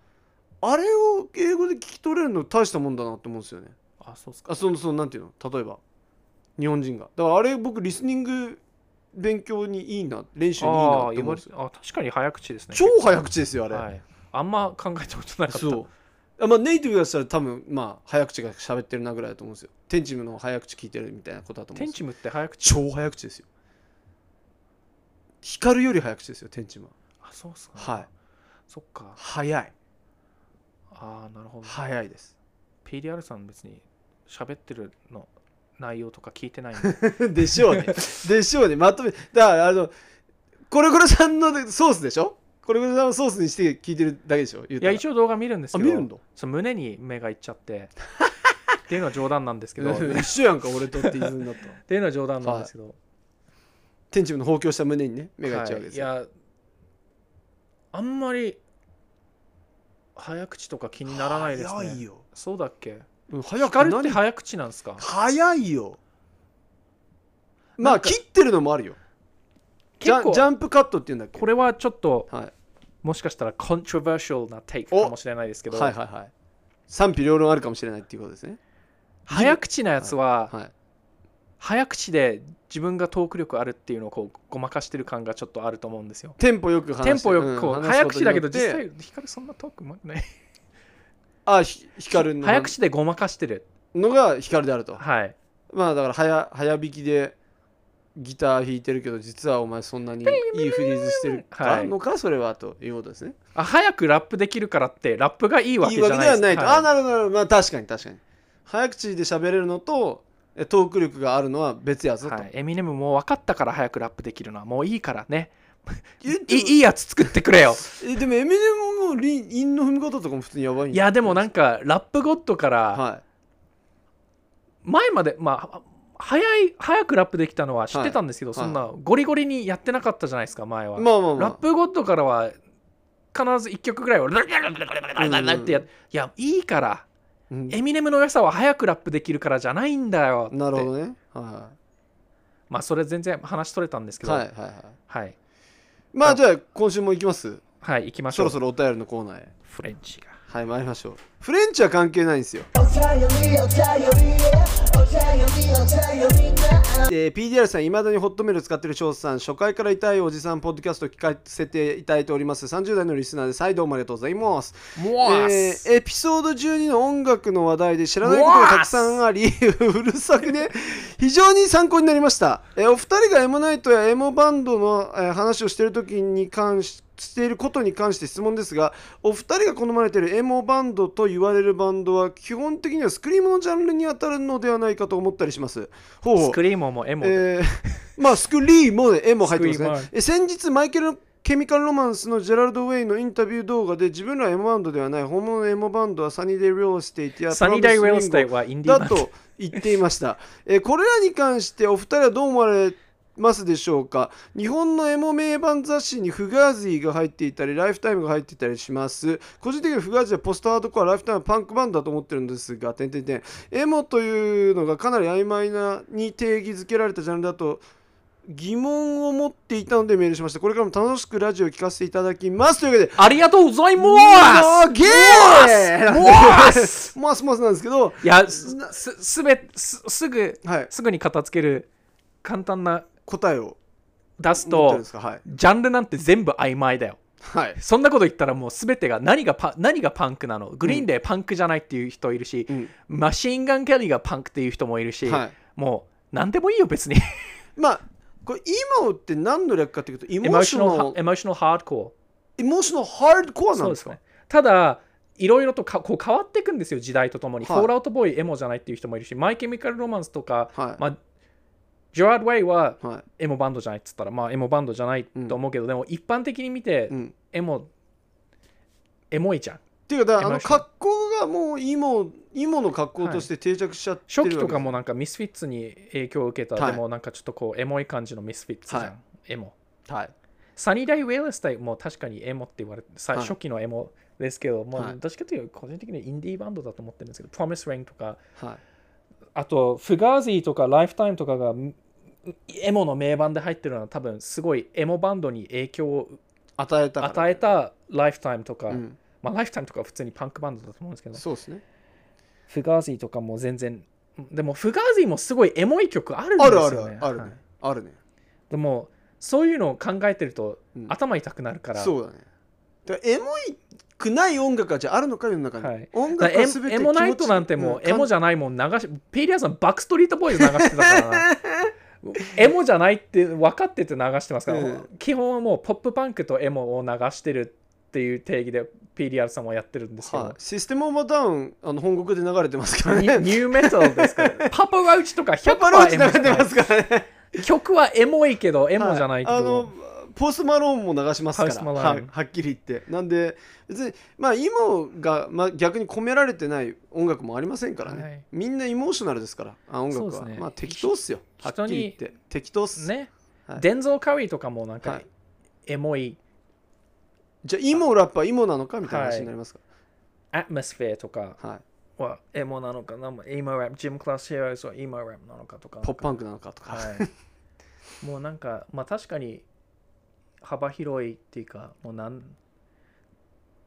S1: あれを英語で聞き取れるの大したもんだなって思うんですよね
S2: あそうですか
S1: あそのそのなんていうの例えば日本人がだからあれ僕リスニング勉強にいいな練習にいいな
S2: あ
S1: っ
S2: ー
S1: て
S2: 言
S1: 思うん
S2: われ
S1: です
S2: て
S1: よ
S2: あ確かに早口ですね
S1: 超早口ですよあれ、
S2: はい、あんま考えたことなかった
S1: そうあまあネイティブがしたら多分まあ早口が喋ってるなぐらいだと思うんですよテンチムの早口聞いてるみたいなことだと思う
S2: テ
S1: ん
S2: ン
S1: ですよ
S2: チムって早口
S1: 超早口ですよ光るより早口ですよテンチムは
S2: あそうっすか、
S1: はい
S2: そっか
S1: 早い
S2: ああなるほど、
S1: 早いです
S2: PDR さん別に喋ってるの内容とか聞い
S1: [LAUGHS]
S2: てないんで
S1: でしょ
S2: [LAUGHS]
S1: うねでしょうねまとめだからあのコレコレさんのソースでしょコレコレさんのソースにして聞いてるだけでしょい
S2: いや一応動画見るんです
S1: あ
S2: けど
S1: 見るんだ
S2: そう胸に目がいっちゃってっていうのは冗談なんです
S1: [LAUGHS]
S2: けど [LAUGHS] っ
S1: 一緒やんか俺とって言いずになった
S2: [LAUGHS] ていうのは冗談なんですけど、
S1: 天チムの放狂した胸にね目がいっちゃうわけですよ、
S2: はいいやあんまり早口とか気にならないです
S1: 早い
S2: ね
S1: よ
S2: そうだっけ
S1: うん早く
S2: 光るっ
S1: 何
S2: て早口なんですか
S1: 早いよま
S2: な
S1: あ
S2: んか
S1: 切ってるのもあるよジ
S2: 結
S1: ャン
S2: 構
S1: ジャンプカットっていうんだっけ
S2: これはちょっと
S1: はい、
S2: もしかしたらコントロバーシャルなテイクかもしれないですけど、
S1: はいはいはい賛否両論あるかもしれないっていうことですね
S2: 早口なやつは
S1: はい
S2: 早口で自分がトーク力あるっていうのをこうごまかしてる感がちょっとあると思うんですよ。
S1: テンポよく話して
S2: テンポよくこう、
S1: ん話す
S2: 早
S1: ことに
S2: 口
S1: よ
S2: だ
S1: って
S2: けど実際光そんなトーク [LAUGHS] もね
S1: あひ光の
S2: 早口でごまかしてる。
S1: のが光であると
S2: はい。
S1: まあだから早早弾きでギター弾いてるけど実はお前そんなにいいフリーズしてるか、
S2: はい
S1: のかそれはということですね
S2: あ早くラップできるからってラップがいいわけ
S1: い
S2: じ
S1: いわ
S2: ゃ
S1: け
S2: な
S1: で
S2: い
S1: はないと、
S2: はい
S1: あなるほどなるほどまあ確かに確かに早口で喋れるのとえトーク力があるのは別やぞと、
S2: はいエミネムもう分かったから早くラップできるのはもういいからね。
S1: え
S2: い
S1: で
S2: い
S1: も
S2: いやつ作ってく
S1: [LAUGHS]
S2: れよ。
S1: えでもエミネムもリン韻の踏み方とかも普通にやばいん
S2: いやでもなん
S1: か
S2: かラップゴッドから
S1: は
S2: 前までまあ早い早くラップできたのは知ってたんですけ
S1: は
S2: ど、
S1: い
S2: そんなゴリゴリにやってなかったじゃないですか前は。
S1: いまあまあまあ
S2: ラップゴッドからは必ず1曲ぐらいはラララララララララってやっいやいいから
S1: うん
S2: エミネムの良さは早くラップできるからじゃないんだよって
S1: なるほどねは
S2: まあそれ全然話取れたんですけ
S1: い
S2: ど
S1: はいは
S2: はい
S1: いはい
S2: はい、
S1: まあじゃあ今週も行きます
S2: 行きまし
S1: そ
S2: ょ
S1: ろ
S2: う
S1: そろお便りのコーナーへ
S2: フレンチが
S1: はい参りましょうフレンチは関係ないんですよ、えー PDR さんいまだにホットメール使ってる翔さん初回から痛いおじさんポッドキャスト聞かせていただいております30代のリスナーで再度もありがとうございますえーエピソード12の音楽の話題で知らないことがたくさんあり [LAUGHS] うるさくね非常に参考になりました、えーお二人がエモナイトやエモバンドの、えー話をしている時に関ししていることに関して質問ですがお二人が好まれているエモバンドと言われるバンドは基本的にはスクリームのジャンルに当たるのではないかと思ったりしますほうほう
S2: スクリーモもエモ、
S1: えーまあスクリーも絵も入ってます
S2: スクリームは
S1: ねえ先日マイケルのケミカルロマンスのジェラルド・ウェイのインタビュー動画で自分らはエモバンドではない本物のエモバンドはサニーデイ・リオステイトや
S2: サニーダイウ
S1: プ
S2: ェ
S1: ロ
S2: ル
S1: ミ
S2: ス
S1: ス
S2: タ
S1: リ
S2: イ
S1: ンゴ
S2: はインディーバ
S1: だ
S2: ンド
S1: と言っていました、えーこれらに関してお二人はどう思われますでしょうか日本のエモ名盤雑誌にフガーズィが入っていたりライフタイムが入っていたりします個人的にフガーズィはポストハードコアライフタイムはパンクバンドだと思ってるんですが点々点エモというのがかなり曖昧なに定義づけられたジャンルだと疑問を持っていたのでメールしましたこれからも楽しくラジオを聞かせていただきますというわけで
S2: ありがとうございま
S1: すげえ
S2: モース
S1: モスモスなんですけど
S2: すいやすすすべすすぐ
S1: はい
S2: すぐに片付ける簡単な
S1: 答えを
S2: 出す
S1: 持ってるん
S2: と
S1: ですかはい
S2: ジャンルなんて全部曖昧だよ
S1: はい
S2: そんなこと言ったらもう全てが何がパ何がパンクなのグリーンデーパンクじゃないっていう人いるし、
S1: うん
S2: マシンガン・キャリーがパンクっていう人もいるし、
S1: は
S2: もう何でもいいよ別
S1: [LAUGHS]
S2: に
S1: い、まあこれ「今って何の略かっていうとエモ
S2: エモー
S1: ーシ
S2: シ
S1: ョナ
S2: ョ
S1: ル
S2: ナルエモーショナルハードコ
S1: エモーショナルハードコア
S2: ア
S1: な
S2: そ
S1: ん
S2: う
S1: で
S2: ですす
S1: か
S2: ねただいろいろとかこう変わっていくんですよ時代とともに、
S1: はい
S2: フォールアウトボーイエモじゃないっていう人もいるしマイケミカル・ロマンスとか、
S1: はい
S2: まあ、ジェラード・ウェイは
S1: は
S2: エモバンドじゃないっつったら、まあエモバンドじゃないと思うけど、でも一般的に見て
S1: い、うん、っ
S2: エモ、エモいじゃん。
S1: ていうかだからあの
S2: Emotional
S1: 格好がもう今今の格好として定着しちゃってる
S2: 初期
S1: わけで
S2: と
S1: す
S2: かもなんかミスフィッツに影響を受けた、
S1: はい
S2: でもなんかちょっとこうエモい感じのミスフィッツじゃん、
S1: はい
S2: エモ
S1: はい
S2: サニーダイ・ウェルスタイも確かにエモって言われて、さ
S1: はい
S2: 初期のエモですけど、もう
S1: はい
S2: どっちかというと個人的にはインディーバンドだと思ってるんですけど、Promise Ring とか、
S1: はい
S2: あとフガーゼーとかライフタイムとかがんエモの名盤で入ってるのは多分すごいエモバンドに影響を
S1: 与えたから
S2: 与えたライフタイムとか、
S1: うん、
S2: まあライフタイムとかは普通にパンクバンドだと思うんですけど、
S1: そうですね
S2: フガーゼーとかも全然、でもフガーゼーもすごいエモい曲あるんです
S1: あるある
S2: よ
S1: あ
S2: ね
S1: る。あるね、
S2: はい
S1: あるね
S2: でもそういうのを考えてると、
S1: うん
S2: 頭痛くなるから
S1: そうだねだからエモいくない音楽はじゃああるのか世の中に、
S2: はい
S1: 音楽
S2: だから
S1: は
S2: エ
S1: 全
S2: モ
S1: て
S2: エモナイトなんてもうエモじゃないもん流しペイリアさんバックストリートボーイズ流してたか
S1: [LAUGHS]
S2: らなエモじゃないって分かってて流してますから、
S1: うん
S2: 基本はもうポップパンクとエモを流してるっていう定義で PDR さんはやってるんですけど、
S1: はい、システム・オブ・ダウンあの本国で流れてます [LAUGHS] から
S2: ニュニ
S1: ね
S2: ューメタルですから
S1: [LAUGHS]
S2: パパラウチとか
S1: キャパロー
S2: 100%
S1: チ
S2: エモ
S1: 流
S2: じゃ
S1: れ
S2: な
S1: て
S2: い
S1: ますからね
S2: 曲はエモいけどエモじゃないけ
S1: はあ
S2: ど、
S1: のポストマローンも流しますから
S2: ポストマローン
S1: ははっきり言ってなんで別にまあ今が、まあ、逆に込められてない音楽もありませんからね、
S2: はい
S1: みんなイモーショナルですからあ音楽
S2: そ
S1: は、
S2: うですね
S1: まあ適当っすよはっきり言って適当っす、
S2: ね、
S1: はい
S2: デンゾー・カウイとかもなん
S1: は
S2: か
S1: い
S2: エモい
S1: じゃあイモラッパーイモなのかみたいな話になりますか
S2: アトモスフェアとか
S1: ら、はい
S2: はエモなのかな、エモラップ、ジム・クラス・ヒーローズはエモラップなのかとか。
S1: ポップパンクなのかとか、
S2: はい。もうなんか、まあ確かに幅広いっていうか、もうなん、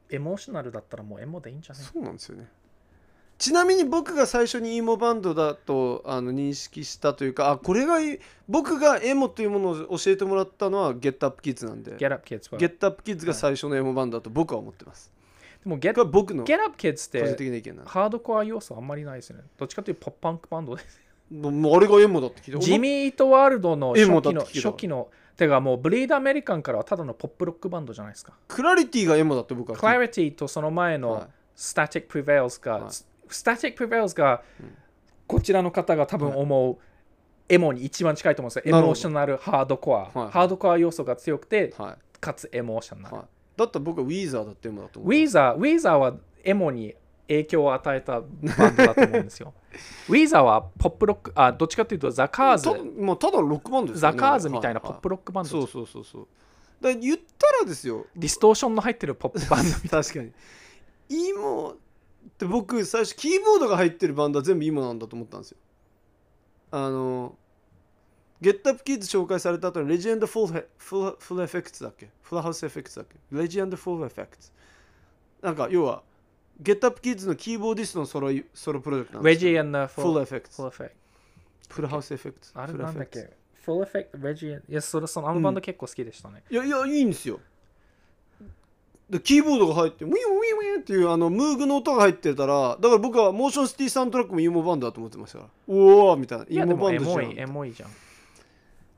S2: エモーショナルだったらもうエモでいいんじゃない
S1: そうなんですよねちなみに僕が最初にイモバンドだとあの認識したというかあこれがいい僕がエモというものを教えてもらったのはゲットアップキッズなんで
S2: ?Get Up Kids は。
S1: ゲ
S2: で
S1: ットアップキッズが最初のエモバンドだと僕は思ってます。
S2: も Get,
S1: これは僕の個
S2: Get Up Kids っ
S1: 人
S2: て
S1: 的な意見なんで
S2: ハードコア要素あんまりないですよね。どっちかというとポップパンクバン
S1: [LAUGHS]
S2: ドです。
S1: もうもうあれがエモだって聞いて
S2: ジミー・イート・ワールドの初
S1: エモだっ
S2: 期
S1: て
S2: の、
S1: 聞いた
S2: 初期の、てかもうブリード・アメリカンからはただのポップロックバンドじゃないですか。
S1: クラリティがエモだって僕は
S2: クラ
S1: 聞いて
S2: リティとその前の、
S1: はい
S2: Static Prevails が、
S1: はい
S2: Static Prevails が、
S1: うん
S2: こちらの方が多分思うエモに一番近いと思うんです
S1: な
S2: よ。エ
S1: るほど
S2: モーショナル、ハードコア、
S1: はい
S2: ハードコア要素が強くて、
S1: は
S2: かつエモーショナ
S1: い
S2: ル。
S1: はい、だったら僕はウィーザーだってエモだと思
S2: ウィザー、ウィザーはエモに影響を与えたバンドだと思うん
S1: [LAUGHS]
S2: ですよ。ウィザーはポップロック、あ、どっちかというとザ・カーズ
S1: た、まあ、ただのロックバンドですよ
S2: ザ・
S1: ね
S2: カーズみたいなポップ
S1: ロッ
S2: ロックバンド、
S1: そうそうそうそう。だから言ったらですよ、
S2: ディストーションの入ってるポッ
S1: [LAUGHS]
S2: プバンドみたいな。
S1: 確かに。イモって僕最初キーボードが入ってるバンドは全部イモなんだと思ったんですよ。あの、ゲットアップキッズ紹介された後にレジェンドフォーフルフルエフェクツだっけフルハウスエフェクツだっけレジェンドフォーエフェクツ。なんか要はゲットアップキッズのキーボーディストのソロいソロプロジェクトなん
S2: レ
S1: です
S2: ジ
S1: よ。
S2: ー・アンド・フ
S1: フル
S2: ォ
S1: エフェクツ
S2: ー・。フェ
S1: フルハウスエフェクツ。
S2: あれ
S1: フルエ
S2: な
S1: フ
S2: ん
S1: ェ
S2: だ
S1: ク
S2: っ
S1: ツ
S2: けフルエフェクト、レジー、いや、それ、その、あのバンド結構好きでしたね。
S1: いやいやいいんですよでキーボードが入ってウィンウィンウィンっていうあのムーグの音が入ってたらだから僕はモーションシティサウンドトラックもイモバンドだと思ってましたからおおみたいない
S2: や、でも
S1: バ
S2: エ
S1: ンドじゃ
S2: モ
S1: ん
S2: い、エモいじゃん。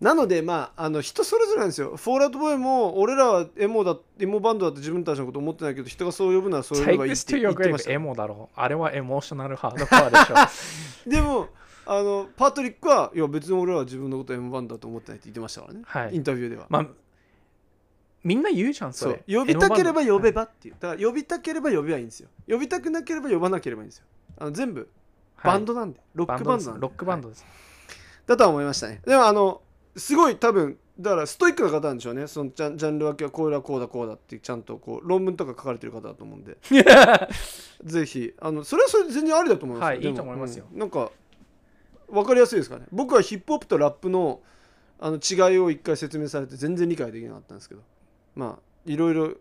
S1: なのでまああの人それぞれなんですよフォーラウトボーイも俺らはエモだエモバンドだって自分たちのこと思ってないけど人がそう呼ぶならそう呼べ
S2: Take
S1: ばいいっ
S2: this
S1: て
S2: to
S1: 言
S2: your
S1: ってまし
S2: grave
S1: た
S2: エモだろ。あれはエモーショナルハードコアでし
S1: [LAUGHS]
S2: ょ。
S1: でもあのパトリックはいや別に俺らは自分のことエモバンドだと思ってないって言ってましたからね、
S2: はい
S1: インタビューでは
S2: まあ、みんな言うじゃん、そ
S1: そ
S2: れ
S1: う。呼びたければ呼べ
S2: ば。
S1: ばっていうだから呼びたければ呼べばいいんですよ呼びたくなければ呼ばなければいいんですよあの全部
S2: はい
S1: バンドなんで、ロックバンドなんで
S2: ロックバンド
S1: はい
S2: です。
S1: だとは思いましたねでもあのすごい多分だからストイックな方なんでしょうねそのジャンジャンル分けはこうだこうだこうだってちゃんとこう論文とか書かれてる方だと思うんでぜひあのそれはそれで全然ありだと思いますよ
S2: はい
S1: でも
S2: いいと思いますよ
S1: うんなんか分かりやすいですかね僕はヒップホップとラップのあの違いを一回説明されて全然理解できなかったんですけどまあいろいろ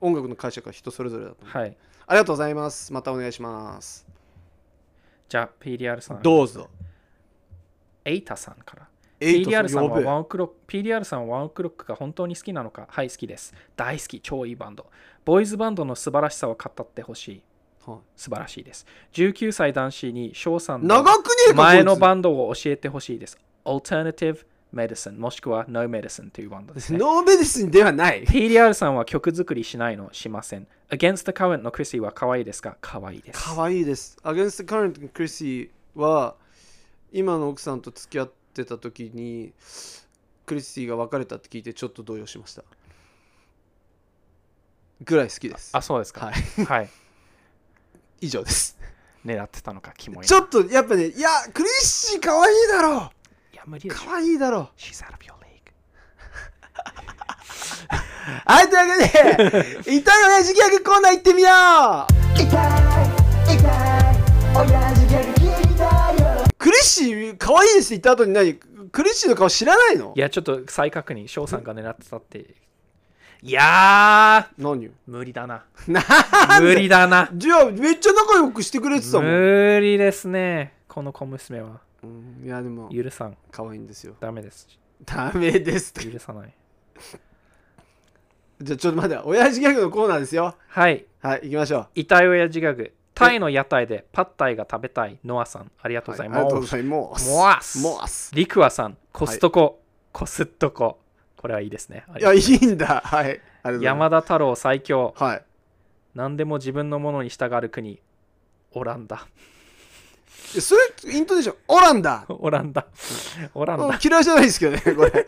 S1: 音楽の解釈は人それぞれだと思う
S2: はい。
S1: ありがとうございますまたお願いします
S2: じゃあ、PDR さん。
S1: どうぞ
S2: エイタさんから。
S1: エイト
S2: PDR さん
S1: 呼
S2: は
S1: べ
S2: ワンオクロック PDR さんはワンオクロックが本当に好きなのかはい、好きです。大好き、超いいバンド。ボーイズバンドの素晴らしさを語ってほしい。
S1: はい
S2: 素晴らしいです。19歳男子に翔さんの
S1: 長くねえか
S2: 前の
S1: こいつ
S2: バンドを教えてほしいです。Alternative Medicine もしくは No Medicine というバンドで
S1: [LAUGHS]
S2: す、ね。
S1: ノーベディスンではない。
S2: PDR さんは曲作りしないのしません。Against the Current のクリス y は可愛いですか可愛いです。
S1: 可愛いです。Against the Current のクリスは今の奥さんと付き合っってた時にクリスティが別れたって聞いてちょっと動揺しましたぐらい好きです
S2: あそうですか
S1: は
S2: はい、
S1: [LAUGHS] 以上です
S2: 狙ってたのかキモい
S1: ちょっとやっぱねいやクリスティ可愛いだろ
S2: いや無理でしょ
S1: 可愛いだろ
S2: She's out of your league
S1: はいというわけで痛い親父ギャグコーナー行ってみよう
S4: 痛い痛い親父ギャグ聞いたよ
S1: クリスティ可愛いですって言った後に何クリスティの顔知らないの
S2: いやちょっと再確認翔さんが狙ってたっていやー
S1: 何よ
S2: 無理だな
S1: なんで
S2: 無理だな
S1: じゃあめっちゃ仲良くしてくれてたもん、
S2: 無理ですねこの小娘は
S1: うん、いやでも
S2: 許さん
S1: 可愛いんですよ
S2: ダメです
S1: ダメですって
S2: 許さない
S1: じゃあちょっと待って親父ギャグのコーナーですよ
S2: はい
S1: はい行きましょう
S2: 遺体親父ギャグタイの屋台でパッタイが食べたいノアさんありがとうございます、
S1: はいありがとうございます
S2: モアス
S1: モアス
S2: リクワさんコストコ、コスットコこれはいいですね
S1: い
S2: ありが
S1: や
S2: とう
S1: いいんだはいありがとうございま
S2: 山田太郎最強
S1: すはい
S2: 何でも自分のものに従う国オランダ
S1: えそれイントネーションオランダ
S2: オランダオラン
S1: うん
S2: ダ
S1: 嫌いじゃないですけどねこ
S2: [LAUGHS]
S1: れ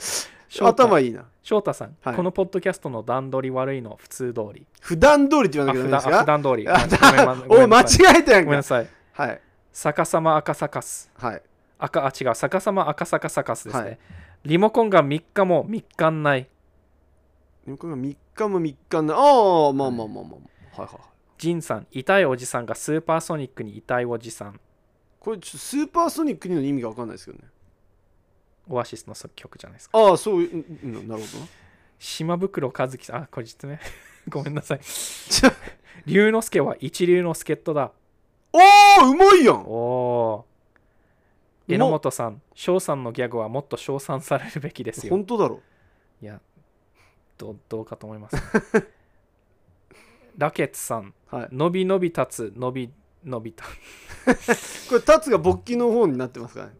S2: 翔太
S1: 頭いいな
S2: 翔太さん、
S1: はい
S2: このポッドキャストの段取り悪いの普通通り
S1: 普段通りって言わ
S2: あ
S1: なきゃダメで
S2: 普段
S1: す
S2: あ普
S1: か
S2: 段通り
S1: あ
S2: あ
S1: だ
S2: ごめんごめん
S1: 間
S2: なさい
S1: 違えてやん
S2: ごめん
S1: か
S2: なさい
S1: はい
S2: 逆さま赤サカス
S1: はい
S2: 赤あ違う逆さま赤坂サカスですね、
S1: はい
S2: リモコンが3日も3日んない
S1: これが3日も3日なああまあまあまあまあはいはいはい
S2: ジンさん痛いおじさんがスーパーソニックに痛いおじさん
S1: これちょっとスーパーソニックにの意味が分かんないですけどね
S2: オアシスの曲じゃないですか
S1: ああそういううんうんなるほどな
S2: 島袋和樹さんあこれ実名 [LAUGHS] ごめんなさい
S1: ちょ
S2: 龍之介は一流の助っ人だ
S1: おおうまいやん
S2: おお
S1: うま
S2: 榎本さん翔さんのギャグはもっと称賛されるべきですよ
S1: 本当だろ
S2: いやどうどうかと思います [LAUGHS] ラケツさん
S1: はい
S2: 伸び伸び立つ伸び伸びた
S1: これ立つが勃起の方になってますから
S2: [LAUGHS]
S1: ね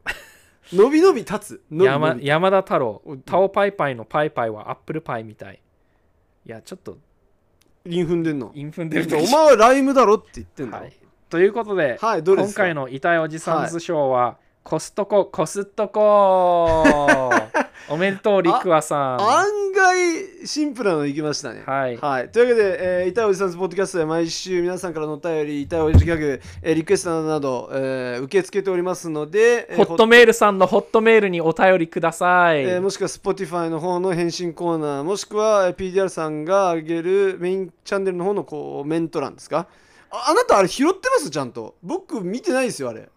S1: 伸び伸び立つ伸び伸
S2: 山
S1: び
S2: 山田太郎
S1: お
S2: タオパイパイのパイパイはアップルパイみたいいやちょっと
S1: 韻踏んでんの
S2: インフンでると
S1: お前はライムだろって言ってんだ
S2: は
S1: ろ
S2: い、ということで、
S1: はいどれで
S2: 今
S1: すか
S2: 回の「痛いおじさんズショーは」コストココス
S1: [LAUGHS]
S2: トコおめでとうリクワさん
S1: 案外シンプルなのいきましたね
S2: はい
S1: というわけで、えー、痛いおじさんズポッドキャストで毎週皆さんからのお便り痛いおじギャグ、えーリクエストなどなど、えー受け付けておりますので、えー
S2: ホットメールさんのホットメールにお便りください、
S1: えーもしくは Spotify の方の返信コーナーもしくはえー PDR さんが上げるメインチャンネルの方のコメント欄ですかああなたあれ拾ってますちゃんと僕見てないですよあれ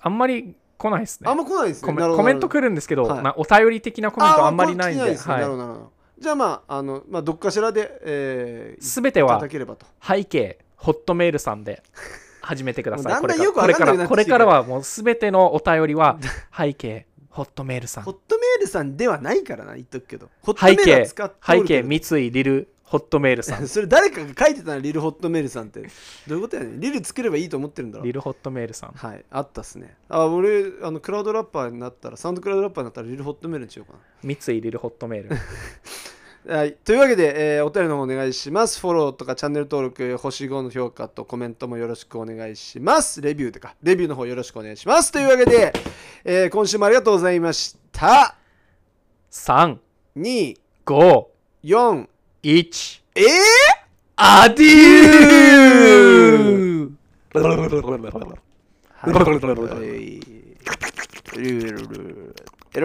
S2: あんまり来ないですね
S1: あんま来ないですね
S2: コメ
S1: なるほど
S2: コメント来るんですけど、
S1: はい
S2: なお便り的なコメントあんまりないん
S1: あーこれ
S2: で
S1: 来てな
S2: はい
S1: ですねなるほどなるほどじゃあまああの、まあ、どっかしらで、えー、
S2: 全て
S1: い
S2: は
S1: ただければと
S2: 背景ホットメールさんで始めてください
S1: もう
S2: こ
S1: だんだん
S2: れから
S1: よく
S2: こ
S1: わ
S2: れ
S1: かん
S2: か
S1: なくなってきて
S2: らこれからはもう全てのお便りは背景ホットメールさん
S1: ホットメールさんではないからな言っとくけどホットメ
S2: 背
S1: ールは
S2: 景
S1: 使ってお
S2: 背
S1: るけ
S2: 景
S1: ど
S2: 三井リルホットメールさん
S1: [LAUGHS] それ誰かが書いてたのリルホットメールさんってどういうことやねんリル作ればいいと思ってるんだろう
S2: リルホットメールさん
S1: はい、あったっすね。あ、俺、あのクラウドラッパーになったら、サウンドクラウドラッパーになったら、リルホットメールにしようか
S2: 三井リルホットメール
S1: な。はい、というわけで、えーお便りの方お願いします。フォローとかチャンネル登録、星5の評価とコメントもよろしくお願いします。レビューとか、レビューの方よろしくお願いします。というわけで、えー今週もありがとうございました。
S2: 三
S1: 2、
S2: 五
S1: 4、
S2: 一
S1: えー
S2: アデュー
S1: はいエロエロエロエロエロエロエロ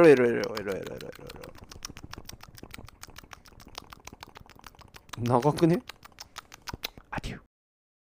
S1: エロ長くね